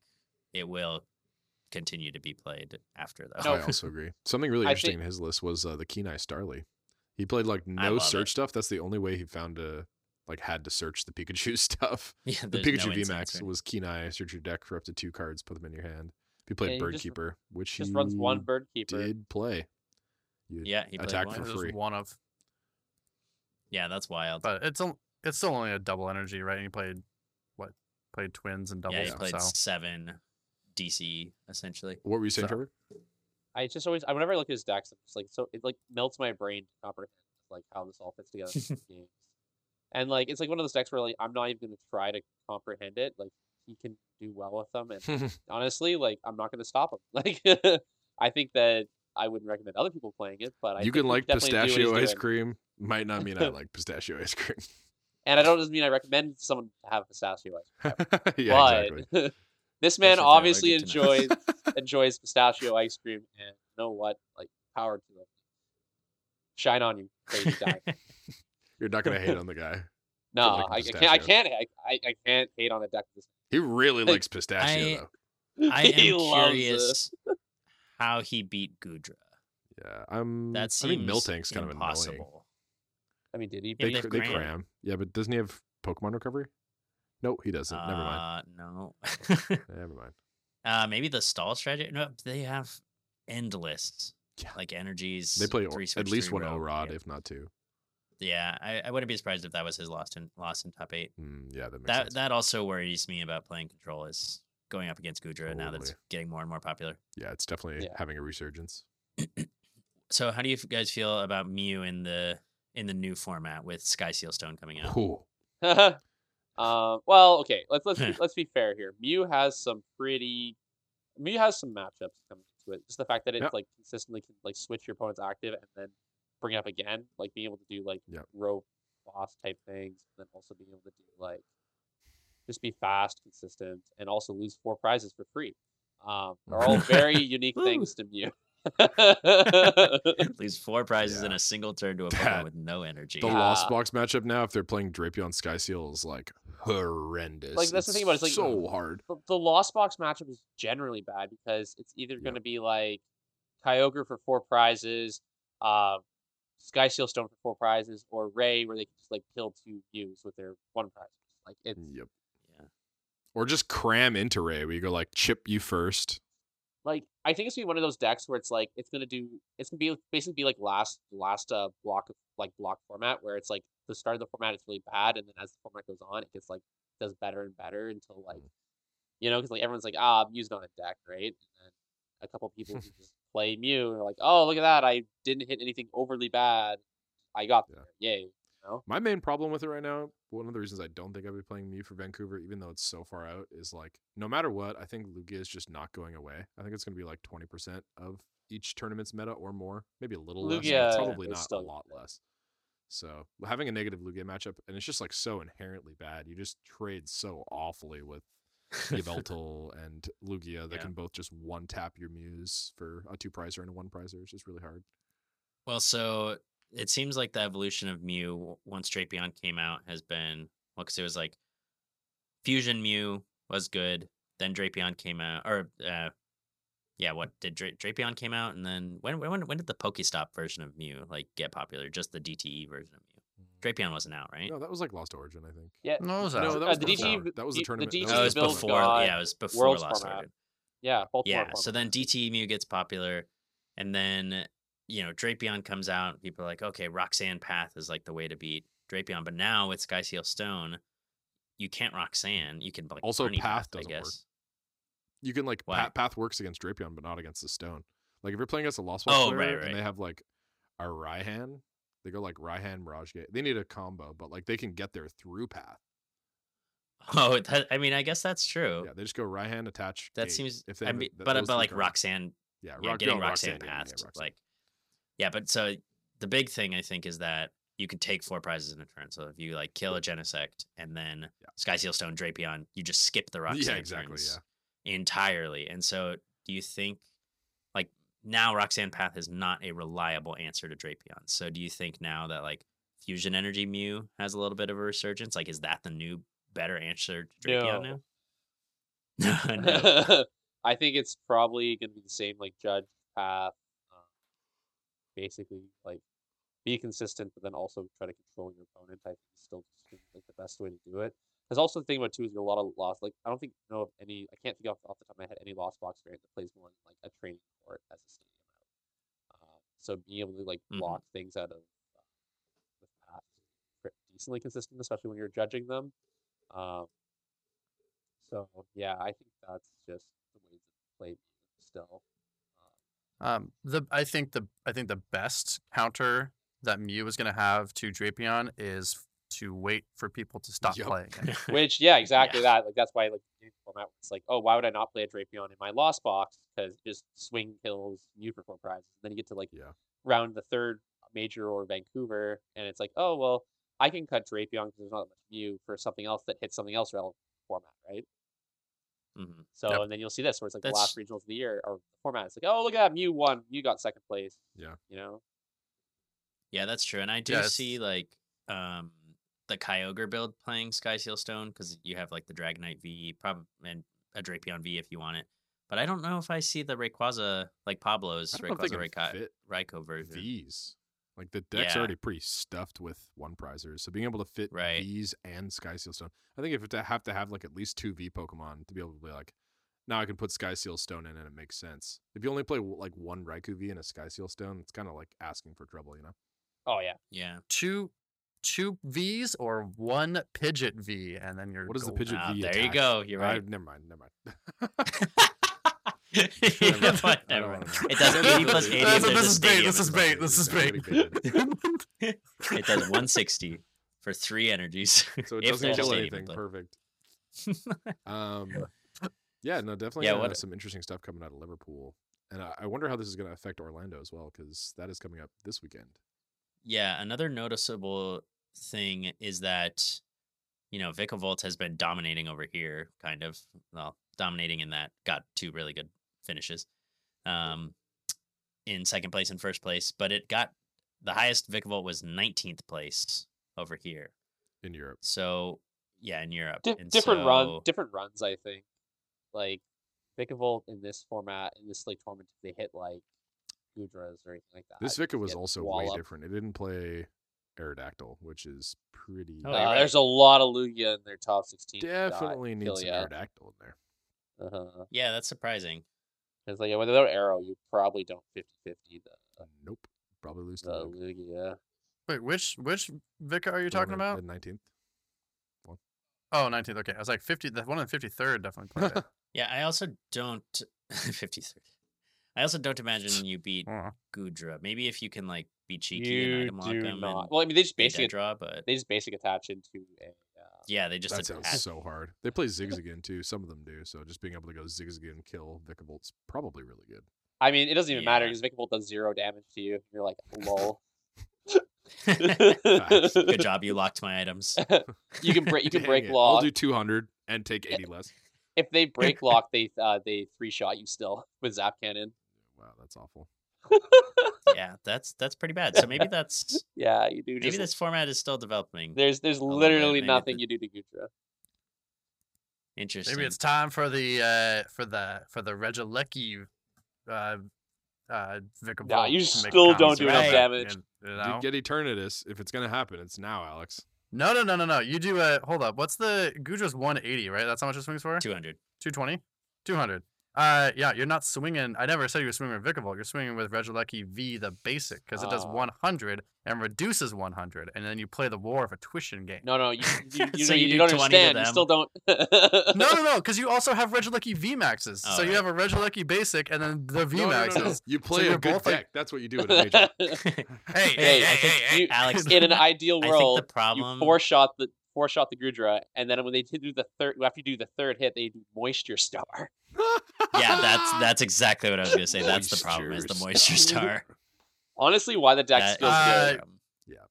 [SPEAKER 1] it will continue to be played after though.
[SPEAKER 3] I also agree. Something really
[SPEAKER 4] I
[SPEAKER 3] interesting
[SPEAKER 4] think-
[SPEAKER 3] in his list was uh, the Keen Eye Starly. He played like no
[SPEAKER 1] love
[SPEAKER 3] search
[SPEAKER 1] it.
[SPEAKER 3] stuff. That's the only way he found a like had to search the Pikachu stuff.
[SPEAKER 1] Yeah,
[SPEAKER 3] The
[SPEAKER 1] there's
[SPEAKER 3] Pikachu
[SPEAKER 1] no incense
[SPEAKER 3] VMAX
[SPEAKER 1] or
[SPEAKER 3] was keen eye. Search your deck for up to two cards, put them in your hand. If you played
[SPEAKER 4] Yeah, you
[SPEAKER 3] Bird
[SPEAKER 4] just-
[SPEAKER 3] Keeper, which
[SPEAKER 4] Just runs one
[SPEAKER 3] he
[SPEAKER 4] bird keeper.
[SPEAKER 3] did play. You
[SPEAKER 1] Yeah, he played
[SPEAKER 3] attack
[SPEAKER 1] one.
[SPEAKER 3] for
[SPEAKER 2] It was
[SPEAKER 3] free.
[SPEAKER 2] one of,
[SPEAKER 1] Yeah, that's wild.
[SPEAKER 2] but it's on- it's still only a double energy, right? And you played what? Played twins and doubles.
[SPEAKER 1] yeah, he played
[SPEAKER 2] so
[SPEAKER 1] seven DC essentially.
[SPEAKER 3] What were you saying,
[SPEAKER 2] So-
[SPEAKER 3] Trevor?
[SPEAKER 4] I just always, I whenever I look at his decks, I'm just like, so it like melts my brain to comprehend like how this all fits together in these games. And like, it's like one of those decks where like I'm not even gonna try to comprehend it. Like he can do well with them, and honestly, like I'm not gonna stop him. Like I think that I wouldn't recommend other people playing it, but I
[SPEAKER 3] you
[SPEAKER 4] think
[SPEAKER 3] can
[SPEAKER 4] we
[SPEAKER 3] like
[SPEAKER 4] definitely do what he's
[SPEAKER 3] pistachio ice
[SPEAKER 4] doing.
[SPEAKER 3] cream. Might not mean I like pistachio ice cream.
[SPEAKER 4] and I don't just mean I recommend someone to have pistachio ice.
[SPEAKER 3] yeah,
[SPEAKER 4] but
[SPEAKER 3] exactly.
[SPEAKER 4] this
[SPEAKER 1] Especially if
[SPEAKER 4] man
[SPEAKER 1] they're
[SPEAKER 4] obviously
[SPEAKER 1] allergic to nuts.
[SPEAKER 4] enjoys enjoys pistachio ice cream, and you know what? Like power to him. Shine on you, crazy guy.
[SPEAKER 3] You're not gonna hate on the guy.
[SPEAKER 4] No,
[SPEAKER 3] like a
[SPEAKER 4] I, I can't. I
[SPEAKER 3] pistachio.
[SPEAKER 4] can't. I, I, I can't hate on a deck. This
[SPEAKER 3] He really
[SPEAKER 4] Like,
[SPEAKER 3] likes pistachio
[SPEAKER 1] I-
[SPEAKER 3] though.
[SPEAKER 1] I
[SPEAKER 4] He
[SPEAKER 1] am
[SPEAKER 4] loves it.
[SPEAKER 1] curious how he beat Gudra.
[SPEAKER 3] Yeah, I'm.
[SPEAKER 1] That seems
[SPEAKER 3] Mm, I mean, Miltank's kind of annoying.
[SPEAKER 1] impossible.
[SPEAKER 4] I mean, did he?
[SPEAKER 3] They,
[SPEAKER 1] Yeah,
[SPEAKER 3] cr-
[SPEAKER 1] they've
[SPEAKER 3] they
[SPEAKER 1] crammed.
[SPEAKER 3] cram. Yeah, but doesn't he have Pokemon recovery? No, he doesn't. Never mind.
[SPEAKER 1] Uh, no.
[SPEAKER 3] Never mind.
[SPEAKER 1] uh, maybe the stall strategy. No, they have endless
[SPEAKER 3] Yeah.
[SPEAKER 1] like energies.
[SPEAKER 3] They play or-
[SPEAKER 1] three
[SPEAKER 3] at
[SPEAKER 1] switch,
[SPEAKER 3] least
[SPEAKER 1] three
[SPEAKER 3] one
[SPEAKER 1] row.
[SPEAKER 3] O Rod,
[SPEAKER 1] Yeah,
[SPEAKER 3] if not two.
[SPEAKER 1] Yeah, I, I wouldn't be surprised if that was his lost in lost in top eight.
[SPEAKER 3] Mm, yeah, that makes
[SPEAKER 1] That
[SPEAKER 3] sense.
[SPEAKER 1] that also worries me about playing control is going up against Gudra now that it's
[SPEAKER 3] Totally.
[SPEAKER 1] getting more and more popular.
[SPEAKER 3] yeah, it's definitely
[SPEAKER 4] Yeah.
[SPEAKER 3] having a resurgence.
[SPEAKER 1] So how do you f- guys feel about Mew in the in the new format with Sky Seal Stone coming out?
[SPEAKER 3] Cool.
[SPEAKER 4] um, Uh, well, okay. Let's let's be, let's be fair here. Mew has some pretty. Mew has some matchups coming to it. Just the fact that it's
[SPEAKER 3] Yeah.
[SPEAKER 4] like consistently can like switch your opponent's active and then bring it up again, like being able to do like
[SPEAKER 3] Yeah.
[SPEAKER 4] row boss type things, and then also being able to do like just be fast, consistent, and also lose four prizes for free. Um, are all very unique
[SPEAKER 1] Woo.
[SPEAKER 4] things to Mew.
[SPEAKER 1] At least four prizes in
[SPEAKER 3] Yeah.
[SPEAKER 1] a single turn to a
[SPEAKER 3] That-
[SPEAKER 1] Pokemon with no energy.
[SPEAKER 3] The
[SPEAKER 4] Yeah.
[SPEAKER 3] Lost Box matchup now, if they're playing Drapion Sky Seal, is like horrendous.
[SPEAKER 4] Like, that's the thing about it, it's like-
[SPEAKER 3] so hard.
[SPEAKER 4] the, the lost box matchup is generally bad because it's either
[SPEAKER 3] Yeah.
[SPEAKER 4] going to be like Kyogre for four prizes, uh, Sky Seal Stone for four prizes, or Ray where they can just like kill two U's with their one prize. Like it's
[SPEAKER 3] Yep.
[SPEAKER 1] Yeah.
[SPEAKER 3] Or just cram into Ray, where you go like chip you first.
[SPEAKER 4] like I think it's gonna be one of those decks where it's like it's gonna do it's gonna be basically be like last last uh block of like block format where it's like the start of the format is really bad and then as the format goes on it gets like does better and better until like you know because like everyone's like ah I'm using on a deck right and then a couple people who just play Mew and are like oh look at that I didn't hit anything overly bad I got
[SPEAKER 3] Yeah.
[SPEAKER 4] there yay
[SPEAKER 3] My main problem with it right now, one of the reasons I don't think I'd be playing Mew for Vancouver, even though it's so far out, is like no matter what, I think Lugia is just not going away. I think it's going to be like 20% of each tournament's meta or more, maybe a little less.
[SPEAKER 4] Lugia
[SPEAKER 3] but probably
[SPEAKER 4] is
[SPEAKER 3] not a
[SPEAKER 4] still-
[SPEAKER 3] lot less. So having a negative Lugia matchup, and it's just like so inherently bad. You just trade so awfully with Yveltal and Lugia that
[SPEAKER 1] Yeah.
[SPEAKER 3] can both just one tap your Muse for a two prizer and a one prizer. It's just really hard.
[SPEAKER 1] Well, so it seems like the evolution of Mew w- once Drapion came out has been well, because it was like Fusion Mew was good, then Drapion came out, or uh, yeah, what did Dra- Drapion came out, and then when when when did the Pokestop version of Mew like get popular? Just the DTE version of Mew. Drapion wasn't out, right?
[SPEAKER 3] No, that was like Lost Origin, I think.
[SPEAKER 4] yeah
[SPEAKER 2] no, it was
[SPEAKER 3] No,
[SPEAKER 2] out.
[SPEAKER 3] that
[SPEAKER 4] Uh,
[SPEAKER 3] was
[SPEAKER 4] the
[SPEAKER 3] before.
[SPEAKER 4] DT
[SPEAKER 3] that was the
[SPEAKER 4] the
[SPEAKER 3] tournament.
[SPEAKER 4] DT
[SPEAKER 3] that
[SPEAKER 1] Oh, it was
[SPEAKER 4] Mew build
[SPEAKER 1] before.
[SPEAKER 4] got
[SPEAKER 1] Yeah, it was before
[SPEAKER 4] Worlds
[SPEAKER 1] Lost
[SPEAKER 4] format.
[SPEAKER 1] Origin.
[SPEAKER 4] yeah Baltimore
[SPEAKER 1] Yeah. So then DT Mew gets popular, and then you know Drapion comes out. And people are like, okay, Roxanne Path is like the way to beat Drapion. But now with Sky Seal Stone, you can't Roxanne. You can like
[SPEAKER 3] Also,
[SPEAKER 1] Bernie
[SPEAKER 3] Path
[SPEAKER 1] I
[SPEAKER 3] doesn't work.
[SPEAKER 1] guess.
[SPEAKER 3] You can like
[SPEAKER 1] Why?
[SPEAKER 3] path, path works against Drapion, but not against the stone. Like if you're playing against a Lost
[SPEAKER 1] Oh,
[SPEAKER 3] Box
[SPEAKER 1] right,
[SPEAKER 3] player
[SPEAKER 1] right.
[SPEAKER 3] and they have like a Raihan, they go like Raihan Mirage Gate. They need a combo, but like they can get there through path.
[SPEAKER 1] Oh, that, I mean, I guess that's true.
[SPEAKER 3] Yeah, they just go Raihan attach.
[SPEAKER 1] Oh. that
[SPEAKER 3] gate.
[SPEAKER 1] seems.
[SPEAKER 3] If they
[SPEAKER 1] I
[SPEAKER 3] have
[SPEAKER 1] mean,
[SPEAKER 3] th-
[SPEAKER 1] but but
[SPEAKER 3] those three
[SPEAKER 1] like
[SPEAKER 3] cards.
[SPEAKER 1] Roxanne,
[SPEAKER 3] yeah,
[SPEAKER 1] yeah,
[SPEAKER 3] Rock-
[SPEAKER 1] getting
[SPEAKER 3] no,
[SPEAKER 1] Roxanne,
[SPEAKER 3] yeah, yeah,
[SPEAKER 1] Path,
[SPEAKER 3] Roxanne.
[SPEAKER 1] like, yeah. But so the big thing I think is that you can take four prizes in a turn. So if you like kill a Genesect and then
[SPEAKER 3] Yeah.
[SPEAKER 1] Sky Seal Stone Drapion, you just skip the Roxanne.
[SPEAKER 3] yeah, exactly.
[SPEAKER 1] turns.
[SPEAKER 3] Yeah,
[SPEAKER 1] entirely. And so, do you think, like, now Roxanne Path is not a reliable answer to Drapion? So, do you think now that, like, Fusion Energy Mew has a little bit of a resurgence? Like, is that the new, better answer to Drapion
[SPEAKER 4] No.
[SPEAKER 1] now? no, no.
[SPEAKER 4] I think it's probably going to be the same like judge path, um, basically like be consistent, but then also try to control your opponent. I think is still just been, like the best way to do it. There's also the thing about too is a lot of loss. Like I don't think know of any. I can't think off, off the top of my head any loss box variant that plays more than like a training court as a stadium out. Um, so being able to like
[SPEAKER 1] Mhm.
[SPEAKER 4] block things out of uh, the path is pre- decently consistent, especially when you're judging them. Um, so yeah, I think that's just the way to play still.
[SPEAKER 2] Um, the I think the I think the best counter that Mew is going to have to Drapion is to wait for people to stop
[SPEAKER 3] Yup.
[SPEAKER 2] playing. it.
[SPEAKER 4] Which, yeah, exactly that. Like that's why like the game format it's like, oh, why would I not play a Drapion in my loss box? Because just swing kills you for four prizes. Then you get to like
[SPEAKER 3] Yeah.
[SPEAKER 4] round the third major or Vancouver, and it's like, oh well, I can cut Drapion because there's not that much Mew for something else that hits something else relevant to the format, right?
[SPEAKER 1] Mhm.
[SPEAKER 4] So
[SPEAKER 2] Yep.
[SPEAKER 4] and then you'll see this where it's like the
[SPEAKER 1] That's-
[SPEAKER 4] last regionals of the year or format. It's like, oh look at that, Mew won, Mew got second place.
[SPEAKER 3] Yeah.
[SPEAKER 4] You know?
[SPEAKER 1] Yeah, that's true. And I do
[SPEAKER 2] Yeah, it's-
[SPEAKER 1] see like um the Kyogre build playing Sky Seal Stone because you have like the Dragonite V, probably and a Drapion V if you want it. But I don't know if I see the Rayquaza like Pablo's
[SPEAKER 3] I don't know if they
[SPEAKER 1] Rayquaza
[SPEAKER 3] can
[SPEAKER 1] Rayco-
[SPEAKER 3] fit
[SPEAKER 1] Raikou version.
[SPEAKER 3] these. Like the deck's
[SPEAKER 1] Yeah.
[SPEAKER 3] already pretty stuffed with one prizers, so being able to fit
[SPEAKER 1] Right.
[SPEAKER 3] these and Sky Seal Stone, I think if it to have to have like at least two V Pokemon to be able to be like, now I can put Sky Seal Stone in and it makes sense. If you only play w- like one Raikou V and a Sky Seal Stone, it's kind of like asking for trouble, you know?
[SPEAKER 4] Oh yeah.
[SPEAKER 1] Yeah.
[SPEAKER 2] two two V's or one Pidget V, and then you're
[SPEAKER 3] What is the
[SPEAKER 2] golden.
[SPEAKER 3] Pidgeot
[SPEAKER 1] Ah,
[SPEAKER 3] V?
[SPEAKER 1] there you
[SPEAKER 3] attack?
[SPEAKER 1] go. You're
[SPEAKER 3] I-
[SPEAKER 1] right.
[SPEAKER 3] never mind. Never mind.
[SPEAKER 1] Never
[SPEAKER 3] Never mind.
[SPEAKER 1] mind,
[SPEAKER 3] I don't
[SPEAKER 1] never
[SPEAKER 3] wanna
[SPEAKER 1] mind.
[SPEAKER 3] know.
[SPEAKER 1] It does 80 plus 80. and
[SPEAKER 2] That's-
[SPEAKER 1] there's a
[SPEAKER 2] Uh, this is bait.
[SPEAKER 1] stadium
[SPEAKER 2] This
[SPEAKER 1] in
[SPEAKER 2] is
[SPEAKER 1] front of
[SPEAKER 2] bait.
[SPEAKER 1] it.
[SPEAKER 2] This is
[SPEAKER 3] I'm gonna
[SPEAKER 2] bait.
[SPEAKER 3] get it.
[SPEAKER 1] It does 160 for three energies.
[SPEAKER 3] So it
[SPEAKER 1] If
[SPEAKER 3] doesn't
[SPEAKER 1] there's a
[SPEAKER 3] kill
[SPEAKER 1] stadium in
[SPEAKER 3] anything.
[SPEAKER 1] play.
[SPEAKER 3] Perfect. um, yeah, no, definitely.
[SPEAKER 1] Yeah,
[SPEAKER 3] uh,
[SPEAKER 1] what-
[SPEAKER 3] some interesting stuff coming out of Liverpool, and I, I wonder how this is going to affect Orlando as well because that is coming up this weekend.
[SPEAKER 1] Yeah, another noticeable thing is that, you know, Vikavolt has been dominating over here, kind of. Well, dominating in that got two really good finishes. Um in second place and first place, but it got the highest Vikavolt was 19th place over here.
[SPEAKER 3] in Europe.
[SPEAKER 1] So, yeah, in Europe.
[SPEAKER 4] Di-
[SPEAKER 1] And
[SPEAKER 4] different run,
[SPEAKER 1] so-
[SPEAKER 4] different runs. I think, like Vikavolt in this format, in this like tournament, if they hit like Gudras or anything like that.
[SPEAKER 3] This
[SPEAKER 4] you
[SPEAKER 3] Vika was
[SPEAKER 4] get
[SPEAKER 3] also way
[SPEAKER 4] walloped.
[SPEAKER 3] different. It didn't play Aerodactyl, which is pretty.
[SPEAKER 1] Oh,
[SPEAKER 4] Uh,
[SPEAKER 1] you're right.
[SPEAKER 4] There's a lot of Lugia in their top sixteen.
[SPEAKER 3] definitely
[SPEAKER 4] need
[SPEAKER 3] needs some Aerodactyl in there.
[SPEAKER 4] Uh-huh.
[SPEAKER 1] Yeah, that's surprising.
[SPEAKER 4] It's like without Arrow, you probably don't 50-50 the
[SPEAKER 3] Nope, probably lose to
[SPEAKER 4] Uh, the
[SPEAKER 3] Luke.
[SPEAKER 4] Lugia.
[SPEAKER 2] Wait, which which Vika are you talking about?
[SPEAKER 3] the nineteenth.
[SPEAKER 2] Oh, 19th. Okay, I was like 50. The one on 53rd definitely played it.
[SPEAKER 1] Yeah, I also don't 53. I also don't imagine you beat
[SPEAKER 2] Uh,
[SPEAKER 1] Gudra. Maybe if you can like be cheeky
[SPEAKER 4] You
[SPEAKER 1] and item lock
[SPEAKER 4] do
[SPEAKER 1] them
[SPEAKER 4] not.
[SPEAKER 1] and
[SPEAKER 4] Well, I mean, they just
[SPEAKER 1] basic
[SPEAKER 4] basic
[SPEAKER 1] draw, but
[SPEAKER 4] they just basic attach into a. Uh,
[SPEAKER 1] yeah, they just
[SPEAKER 3] that sounds
[SPEAKER 1] attack.
[SPEAKER 3] so hard. They play Zigzagoon too. Some of them do. So just being able to go Zigzagoon kill Vikavolt's probably really good.
[SPEAKER 4] I mean, it doesn't even matter
[SPEAKER 1] Yeah.
[SPEAKER 4] because Vikavolt does zero damage to you. You're like, lol.
[SPEAKER 1] Good job, you locked my items.
[SPEAKER 4] You can break. You can
[SPEAKER 3] Dang
[SPEAKER 4] break
[SPEAKER 3] it.
[SPEAKER 4] law.
[SPEAKER 3] I'll do two hundred and take eighty less.
[SPEAKER 4] if they break lock, they uh, they three shot you still with zap cannon.
[SPEAKER 3] Wow, that's awful.
[SPEAKER 1] Yeah, that's that's pretty bad. So maybe that's
[SPEAKER 4] Yeah, you do. Just,
[SPEAKER 1] maybe this format is still developing.
[SPEAKER 4] There's there's
[SPEAKER 1] little bit,
[SPEAKER 4] literally
[SPEAKER 1] maybe
[SPEAKER 4] nothing
[SPEAKER 1] the-
[SPEAKER 4] you do to Gutra.
[SPEAKER 1] Interesting.
[SPEAKER 2] maybe it's time for the uh for the for the Regilecki uh uh Vika.
[SPEAKER 4] Nah,
[SPEAKER 2] Volt
[SPEAKER 4] you
[SPEAKER 2] to make a
[SPEAKER 4] still
[SPEAKER 2] comeback.
[SPEAKER 4] don't
[SPEAKER 1] do enough
[SPEAKER 2] Right.
[SPEAKER 4] damage.
[SPEAKER 2] You- you
[SPEAKER 3] Dude,
[SPEAKER 2] know?
[SPEAKER 3] Get Eternatus. If it's gonna happen, it's now, Alex.
[SPEAKER 2] No, no, no, no, no. You do a hold up. What's the Gudra's 180, right? That's how much it swings for?
[SPEAKER 1] 200.
[SPEAKER 2] 220 200 uh yeah you're not swinging i never said you were swinging with Vicavolt. you're swinging with regilecki v the basic because it does
[SPEAKER 4] Ah.
[SPEAKER 2] 100 and reduces 100 and then you play the war of attrition game no
[SPEAKER 4] No, no, you you, you,
[SPEAKER 1] So
[SPEAKER 4] know,
[SPEAKER 1] you
[SPEAKER 4] you
[SPEAKER 1] do
[SPEAKER 4] don't
[SPEAKER 1] 20 to
[SPEAKER 4] understand. You still don't.
[SPEAKER 2] no no because you also have regilecki v maxes so
[SPEAKER 1] Alright.
[SPEAKER 2] you have a regilecki basic and then the v
[SPEAKER 3] No, no, no,
[SPEAKER 2] maxes
[SPEAKER 3] no. You play
[SPEAKER 2] you're
[SPEAKER 3] a good
[SPEAKER 2] both,
[SPEAKER 3] deck.
[SPEAKER 2] like-
[SPEAKER 3] That's what you do in a major.
[SPEAKER 2] hey
[SPEAKER 1] Hey,
[SPEAKER 2] hey hey,
[SPEAKER 1] I think
[SPEAKER 2] hey,
[SPEAKER 4] you-
[SPEAKER 1] Alex,
[SPEAKER 4] In an ideal
[SPEAKER 1] I think
[SPEAKER 4] world,
[SPEAKER 1] the problem.
[SPEAKER 4] you four shot the four shot the Gudra, and then when they do the third, after you do the third hit, they do Moisture Star.
[SPEAKER 1] Yeah, that's that's exactly what I was gonna say. That's the problem is the
[SPEAKER 3] Moisture
[SPEAKER 1] moisture star.
[SPEAKER 4] Honestly, why the
[SPEAKER 1] That
[SPEAKER 4] deck feels
[SPEAKER 1] is
[SPEAKER 2] Uh,
[SPEAKER 1] the
[SPEAKER 4] good?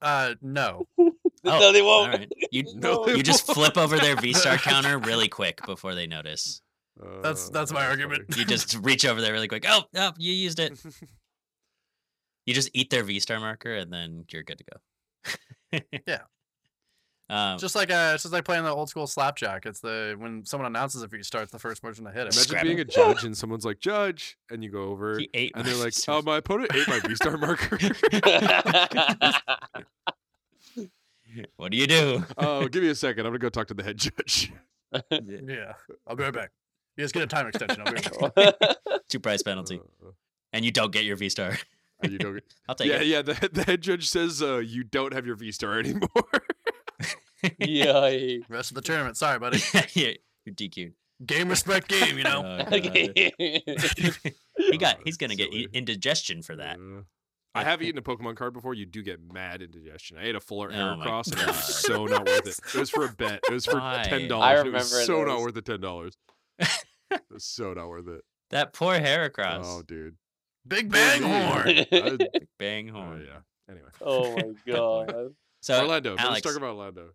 [SPEAKER 1] problem.
[SPEAKER 2] uh no
[SPEAKER 1] oh,
[SPEAKER 4] no, they
[SPEAKER 1] all
[SPEAKER 4] won't.
[SPEAKER 1] right. You
[SPEAKER 4] No,
[SPEAKER 1] you
[SPEAKER 4] they
[SPEAKER 1] just
[SPEAKER 4] won't.
[SPEAKER 1] flip over their V star counter really quick before they notice.
[SPEAKER 3] Uh,
[SPEAKER 2] that's that's my argument
[SPEAKER 1] You just reach over there really quick. Oh, oh, you used it. You just eat their V star marker and then you're good to go.
[SPEAKER 2] Yeah.
[SPEAKER 1] Um,
[SPEAKER 2] Just like uh, it's just like playing the old school slapjack. It's the when someone announces it for you, starts the first person to hit it.
[SPEAKER 3] Imagine
[SPEAKER 1] Scrabble.
[SPEAKER 3] being a judge and someone's like, Judge, and you go over
[SPEAKER 1] he ate
[SPEAKER 3] and
[SPEAKER 1] my
[SPEAKER 3] they're like,
[SPEAKER 1] scissors.
[SPEAKER 3] Oh, my opponent ate my V star marker.
[SPEAKER 1] what do you do?
[SPEAKER 3] oh, give me a second. I'm gonna go talk to the head judge.
[SPEAKER 2] Yeah, I'll be right back. You guys get a time extension. I'll be right back.
[SPEAKER 1] Two price penalty,
[SPEAKER 3] Uh,
[SPEAKER 1] and you don't get your V star.
[SPEAKER 3] uh, you don't,
[SPEAKER 1] I'll take
[SPEAKER 3] yeah,
[SPEAKER 1] it.
[SPEAKER 3] yeah. The, the head judge says uh, you don't have your V star anymore.
[SPEAKER 4] Yikes.
[SPEAKER 2] Rest of the tournament. Sorry, buddy.
[SPEAKER 1] yeah, you're DQ.
[SPEAKER 2] Game respect game. You know.
[SPEAKER 1] he got.
[SPEAKER 3] Oh,
[SPEAKER 1] He's gonna get
[SPEAKER 3] silly.
[SPEAKER 1] i- indigestion for that.
[SPEAKER 3] Uh, I have eaten a Pokemon card before. You do get mad indigestion. I ate a Fuller
[SPEAKER 1] Oh
[SPEAKER 3] Air
[SPEAKER 1] my
[SPEAKER 3] Cross, and it
[SPEAKER 1] God.
[SPEAKER 3] was so not worth it. It was for a bet. It was for
[SPEAKER 1] Why?
[SPEAKER 3] ten
[SPEAKER 4] I
[SPEAKER 3] dollars. It
[SPEAKER 4] remember
[SPEAKER 3] was so not
[SPEAKER 4] those.
[SPEAKER 3] worth the ten dollars. it was so not worth it.
[SPEAKER 1] That poor Heracross.
[SPEAKER 3] Oh, dude.
[SPEAKER 2] Big Bang Horn.
[SPEAKER 3] I-
[SPEAKER 1] Big Bang
[SPEAKER 3] oh,
[SPEAKER 1] horn.
[SPEAKER 3] yeah. Anyway,
[SPEAKER 4] oh my god.
[SPEAKER 1] So
[SPEAKER 3] Orlando. Let's
[SPEAKER 1] Alex,
[SPEAKER 3] talk about Orlando.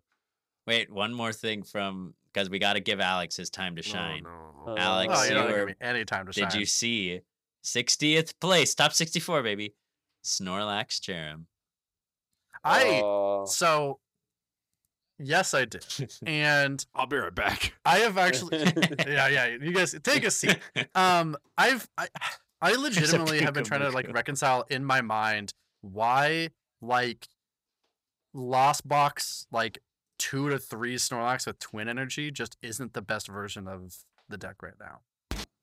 [SPEAKER 1] wait, one more thing from because we got to give Alex his time to
[SPEAKER 3] Oh,
[SPEAKER 1] shine. Uh,
[SPEAKER 3] no.
[SPEAKER 1] Alex,
[SPEAKER 2] Oh, you
[SPEAKER 1] you
[SPEAKER 2] don't
[SPEAKER 1] were-
[SPEAKER 2] give me any time to
[SPEAKER 1] Did
[SPEAKER 2] shine.
[SPEAKER 1] you see 60th place, top 64, baby? Snorlax Cherum.
[SPEAKER 2] I
[SPEAKER 4] Oh.
[SPEAKER 2] so. Yes, I did, and
[SPEAKER 3] I'll be right back.
[SPEAKER 2] I have actually. yeah, yeah. You guys take a seat. Um, I've I, I legitimately have been trying to like
[SPEAKER 1] cucumber.
[SPEAKER 2] reconcile in my mind why like Lost Box like two to three Snorlax with Twin Energy just isn't the best version of the deck right now.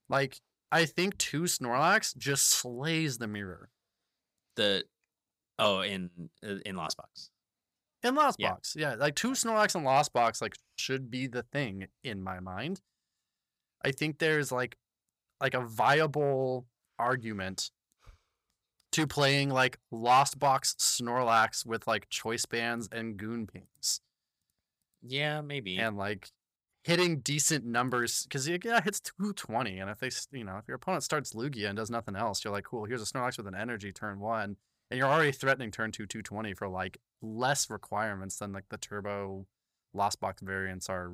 [SPEAKER 2] Like I think two Snorlax just slays the mirror
[SPEAKER 1] the oh in uh, in Lost Box.
[SPEAKER 2] in Lost
[SPEAKER 1] Yeah.
[SPEAKER 2] Box. Yeah, like two Snorlax and Lost Box like should be the thing in my mind. I think there's like like a viable argument to playing like Lost Box Snorlax with like choice bands and goon pings
[SPEAKER 1] Yeah, maybe.
[SPEAKER 2] and like hitting decent numbers because it yeah, hits 220 and if they s- you know if your opponent starts Lugia and does nothing else you're like cool here's a Snorlax with an energy turn one and you're already threatening turn two 220 for like less requirements than like the turbo lost box variants are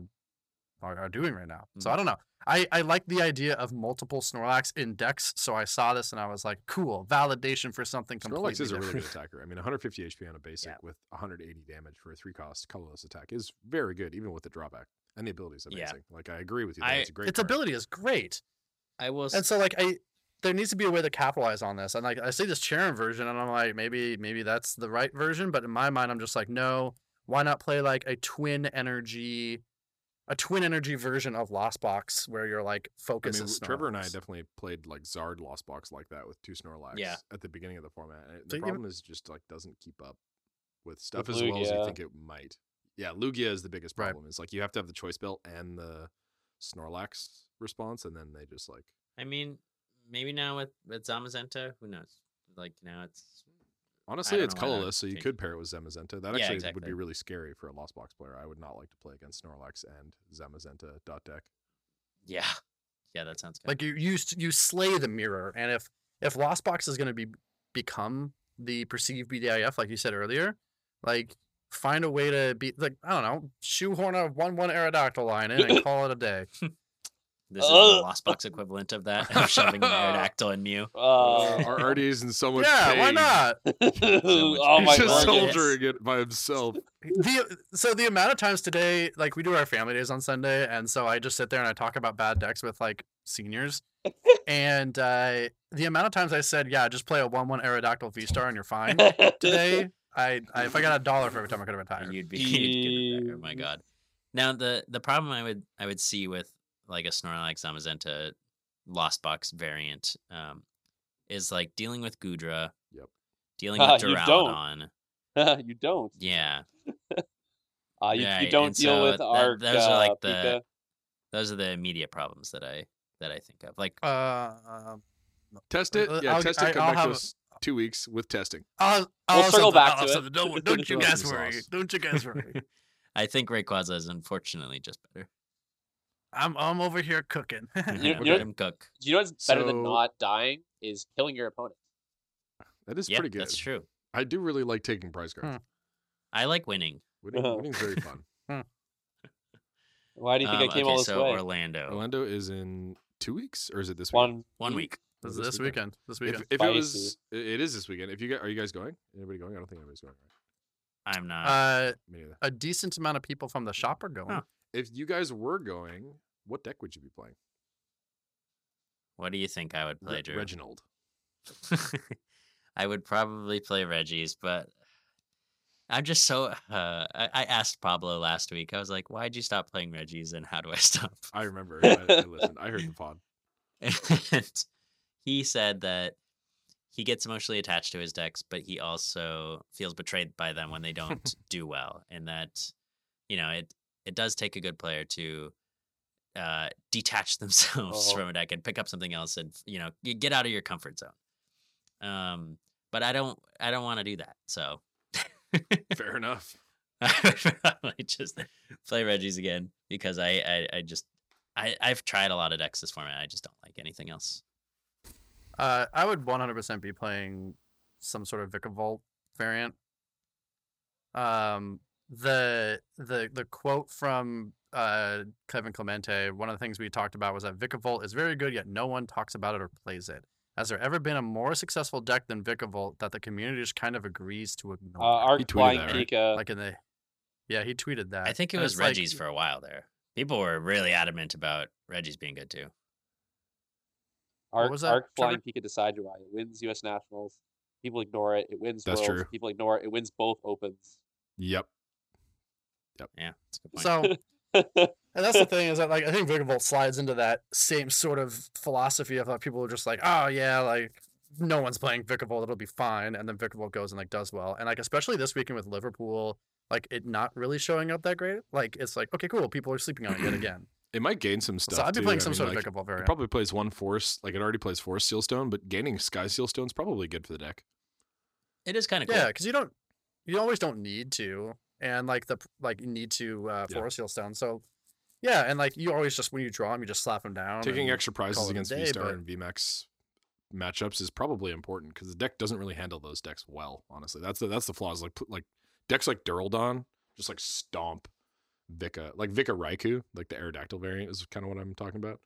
[SPEAKER 2] are, are doing right now
[SPEAKER 3] Mm-hmm.
[SPEAKER 2] so I don't know I I like the idea of multiple Snorlax in decks so I saw this and I was like cool validation for something completely
[SPEAKER 3] Snorlax is a really
[SPEAKER 2] different.
[SPEAKER 3] good attacker. I mean, 150 HP on a basic
[SPEAKER 1] Yeah.
[SPEAKER 3] with 180 damage for a three cost colorless attack is very good, even with the drawback. And the ability is
[SPEAKER 1] Yeah.
[SPEAKER 3] amazing. Like, I agree with you. That
[SPEAKER 1] I-
[SPEAKER 3] it's a great
[SPEAKER 2] its
[SPEAKER 3] card.
[SPEAKER 2] ability is great
[SPEAKER 1] I will. s-
[SPEAKER 2] And so like I there needs to be a way to capitalize on this. And like I see this Charon version and I'm like, maybe maybe that's the right version, but in my mind I'm just like, no, why not play like a twin energy a twin energy version of Lost Box where you're like
[SPEAKER 3] I
[SPEAKER 2] focus
[SPEAKER 3] mean,
[SPEAKER 2] is
[SPEAKER 3] Trevor and I
[SPEAKER 2] Snorlax.
[SPEAKER 3] definitely played like Zard Lost Box like that with two Snorlax
[SPEAKER 1] Yeah.
[SPEAKER 3] at the beginning of the format. And
[SPEAKER 2] So
[SPEAKER 3] The
[SPEAKER 2] you-
[SPEAKER 3] problem is just like doesn't keep up with stuff
[SPEAKER 4] With
[SPEAKER 3] as well as you
[SPEAKER 4] Lugia.
[SPEAKER 3] think it might. Yeah, Lugia is the biggest
[SPEAKER 2] Right.
[SPEAKER 3] problem. It's like you have to have the choice belt and the Snorlax response, and then they just like
[SPEAKER 1] I mean, maybe now with with Zamazenta, who knows? Like now it's
[SPEAKER 3] honestly
[SPEAKER 1] don't
[SPEAKER 3] it's
[SPEAKER 1] know why not
[SPEAKER 3] colorless, so you
[SPEAKER 1] change
[SPEAKER 3] could
[SPEAKER 1] it.
[SPEAKER 3] pair it with Zamazenta. That
[SPEAKER 1] Yeah,
[SPEAKER 3] actually would
[SPEAKER 1] exactly.
[SPEAKER 3] be really scary for a Lost Box player. I would not like to play against Snorlax and Zamazenta dot deck.
[SPEAKER 1] yeah, yeah. That sounds good.
[SPEAKER 2] Like you you s- you slay the mirror, and if if Lost Box is going to be become the perceived BDIF, like you said earlier, like find a way to be like I don't know, shoehorn a one one Aerodactyl line in and call it a day.
[SPEAKER 1] this is the
[SPEAKER 2] uh,
[SPEAKER 4] Ugh.
[SPEAKER 1] Lost Box equivalent of that of shoving an Aerodactyl in Mew.
[SPEAKER 4] Oh.
[SPEAKER 3] Our Artie's in so much
[SPEAKER 2] yeah,
[SPEAKER 3] pain.
[SPEAKER 2] why not?
[SPEAKER 4] oh
[SPEAKER 3] He's
[SPEAKER 4] my
[SPEAKER 3] just
[SPEAKER 1] goodness.
[SPEAKER 4] god.
[SPEAKER 3] soldiering it by himself.
[SPEAKER 2] the so the amount of times today, like we do our family days on Sunday, and so I just sit there and I talk about bad decks with like seniors, and uh, the amount of times I said, "Yeah, just play a one-one Aerodactyl V Star and you're fine." Today, I, I if I got a dollar for every time I could have been
[SPEAKER 1] and
[SPEAKER 2] tired.
[SPEAKER 1] you'd be you'd get it back. oh my
[SPEAKER 4] Jeez.
[SPEAKER 1] god now the the problem i would i would see with like a snorlax zamazenta lost box variant um is like dealing with gudra
[SPEAKER 3] Yep.
[SPEAKER 1] dealing with
[SPEAKER 4] You don't.
[SPEAKER 1] duraludon
[SPEAKER 4] you don't.
[SPEAKER 1] yeah
[SPEAKER 4] Uh, you,
[SPEAKER 1] Right,
[SPEAKER 4] you don't
[SPEAKER 1] and
[SPEAKER 4] deal
[SPEAKER 1] so
[SPEAKER 4] with
[SPEAKER 1] that-
[SPEAKER 4] arc.
[SPEAKER 1] those are
[SPEAKER 4] uh,
[SPEAKER 1] like the-
[SPEAKER 4] Pika.
[SPEAKER 1] those are the immediate problems that i that i think of like
[SPEAKER 2] Uh, um,
[SPEAKER 3] Test it.
[SPEAKER 2] Uh,
[SPEAKER 3] Yeah,
[SPEAKER 2] I'll-
[SPEAKER 3] test
[SPEAKER 2] I-
[SPEAKER 3] it. Come
[SPEAKER 2] I'll
[SPEAKER 3] back
[SPEAKER 2] have
[SPEAKER 3] to
[SPEAKER 2] a-
[SPEAKER 3] us two weeks with testing.
[SPEAKER 2] I'll,
[SPEAKER 4] We'll
[SPEAKER 2] I'll
[SPEAKER 4] circle
[SPEAKER 2] something,
[SPEAKER 4] back
[SPEAKER 2] I'll
[SPEAKER 4] to it.
[SPEAKER 2] something. Don't, don't you
[SPEAKER 3] Throw some
[SPEAKER 2] guys worry.
[SPEAKER 3] sauce.
[SPEAKER 2] Don't you guys worry.
[SPEAKER 1] i think rayquaza is unfortunately just better
[SPEAKER 2] I'm I'm over here cooking.
[SPEAKER 4] You-
[SPEAKER 1] Let
[SPEAKER 4] you-
[SPEAKER 1] him cook
[SPEAKER 4] Do you know what's better
[SPEAKER 3] So-
[SPEAKER 4] than not dying is killing your opponent.
[SPEAKER 3] That is
[SPEAKER 1] yeah
[SPEAKER 3] pretty good.
[SPEAKER 1] that's true
[SPEAKER 3] I do really like taking prize cards.
[SPEAKER 1] i like winning
[SPEAKER 2] Hmm.
[SPEAKER 3] Winning,
[SPEAKER 4] Uh-huh.
[SPEAKER 3] winning's very fun.
[SPEAKER 4] Why do you think
[SPEAKER 1] Um,
[SPEAKER 4] I came
[SPEAKER 1] okay,
[SPEAKER 4] all this
[SPEAKER 1] so
[SPEAKER 4] way?
[SPEAKER 1] orlando
[SPEAKER 3] Orlando is in two weeks, or is it this week?
[SPEAKER 4] One.
[SPEAKER 1] one week
[SPEAKER 3] Or
[SPEAKER 2] this, this weekend. This
[SPEAKER 3] If,
[SPEAKER 2] weekend.
[SPEAKER 3] if it
[SPEAKER 4] Spicy.
[SPEAKER 3] was, it is this weekend. If you guys, are you guys going? Anybody going? I don't think anybody's going.
[SPEAKER 1] I'm not.
[SPEAKER 2] Uh,
[SPEAKER 3] Me neither.
[SPEAKER 2] a decent amount of people from the shop are going.
[SPEAKER 1] Huh.
[SPEAKER 3] If you guys were going, what deck would you be playing?
[SPEAKER 1] what do you think I would play,
[SPEAKER 3] Re-
[SPEAKER 1] Drew?
[SPEAKER 3] Reginald.
[SPEAKER 1] I would probably play Reggie's, but I'm just so. Uh, I, I asked Pablo last week. I was like, "Why'd you stop playing Reggie's, and how do I stop?"
[SPEAKER 3] I remember. I, I listened. I heard the pod.
[SPEAKER 1] and he said that he gets emotionally attached to his decks, but he also feels betrayed by them when they don't do well, and that you know it it does take a good player to uh, detach themselves
[SPEAKER 4] Oh.
[SPEAKER 1] from a deck and pick up something else, and you know you get out of your comfort zone. Um, but I don't I don't want to do that, so
[SPEAKER 3] Fair enough.
[SPEAKER 1] I would probably just play Reggie's again because I I, I just. I, I've tried a lot of decks this format. I just don't like anything else.
[SPEAKER 2] Uh, I would 100% be playing some sort of Vicavolt variant. Um, the the the quote from uh, Kevin Clemente, one of the things we talked about was that Vicavolt is very good, yet no one talks about it or plays it. Has there ever been a more successful deck than Vicavolt that the community just kind of agrees to
[SPEAKER 4] Uh,
[SPEAKER 2] ignore?
[SPEAKER 4] our
[SPEAKER 3] tweeted
[SPEAKER 4] flying
[SPEAKER 3] that, right?
[SPEAKER 4] Pika.
[SPEAKER 2] like in the, yeah, he tweeted that.
[SPEAKER 1] I think it
[SPEAKER 2] And
[SPEAKER 1] was
[SPEAKER 2] it's like-
[SPEAKER 1] Reggie's for a while there. People were really adamant about Reggie's being good too.
[SPEAKER 4] Arc,
[SPEAKER 2] was that,
[SPEAKER 4] Arc Flying Pika Decide July. It wins U.S. Nationals. People ignore it. It wins
[SPEAKER 3] That's
[SPEAKER 4] Worlds.
[SPEAKER 3] true.
[SPEAKER 4] People ignore it. It wins both Opens.
[SPEAKER 3] Yep.
[SPEAKER 1] Yeah, that's a good point.
[SPEAKER 2] So And that's the thing is that like I think Vigavolt slides into that same sort of philosophy of like people are just like, oh yeah, like no one's playing Vicavolt, it'll be fine. And then Vicavolt goes and like does well. And like especially this weekend with Liverpool, like it not really showing up that great. Like it's like, okay, cool, people are sleeping on it yet again.
[SPEAKER 3] It might gain some stuff.
[SPEAKER 2] so I'd be
[SPEAKER 3] too.
[SPEAKER 2] playing
[SPEAKER 3] I
[SPEAKER 2] some
[SPEAKER 3] mean,
[SPEAKER 2] sort
[SPEAKER 3] like,
[SPEAKER 2] of Vicavolt
[SPEAKER 3] It
[SPEAKER 2] variant.
[SPEAKER 3] probably plays one force. Like it already plays force seal stone, but gaining sky seal stone's probably good for the deck.
[SPEAKER 1] it is kind of cool.
[SPEAKER 2] yeah, because you don't you always don't need to. And like the like you need to uh
[SPEAKER 3] Yeah.
[SPEAKER 2] force heal stone. So yeah, and like you always just when you draw them, you just slap them down.
[SPEAKER 3] Taking
[SPEAKER 2] and-
[SPEAKER 3] extra
[SPEAKER 2] call
[SPEAKER 3] prizes
[SPEAKER 2] it a
[SPEAKER 3] against
[SPEAKER 2] day,
[SPEAKER 3] V Star
[SPEAKER 2] but-
[SPEAKER 3] and VMAX matchups is probably important because the deck doesn't really handle those decks well. Honestly, that's the that's the flaws. Like pl- like decks like Duraldon just like stomp Vika like Vika Raikou like the Aerodactyl variant is kind of what I'm talking about.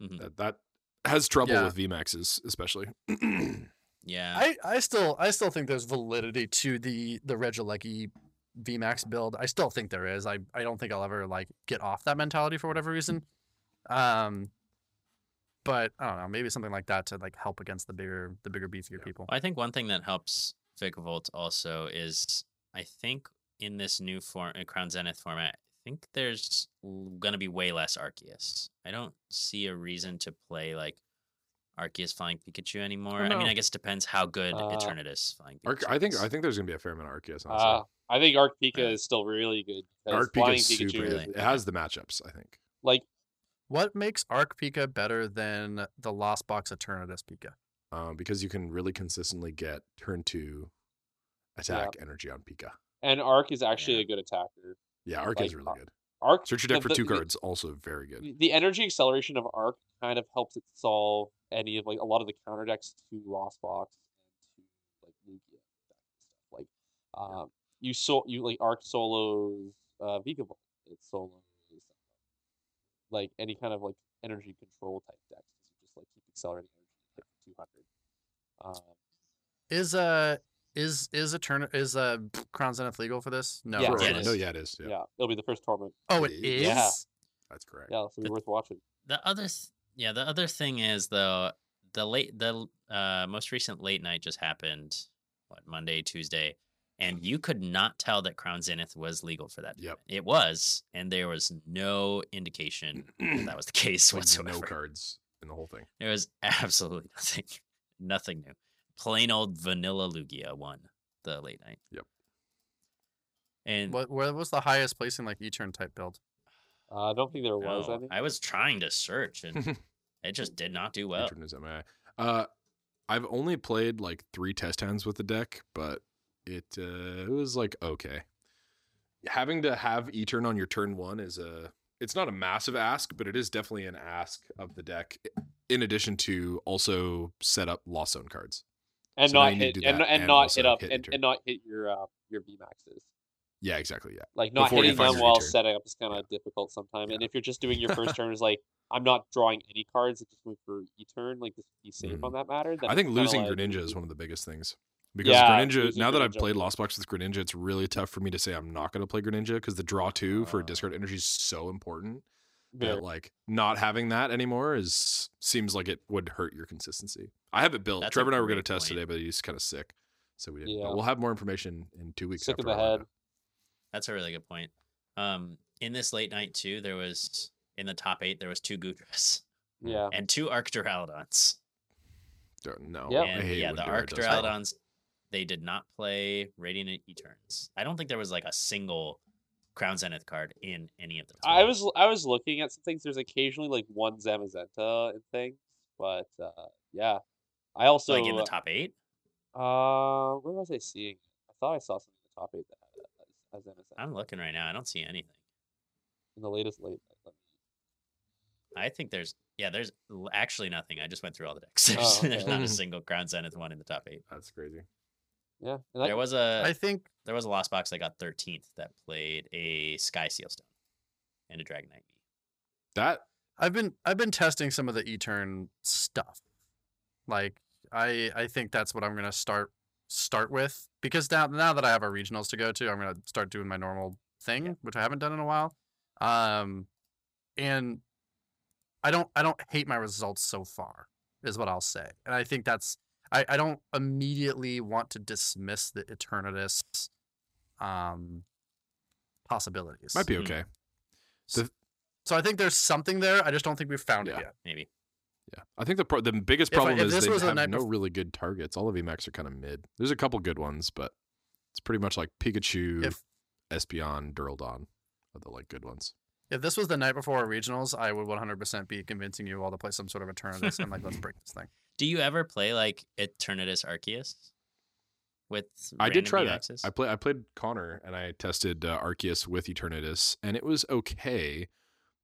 [SPEAKER 1] Mhm.
[SPEAKER 3] That that has trouble
[SPEAKER 2] Mm-hmm. Yeah.
[SPEAKER 3] with VMAXs especially.
[SPEAKER 1] yeah.
[SPEAKER 2] I, I still I still think there's validity to the the Regilecki VMAX build. I still think there is. I, I don't think I'll ever like get off that mentality for whatever reason. Um but I don't know, maybe something like that to like help against the bigger the bigger beefier people.
[SPEAKER 1] Well, I think one thing that helps Vikavolt also is I think in this new form, uh, Crown Zenith format, I think there's going to be way less Arceus. I don't see a reason to play like Arceus Flying Pikachu anymore. I
[SPEAKER 3] no.
[SPEAKER 1] mean, I guess it depends how good
[SPEAKER 4] Uh,
[SPEAKER 1] Eternatus Flying
[SPEAKER 3] Arc,
[SPEAKER 1] Pikachu
[SPEAKER 3] I think
[SPEAKER 1] is.
[SPEAKER 3] I think there's gonna be a fair amount of Arceus. Honestly.
[SPEAKER 2] Ah,
[SPEAKER 4] uh, I think Arc Pika
[SPEAKER 1] Yeah.
[SPEAKER 4] is still really good. because
[SPEAKER 3] Arc
[SPEAKER 4] Flying
[SPEAKER 3] Pikachu's super.
[SPEAKER 4] Pikachu
[SPEAKER 1] really-
[SPEAKER 4] is-
[SPEAKER 3] It has the matchups. I think.
[SPEAKER 4] like
[SPEAKER 2] What makes Arc Pika better than the Lost Box Eternatus Pika?
[SPEAKER 3] um, because you can really consistently get turn two attack energy on Pika.
[SPEAKER 4] and Arc is actually
[SPEAKER 1] Yeah.
[SPEAKER 4] a good attacker.
[SPEAKER 3] Yeah, Arc
[SPEAKER 4] Like,
[SPEAKER 3] is really
[SPEAKER 4] Ar-
[SPEAKER 3] good.
[SPEAKER 4] Arc
[SPEAKER 3] Search your deck
[SPEAKER 4] the-
[SPEAKER 3] for
[SPEAKER 4] the-
[SPEAKER 3] two
[SPEAKER 4] the-
[SPEAKER 3] cards, also very good.
[SPEAKER 4] the energy acceleration of Arc kind of helps it solve any of like a lot of the counter decks to Lost Box and to like Lugia stuff. Like um, you so you like Arc solos uh Vigavolt. It solos like any kind of like energy control type decks. You just like keep accelerating energy like two hundred. Um,
[SPEAKER 2] Is uh is is Eterna is uh Crown Zenith legal for this? No.
[SPEAKER 4] Yeah,
[SPEAKER 3] For
[SPEAKER 2] right?
[SPEAKER 1] it
[SPEAKER 3] Orlando,
[SPEAKER 1] is.
[SPEAKER 3] yeah, it is. Yeah,
[SPEAKER 4] yeah. it'll be the first tournament.
[SPEAKER 2] Oh it is?
[SPEAKER 3] Yeah.
[SPEAKER 4] Yeah.
[SPEAKER 3] that's correct.
[SPEAKER 4] Yeah, so it'll be
[SPEAKER 1] The-
[SPEAKER 4] worth watching.
[SPEAKER 1] the other th- yeah the other thing is though the late the uh most recent late night just happened what monday tuesday and you could not tell that crown zenith was legal for that
[SPEAKER 3] Yep.
[SPEAKER 1] tournament. it was and there was no indication that that was the case
[SPEAKER 3] Like,
[SPEAKER 1] whatsoever
[SPEAKER 3] no cards in the whole thing.
[SPEAKER 1] there was absolutely nothing nothing new plain old vanilla lugia won the late night
[SPEAKER 3] Yep.
[SPEAKER 1] and
[SPEAKER 2] What where was the highest placing like Etern type build?
[SPEAKER 4] Uh, I don't think there was.
[SPEAKER 3] Oh,
[SPEAKER 1] no,
[SPEAKER 4] I think
[SPEAKER 1] I was trying to search and it just did not do well.
[SPEAKER 3] Patron is MIA. Uh, I've only played like three test hands with the deck, but it uh, it was like okay. Having to have E turn on your turn one is a it's not a massive ask, but it is definitely an ask of the deck. In addition to also set up lost zone cards.
[SPEAKER 4] and
[SPEAKER 3] So now
[SPEAKER 4] not
[SPEAKER 3] you need to
[SPEAKER 4] hit
[SPEAKER 3] do
[SPEAKER 4] and,
[SPEAKER 3] that
[SPEAKER 4] and
[SPEAKER 3] and
[SPEAKER 4] not
[SPEAKER 3] also
[SPEAKER 4] hit up
[SPEAKER 3] hit
[SPEAKER 4] and,
[SPEAKER 3] Etern.
[SPEAKER 4] and not hit your uh, your B maxes.
[SPEAKER 3] Yeah, exactly. Yeah,
[SPEAKER 4] Like not
[SPEAKER 3] Before you
[SPEAKER 4] hitting
[SPEAKER 3] find
[SPEAKER 4] them
[SPEAKER 3] your
[SPEAKER 4] while
[SPEAKER 3] return.
[SPEAKER 4] setting up is kind of difficult sometimes. And if you're just doing your first turn is like I'm not drawing any cards, it's just going for E turn. Like just be safe on that matter. Then
[SPEAKER 3] Mm-hmm. I think
[SPEAKER 4] it's kinda
[SPEAKER 3] losing
[SPEAKER 4] like,
[SPEAKER 3] Greninja is one of the biggest things. Because
[SPEAKER 4] Yeah,
[SPEAKER 3] Greninja,
[SPEAKER 4] using
[SPEAKER 3] now that I've
[SPEAKER 4] Greninja.
[SPEAKER 3] played Lost Box with Greninja, it's really tough for me to say I'm not going to play Greninja because the draw two for
[SPEAKER 2] Uh.
[SPEAKER 3] discard energy is so important
[SPEAKER 4] Very-
[SPEAKER 3] that like not having that anymore is seems like it would hurt your consistency. I have it built.
[SPEAKER 1] That's a
[SPEAKER 3] Trevor and I were going to
[SPEAKER 1] great
[SPEAKER 3] test
[SPEAKER 1] point.
[SPEAKER 3] today, but he's kind of sick, so we didn't.
[SPEAKER 4] Yeah.
[SPEAKER 3] But we'll have more information in two weeks.
[SPEAKER 4] Sick of
[SPEAKER 3] after
[SPEAKER 4] the
[SPEAKER 3] all that.
[SPEAKER 4] head.
[SPEAKER 1] That's a really good point. Um, in this late night too, there was in the top eight there was two Gudras
[SPEAKER 4] yeah.
[SPEAKER 1] and two Arcturaludons.
[SPEAKER 3] Don't- No,
[SPEAKER 4] Yeah.
[SPEAKER 3] I
[SPEAKER 1] and
[SPEAKER 3] hate
[SPEAKER 1] yeah,
[SPEAKER 3] when
[SPEAKER 1] the
[SPEAKER 3] Dura does that.
[SPEAKER 1] Arcturaludons they did not play Radiant Eterns. I don't think there was like a single Crown Zenith card in any of the.
[SPEAKER 4] I
[SPEAKER 1] top.
[SPEAKER 4] was I was looking at some things. There's occasionally like one Zamazenta and things, but uh, yeah. I also
[SPEAKER 1] like in the top eight.
[SPEAKER 4] uh, where was I seeing? it? I thought I saw something in the top eight that had a, a Zamazenta
[SPEAKER 1] I'm looking right now. I don't see anything.
[SPEAKER 4] in the latest late. night. Let me-
[SPEAKER 1] I think there's yeah, there's l- actually nothing. I just went through all the decks. There's,
[SPEAKER 4] Oh,
[SPEAKER 1] there's
[SPEAKER 4] okay.
[SPEAKER 1] not a single Crown Zenith one in the top eight.
[SPEAKER 3] That's crazy.
[SPEAKER 4] Yeah, and that,
[SPEAKER 1] There was a
[SPEAKER 2] I think
[SPEAKER 1] there was a lost box that got 13th that played a Sky Seal Stone and a Dragonite.
[SPEAKER 3] That
[SPEAKER 2] I've been I've been testing some of the E-turn stuff. Like I I think that's what I'm gonna start start with because now now that I have our regionals to go to, I'm gonna start doing my normal thing, which I haven't done in a while. Um, and I don't I don't hate my results so far is what I'll say, and I think that's I I don't immediately want to dismiss the Eternatus um possibilities.
[SPEAKER 3] might be
[SPEAKER 1] Hmm.
[SPEAKER 3] okay.
[SPEAKER 2] So I think there's something there. I just don't think we've found
[SPEAKER 3] Yeah.
[SPEAKER 2] it yet.
[SPEAKER 1] Maybe
[SPEAKER 3] Yeah, I think the pro- the biggest
[SPEAKER 2] If I-
[SPEAKER 3] problem
[SPEAKER 2] if
[SPEAKER 3] is
[SPEAKER 2] this
[SPEAKER 3] they
[SPEAKER 2] was the
[SPEAKER 3] have
[SPEAKER 2] night
[SPEAKER 3] no
[SPEAKER 2] bef-
[SPEAKER 3] really good targets. All of Emacs are kind of mid. There's a couple good ones, but it's pretty much like Pikachu,
[SPEAKER 2] If-
[SPEAKER 3] Espeon, Duraldon are the like good ones.
[SPEAKER 2] If this was the night before our regionals, I would 100% be convincing you all to play some sort of Eternatus. I'm like, let's break this thing.
[SPEAKER 1] do you ever play like Eternatus Arceus with?
[SPEAKER 3] I did
[SPEAKER 1] random
[SPEAKER 3] try that.
[SPEAKER 1] EXs?
[SPEAKER 3] I play I played Connor and I tested uh, Arceus with Eternatus, and it was okay,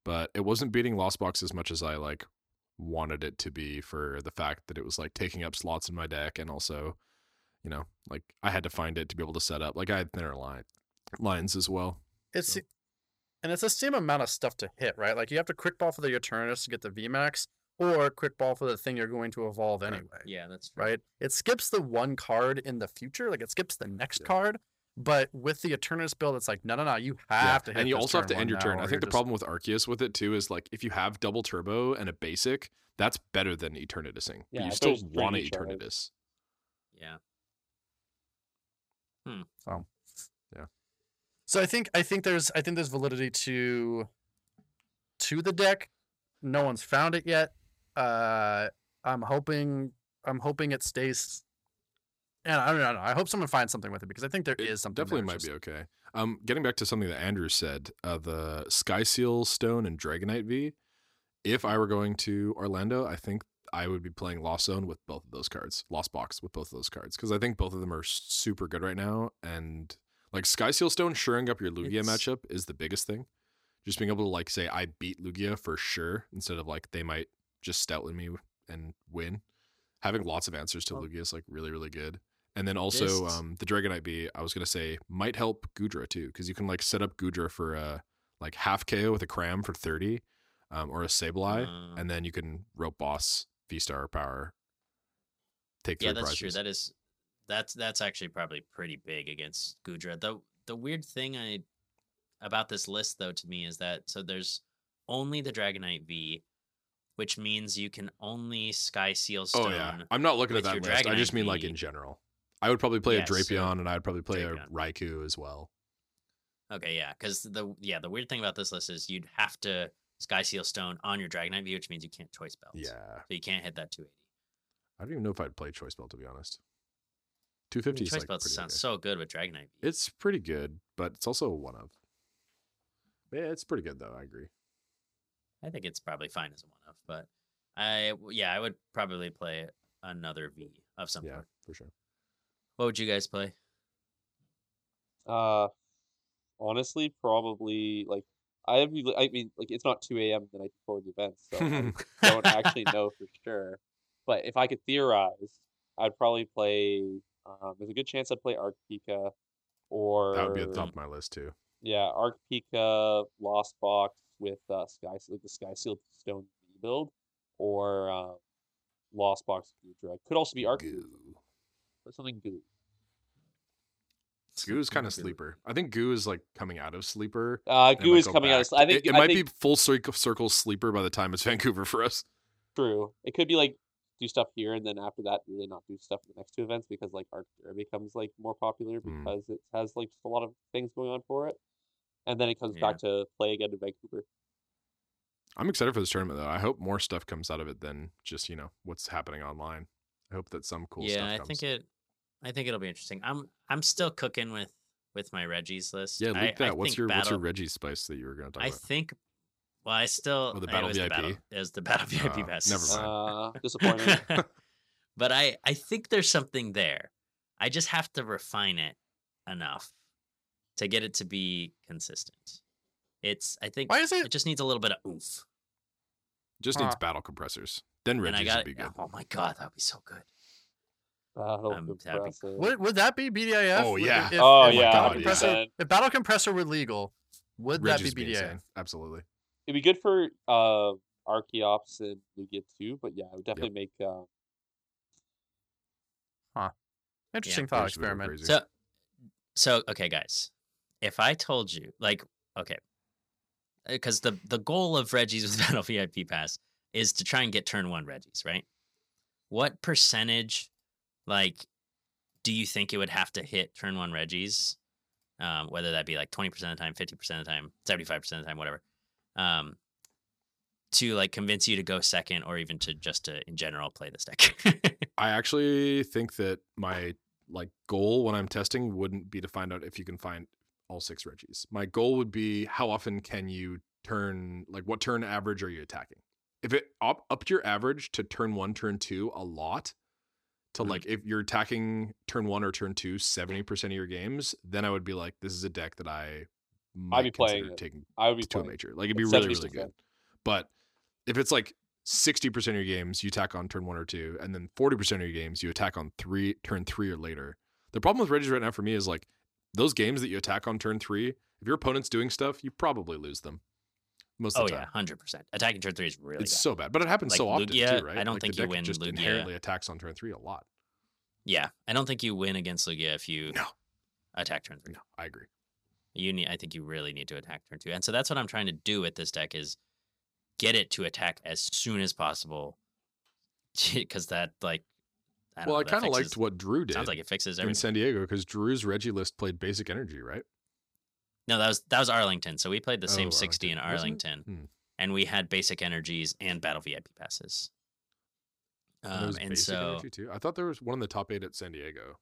[SPEAKER 3] but it wasn't beating Lost Box as much as I like wanted it to be for the fact that it was like taking up slots in my deck, and also, you know, like I had to find it to be able to set up. Like I had thinner line lines as well.
[SPEAKER 2] It's and it's the same amount of stuff to hit, right? Like you have to quick ball for the Eternatus to get the VMAX, or quick ball for the thing you're going to evolve
[SPEAKER 3] Right.
[SPEAKER 2] anyway.
[SPEAKER 1] Yeah, that's true.
[SPEAKER 2] Right? It skips the one card in the future, like it skips the next
[SPEAKER 3] Yeah.
[SPEAKER 2] card. But with the Eternatus build, it's like, no, no, no, you
[SPEAKER 3] Yeah,
[SPEAKER 2] have to hit
[SPEAKER 3] and you
[SPEAKER 2] this
[SPEAKER 3] also have to
[SPEAKER 2] one
[SPEAKER 3] end your
[SPEAKER 2] now,
[SPEAKER 3] turn.
[SPEAKER 2] or
[SPEAKER 3] I
[SPEAKER 2] you're
[SPEAKER 3] think the
[SPEAKER 2] just-
[SPEAKER 3] problem with Arceus with it too is like if you have double turbo and a basic, that's better than Eternatusing. but
[SPEAKER 4] Yeah, I
[SPEAKER 3] you
[SPEAKER 4] thought
[SPEAKER 3] still
[SPEAKER 4] it was pretty
[SPEAKER 3] want to
[SPEAKER 4] good shot, right?
[SPEAKER 3] Eternatus.
[SPEAKER 1] Yeah,
[SPEAKER 2] So I think I think there's I think there's validity to to the deck. No one's found it yet. Uh I'm hoping I'm hoping it stays and I don't know. I hope someone finds something with it because I think there is
[SPEAKER 3] It
[SPEAKER 2] something.
[SPEAKER 3] definitely
[SPEAKER 2] there,
[SPEAKER 3] might
[SPEAKER 2] it's
[SPEAKER 3] be
[SPEAKER 2] just-
[SPEAKER 3] okay. Um, getting back to something that Andrew said, uh, the Sky Seal Stone and Dragonite V. If I were going to Orlando, I think I would be playing Lost Zone with both of those cards, Lost Box with both of those cards, because I think both of them are super good right now. And like Sky Seal Stone, shoring up your Lugia
[SPEAKER 1] It's-
[SPEAKER 3] matchup is the biggest thing. Just being able to like say I beat Lugia for sure, instead of like they might just stoutly me and win. Having lots of answers to
[SPEAKER 1] Well-
[SPEAKER 3] Lugia is like really really good. And then also
[SPEAKER 1] This-
[SPEAKER 3] um, the Dragonite Bee, I was gonna say might help Gudra too, because you can like set up Gudra for uh, like half KO with a Cram for thirty, um, or a Sableye,
[SPEAKER 1] Um,
[SPEAKER 3] and then you can rope boss V Star Power. Take three
[SPEAKER 1] yeah, that's
[SPEAKER 3] prizes.
[SPEAKER 1] true. That is that's that's actually probably pretty big against Gudra. The the weird thing I about this list though to me is that so there's only the Dragonite V, which means you can only Sky Seal Stone.
[SPEAKER 3] oh yeah, I'm not looking at
[SPEAKER 1] with
[SPEAKER 3] that
[SPEAKER 1] your
[SPEAKER 3] list. I
[SPEAKER 1] Dragonite
[SPEAKER 3] just mean like
[SPEAKER 1] Bee.
[SPEAKER 3] in general. I would probably play
[SPEAKER 1] Yeah,
[SPEAKER 3] a
[SPEAKER 1] so-
[SPEAKER 3] Drapion, and I'd probably play
[SPEAKER 1] Drapion.
[SPEAKER 3] a Raikou as well.
[SPEAKER 1] Okay, yeah, because the yeah the weird thing about this list is you'd have to Sky Seal Stone on your Dragonite V, which means you can't choice belts.
[SPEAKER 3] Yeah,
[SPEAKER 1] so you can't hit that 280.
[SPEAKER 3] I don't even know if I'd play Choice Belt to be honest.
[SPEAKER 1] I
[SPEAKER 3] Two
[SPEAKER 1] mean,
[SPEAKER 3] fifty is
[SPEAKER 1] choice
[SPEAKER 3] like
[SPEAKER 1] belts
[SPEAKER 3] pretty
[SPEAKER 1] sounds
[SPEAKER 3] okay.
[SPEAKER 1] so good with Dragonite V.
[SPEAKER 3] It's pretty good, but it's also a one of. Yeah, it's pretty good though. I agree.
[SPEAKER 1] I think it's probably fine as a one of, but I yeah I would probably play another V of some
[SPEAKER 3] Yeah,
[SPEAKER 1] sort.
[SPEAKER 3] for sure.
[SPEAKER 1] What would you guys play?
[SPEAKER 4] Uh, honestly, probably like I have. you- I mean, like it's not two a.m. the night before the event, so I don't actually know for sure. But if I could theorize, I'd probably play. Um, there's a good chance I'd play Arkpika, or
[SPEAKER 3] That would be at the
[SPEAKER 4] Uh,
[SPEAKER 3] top of my list too.
[SPEAKER 4] yeah, Arkpika Lost Box with uh, Sky like the Sky Seal Stone build, or um, Lost Box Gudra. Could also be Arc
[SPEAKER 3] Goo.
[SPEAKER 4] but something goo.
[SPEAKER 3] Goo is kind of
[SPEAKER 1] Goo's-
[SPEAKER 3] sleeper. I think Goo is like coming out of sleeper.
[SPEAKER 4] Uh,
[SPEAKER 3] and
[SPEAKER 4] Goo
[SPEAKER 3] might
[SPEAKER 4] is
[SPEAKER 3] go
[SPEAKER 4] coming out.
[SPEAKER 3] back.
[SPEAKER 4] Of, I think
[SPEAKER 3] it, it
[SPEAKER 4] I
[SPEAKER 3] might
[SPEAKER 4] think
[SPEAKER 3] be full circle, circle sleeper by the time it's Vancouver for us.
[SPEAKER 4] true. It could be like do stuff here and then after that really not do stuff in the next two events because like Arctura becomes like more popular
[SPEAKER 3] Mm.
[SPEAKER 4] because it has like just a lot of things going on for it, and then it comes back to play again in Vancouver.
[SPEAKER 3] I'm excited for this tournament though. I hope more stuff comes out of it than just you know what's happening online. I hope that some cool
[SPEAKER 1] yeah,
[SPEAKER 3] stuff.
[SPEAKER 1] I
[SPEAKER 3] comes.
[SPEAKER 1] think it. I think it'll be interesting. I'm I'm still cooking with with my Reggie's list.
[SPEAKER 3] Yeah,
[SPEAKER 1] I-
[SPEAKER 3] leak
[SPEAKER 1] I,
[SPEAKER 3] that. what's
[SPEAKER 1] think
[SPEAKER 3] your what's your
[SPEAKER 1] Battle-
[SPEAKER 3] Reggie spice that you were going to talk
[SPEAKER 1] I
[SPEAKER 3] about?
[SPEAKER 1] think. Well, I still.
[SPEAKER 3] Oh, the
[SPEAKER 1] it
[SPEAKER 3] Battle
[SPEAKER 1] was
[SPEAKER 3] VIP?
[SPEAKER 1] It was the battle VIP
[SPEAKER 3] Uh,
[SPEAKER 1] pass.
[SPEAKER 3] never mind.
[SPEAKER 4] Uh, disappointment.
[SPEAKER 1] but I I think there's something there. I just have to refine it enough to get it to be consistent. It's I think
[SPEAKER 2] Why is
[SPEAKER 1] it
[SPEAKER 2] it?
[SPEAKER 1] just needs a little bit of oomph.
[SPEAKER 3] Just needs
[SPEAKER 2] Huh.
[SPEAKER 3] battle compressors. Then
[SPEAKER 1] and I
[SPEAKER 3] Reggie's
[SPEAKER 1] got
[SPEAKER 3] would be good.
[SPEAKER 1] oh my god, that would be so good.
[SPEAKER 4] Uh, it'll
[SPEAKER 1] I'm
[SPEAKER 4] be
[SPEAKER 1] happy.
[SPEAKER 4] impressive.
[SPEAKER 2] Would, would that be BDIF?
[SPEAKER 3] Oh,
[SPEAKER 2] Would-
[SPEAKER 3] yeah.
[SPEAKER 2] If,
[SPEAKER 4] Oh,
[SPEAKER 2] if
[SPEAKER 3] yeah,
[SPEAKER 2] Battle
[SPEAKER 3] 100%.
[SPEAKER 2] compressor, if battle compressor were legal, would that
[SPEAKER 3] Reggie's
[SPEAKER 2] be
[SPEAKER 3] would
[SPEAKER 2] BDIF?
[SPEAKER 3] insane. Absolutely.
[SPEAKER 4] It'd be good for uh Archeops and Lugia too, but yeah, it would definitely make uh,
[SPEAKER 2] Interesting
[SPEAKER 3] Reggie's
[SPEAKER 2] thought
[SPEAKER 3] would go
[SPEAKER 2] experiment.
[SPEAKER 3] crazy.
[SPEAKER 1] So, so okay, guys. If I told you, like, okay, because the the goal of Reggie's with Battle VIP Pass is to try and get turn one Reggie's, right? What percentage, like, do you think it would have to hit turn one Reggie's? Um, whether that be like twenty percent of the time, fifty percent of the time, seventy five percent of the time, whatever, um, to like convince you to go second, or even to just to in general play this deck.
[SPEAKER 3] I actually think that my like goal when I'm testing wouldn't be to find out if you can find all six Reggies. My goal would be how often can you turn like what turn average are you attacking? If it up upped your average to turn one, turn two a lot, to
[SPEAKER 4] Mm-hmm.
[SPEAKER 1] Mhm.
[SPEAKER 3] like if you're attacking turn one or turn two 70% of your games, then I would be like, this is a deck that I might
[SPEAKER 4] be playing
[SPEAKER 3] consider
[SPEAKER 4] it.
[SPEAKER 3] taking
[SPEAKER 4] I would be
[SPEAKER 3] to a
[SPEAKER 4] playing.
[SPEAKER 3] major. Like it'd be
[SPEAKER 4] Like,
[SPEAKER 3] really,
[SPEAKER 4] 70%.
[SPEAKER 3] really good. But if it's like 60% of your games you attack on turn one or two, and then 40% of your games you attack on three turn three or later. The problem with Regis right now for me is like those games that you attack on turn three, if your opponent's doing stuff, you probably lose them. Most of
[SPEAKER 1] oh
[SPEAKER 3] the time.
[SPEAKER 1] yeah, hundred percent. Attacking turn three is really
[SPEAKER 3] it's
[SPEAKER 1] bad.
[SPEAKER 3] so bad. But it happens
[SPEAKER 1] Like
[SPEAKER 3] so often
[SPEAKER 1] Lugia,
[SPEAKER 3] too, right?
[SPEAKER 1] I don't
[SPEAKER 3] Like, the
[SPEAKER 1] think you
[SPEAKER 3] deck
[SPEAKER 1] win
[SPEAKER 3] just
[SPEAKER 1] Lugia.
[SPEAKER 3] inherently attacks on turn three a lot.
[SPEAKER 1] Yeah, I don't think you win against Lugia if you
[SPEAKER 3] No.
[SPEAKER 1] attack turn three.
[SPEAKER 3] No, I agree.
[SPEAKER 1] You need, I think you really need to attack turn two, and so that's what I'm trying to do with this deck is get it to attack as soon as possible, because that like, I don't
[SPEAKER 3] well,
[SPEAKER 1] know,
[SPEAKER 3] I
[SPEAKER 1] that
[SPEAKER 3] kind of
[SPEAKER 1] fixes-
[SPEAKER 3] liked what Drew did
[SPEAKER 1] Sounds like it fixes
[SPEAKER 3] in
[SPEAKER 1] everything.
[SPEAKER 3] San Diego because Drew's Reggie list played basic energy, right?
[SPEAKER 1] No, that was that was Arlington. So we played the same
[SPEAKER 3] Oh,
[SPEAKER 1] sixty in
[SPEAKER 3] Arlington. Wasn't it?
[SPEAKER 1] Arlington,
[SPEAKER 3] Hmm.
[SPEAKER 1] and we had basic energies and battle VIP passes.
[SPEAKER 3] And there
[SPEAKER 1] Um,
[SPEAKER 3] was
[SPEAKER 1] and
[SPEAKER 3] basic
[SPEAKER 1] so
[SPEAKER 3] energy too. I thought there was one in the top eight at San Diego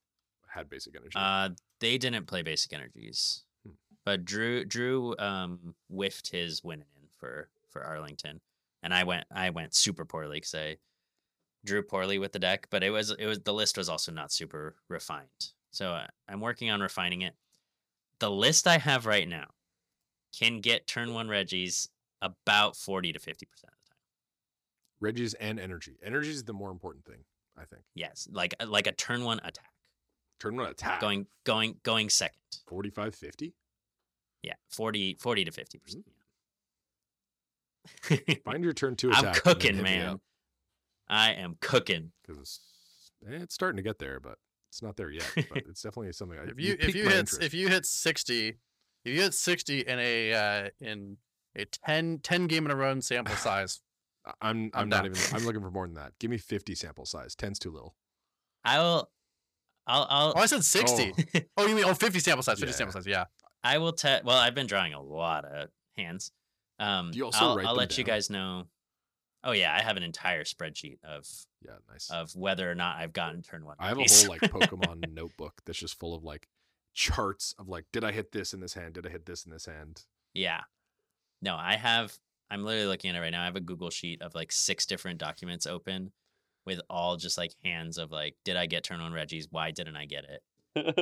[SPEAKER 3] had basic energy.
[SPEAKER 1] Uh, they didn't play basic energies,
[SPEAKER 3] Hmm.
[SPEAKER 1] but Drew Drew um whiffed his winning in for for Arlington, and I went I went super poorly because I drew poorly with the deck, but it was it was the list was also not super refined, so uh, I'm working on refining it. The list I have right now can get turn one Reggie's about forty to fifty percent of the time.
[SPEAKER 3] Reggie's and energy. Energy is the more important thing, I think.
[SPEAKER 1] Yes, like uh, like a turn one attack,
[SPEAKER 3] Turn one attack.
[SPEAKER 1] going going going second.
[SPEAKER 3] 45 50.
[SPEAKER 1] Yeah, 40, 40 to fifty percent.
[SPEAKER 3] Find your turn two attack.
[SPEAKER 1] I'm cooking, man. I am cooking.
[SPEAKER 3] Because it's, eh, it's starting to get there, but it's not there yet. But it's definitely something. I,
[SPEAKER 2] If you if
[SPEAKER 3] piqued
[SPEAKER 2] you
[SPEAKER 3] my
[SPEAKER 2] hit
[SPEAKER 3] interest.
[SPEAKER 2] if you hit sixty, if you hit sixty in a uh, in a 10, 10 game in a run sample size,
[SPEAKER 3] I- I'm I'm,
[SPEAKER 2] I'm
[SPEAKER 3] not
[SPEAKER 2] down.
[SPEAKER 3] even. I'm looking for more than that. Give me 50 sample size. 10's too little.
[SPEAKER 1] I will. I'll. I'll
[SPEAKER 2] Oh, I said 60.
[SPEAKER 3] Oh.
[SPEAKER 2] Oh, you mean oh, 50 sample size, 50
[SPEAKER 3] Yeah.
[SPEAKER 2] sample size. Yeah.
[SPEAKER 1] I will tell. Well, I've been drawing a lot of hands. Um,
[SPEAKER 3] Do you also
[SPEAKER 1] I'll,
[SPEAKER 3] write
[SPEAKER 1] I'll
[SPEAKER 3] them
[SPEAKER 1] let you
[SPEAKER 3] down?
[SPEAKER 1] guys know. Oh yeah, I have an entire spreadsheet of
[SPEAKER 3] Yeah, nice.
[SPEAKER 1] of whether or not I've gotten turn one.
[SPEAKER 3] I have a
[SPEAKER 1] piece.
[SPEAKER 3] whole like Pokemon notebook that's just full of like charts of like, did I hit this in this hand? Did I hit this in this hand?
[SPEAKER 1] yeah. No, I have. I'm literally looking at it right now. I have a Google sheet of like six different documents open, with all just like hands of like, did I get turn one Reggie's? Why didn't I get it?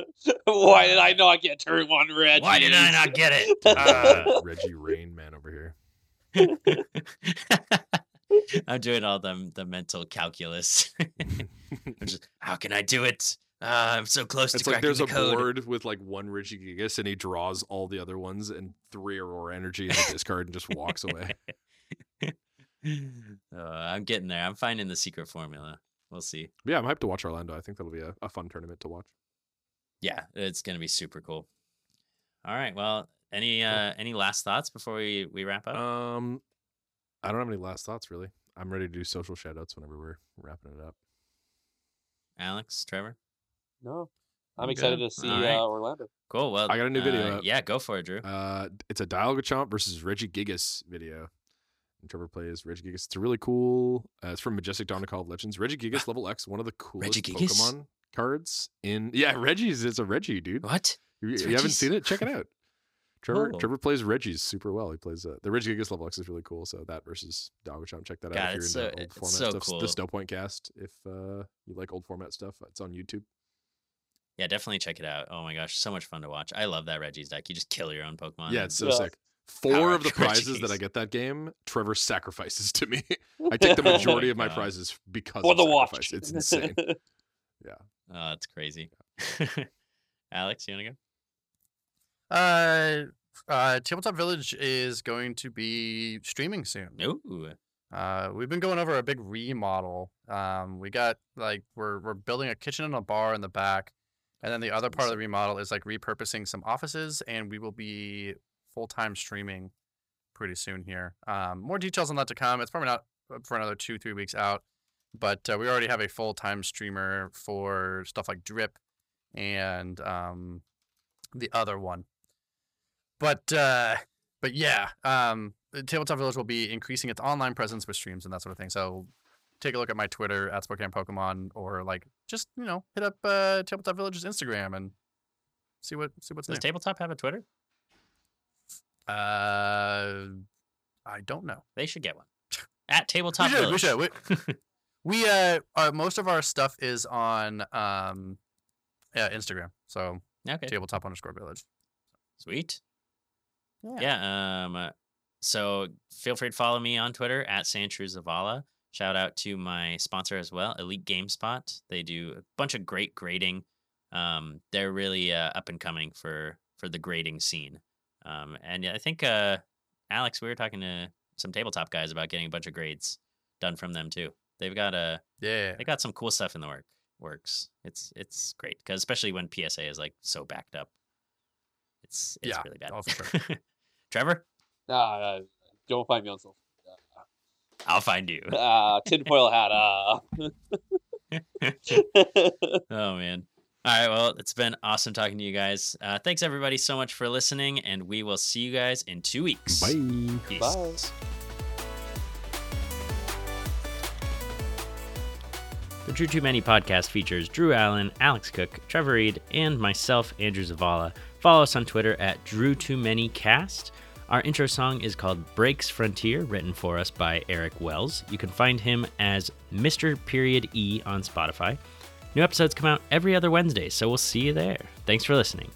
[SPEAKER 4] Why did I not get turn one red?
[SPEAKER 1] Why did I
[SPEAKER 4] Jeez.
[SPEAKER 1] not get it?
[SPEAKER 2] Uh,
[SPEAKER 4] Ah.
[SPEAKER 3] Reggie Rain Man over here.
[SPEAKER 1] Uh, I'm doing all the the mental calculus. I'm just, how can I do it? Ah, I'm so close
[SPEAKER 3] It's
[SPEAKER 1] to
[SPEAKER 3] like
[SPEAKER 1] cracking
[SPEAKER 3] there's
[SPEAKER 1] the
[SPEAKER 3] a
[SPEAKER 1] code.
[SPEAKER 3] board with like one Reggie Gigas and he draws all the other ones and three Aurora Energy in the discard and just walks away.
[SPEAKER 1] Uh, I'm getting there. I'm finding the secret formula. We'll see.
[SPEAKER 3] But yeah, I'm hyped to watch Orlando. I think that'll be a, a fun tournament to watch.
[SPEAKER 1] yeah, it's gonna be super cool. All right. Well, any uh any last thoughts before we we wrap up?
[SPEAKER 3] Um, I don't have any last thoughts really. I'm ready to do social shout outs whenever we're wrapping it up.
[SPEAKER 1] Alex, Trevor.
[SPEAKER 4] No, I'm
[SPEAKER 3] Good.
[SPEAKER 4] excited to see
[SPEAKER 1] All right.
[SPEAKER 4] uh, Orlando.
[SPEAKER 1] Cool. Well,
[SPEAKER 3] I got a new video
[SPEAKER 1] uh,
[SPEAKER 3] up.
[SPEAKER 1] Yeah, go for it, Drew.
[SPEAKER 3] Uh, it's a Dial Chomp versus Reggie Gigas video. And Trevor plays Reggie Gigas. It's a really cool. Uh, it's from Majestic Dawn to Call of Legends. Reggie Gigas level X, one of the coolest
[SPEAKER 1] Reggie Gigas?
[SPEAKER 3] Pokemon cards in. Yeah, Reggie's. It's a Reggie, dude.
[SPEAKER 1] what?
[SPEAKER 3] You,
[SPEAKER 1] It's
[SPEAKER 3] you haven't
[SPEAKER 1] Reggie's?
[SPEAKER 3] seen it? Check it out. Trevor
[SPEAKER 1] Cool.
[SPEAKER 3] Trevor plays Reggie's super well. He plays uh, the Reggie Gigas level X is really cool. So that versus Chomp. check that
[SPEAKER 1] God,
[SPEAKER 3] out.
[SPEAKER 1] it's
[SPEAKER 3] into
[SPEAKER 1] so- it's
[SPEAKER 3] format
[SPEAKER 1] so
[SPEAKER 3] stuff.
[SPEAKER 1] cool.
[SPEAKER 3] The Snowpoint cast. If uh, you like old format stuff, it's on YouTube.
[SPEAKER 1] Yeah, definitely check it out. Oh my gosh, so much fun to watch. I love that Reggie's deck. You just kill your own Pokemon.
[SPEAKER 3] Yeah,
[SPEAKER 1] and-
[SPEAKER 3] it's so
[SPEAKER 4] Yeah.
[SPEAKER 3] sick. Four
[SPEAKER 1] Power
[SPEAKER 3] of the
[SPEAKER 1] up
[SPEAKER 3] prizes that
[SPEAKER 1] Reggie's.
[SPEAKER 3] I get that game, Trevor sacrifices to me. I take the
[SPEAKER 1] Oh my
[SPEAKER 3] majority of my
[SPEAKER 1] God.
[SPEAKER 3] prizes because
[SPEAKER 4] for
[SPEAKER 3] of
[SPEAKER 4] the
[SPEAKER 3] sacrifice.
[SPEAKER 4] watch.
[SPEAKER 3] It's insane.
[SPEAKER 1] oh, that's crazy. Alex, you wanna go?
[SPEAKER 2] Uh, uh, Tabletop Village is going to be streaming soon.
[SPEAKER 1] No.
[SPEAKER 2] Uh, we've been going over a big remodel. Um, we got like we're we're building a kitchen and a bar in the back, and then the other part of the remodel is like repurposing some offices, and we will be full time streaming pretty soon here. Um, more details on that to come. It's probably not for another two three weeks out, but uh, we already have a full time streamer for stuff like drip and um, the other one. But uh, but yeah, um, the Tabletop Village will be increasing its online presence with streams and that sort of thing. So take a look at my Twitter at Spokane Pokemon, or like just you know hit up uh, Tabletop Village's Instagram and see what see what's
[SPEAKER 1] Does
[SPEAKER 2] new.
[SPEAKER 1] Tabletop have a Twitter?
[SPEAKER 2] uh, I don't know.
[SPEAKER 1] They should get one. At Tabletop
[SPEAKER 2] we should, we
[SPEAKER 1] Village.
[SPEAKER 2] should. We, we uh, our, most of our stuff is on um, uh, Instagram. So
[SPEAKER 1] Okay.
[SPEAKER 2] Tabletop underscore Village.
[SPEAKER 1] Sweet.
[SPEAKER 2] Yeah.
[SPEAKER 1] Yeah. Um. uh, So feel free to follow me on Twitter at Santru Zavala. Shout out to my sponsor as well, Elite GameSpot. They do a bunch of great grading. Um, they're really uh, up and coming for for the grading scene. Um, and I think uh, Alex, we were talking to some tabletop guys about getting a bunch of grades done from them too. They've got a
[SPEAKER 2] Yeah.
[SPEAKER 1] they got some cool stuff in the work works. It's it's great because especially when PSA is like so backed up, it's it's
[SPEAKER 2] Yeah,
[SPEAKER 1] really bad.
[SPEAKER 2] oh, for
[SPEAKER 1] Trevor,
[SPEAKER 4] Nah, nah, don't find me on social.
[SPEAKER 1] I'll find you.
[SPEAKER 4] Ah, tinfoil hat. uh. Ah.
[SPEAKER 1] oh man. All right. Well, it's been awesome talking to you guys. Uh, thanks everybody so much for listening, and we will see you guys in two weeks.
[SPEAKER 3] Bye.
[SPEAKER 1] Peace.
[SPEAKER 4] Bye.
[SPEAKER 1] The Drew Too Many podcast features Drew Allen, Alex Cook, Trevor Reed, and myself, Andrew Zavala. Follow us on Twitter at Drew Too Many Cast. Our intro song is called Breaks Frontier, written for us by Eric Wells. You can find him as Mr. Period E on Spotify. New episodes come out every other Wednesday, so we'll see you there. Thanks for listening.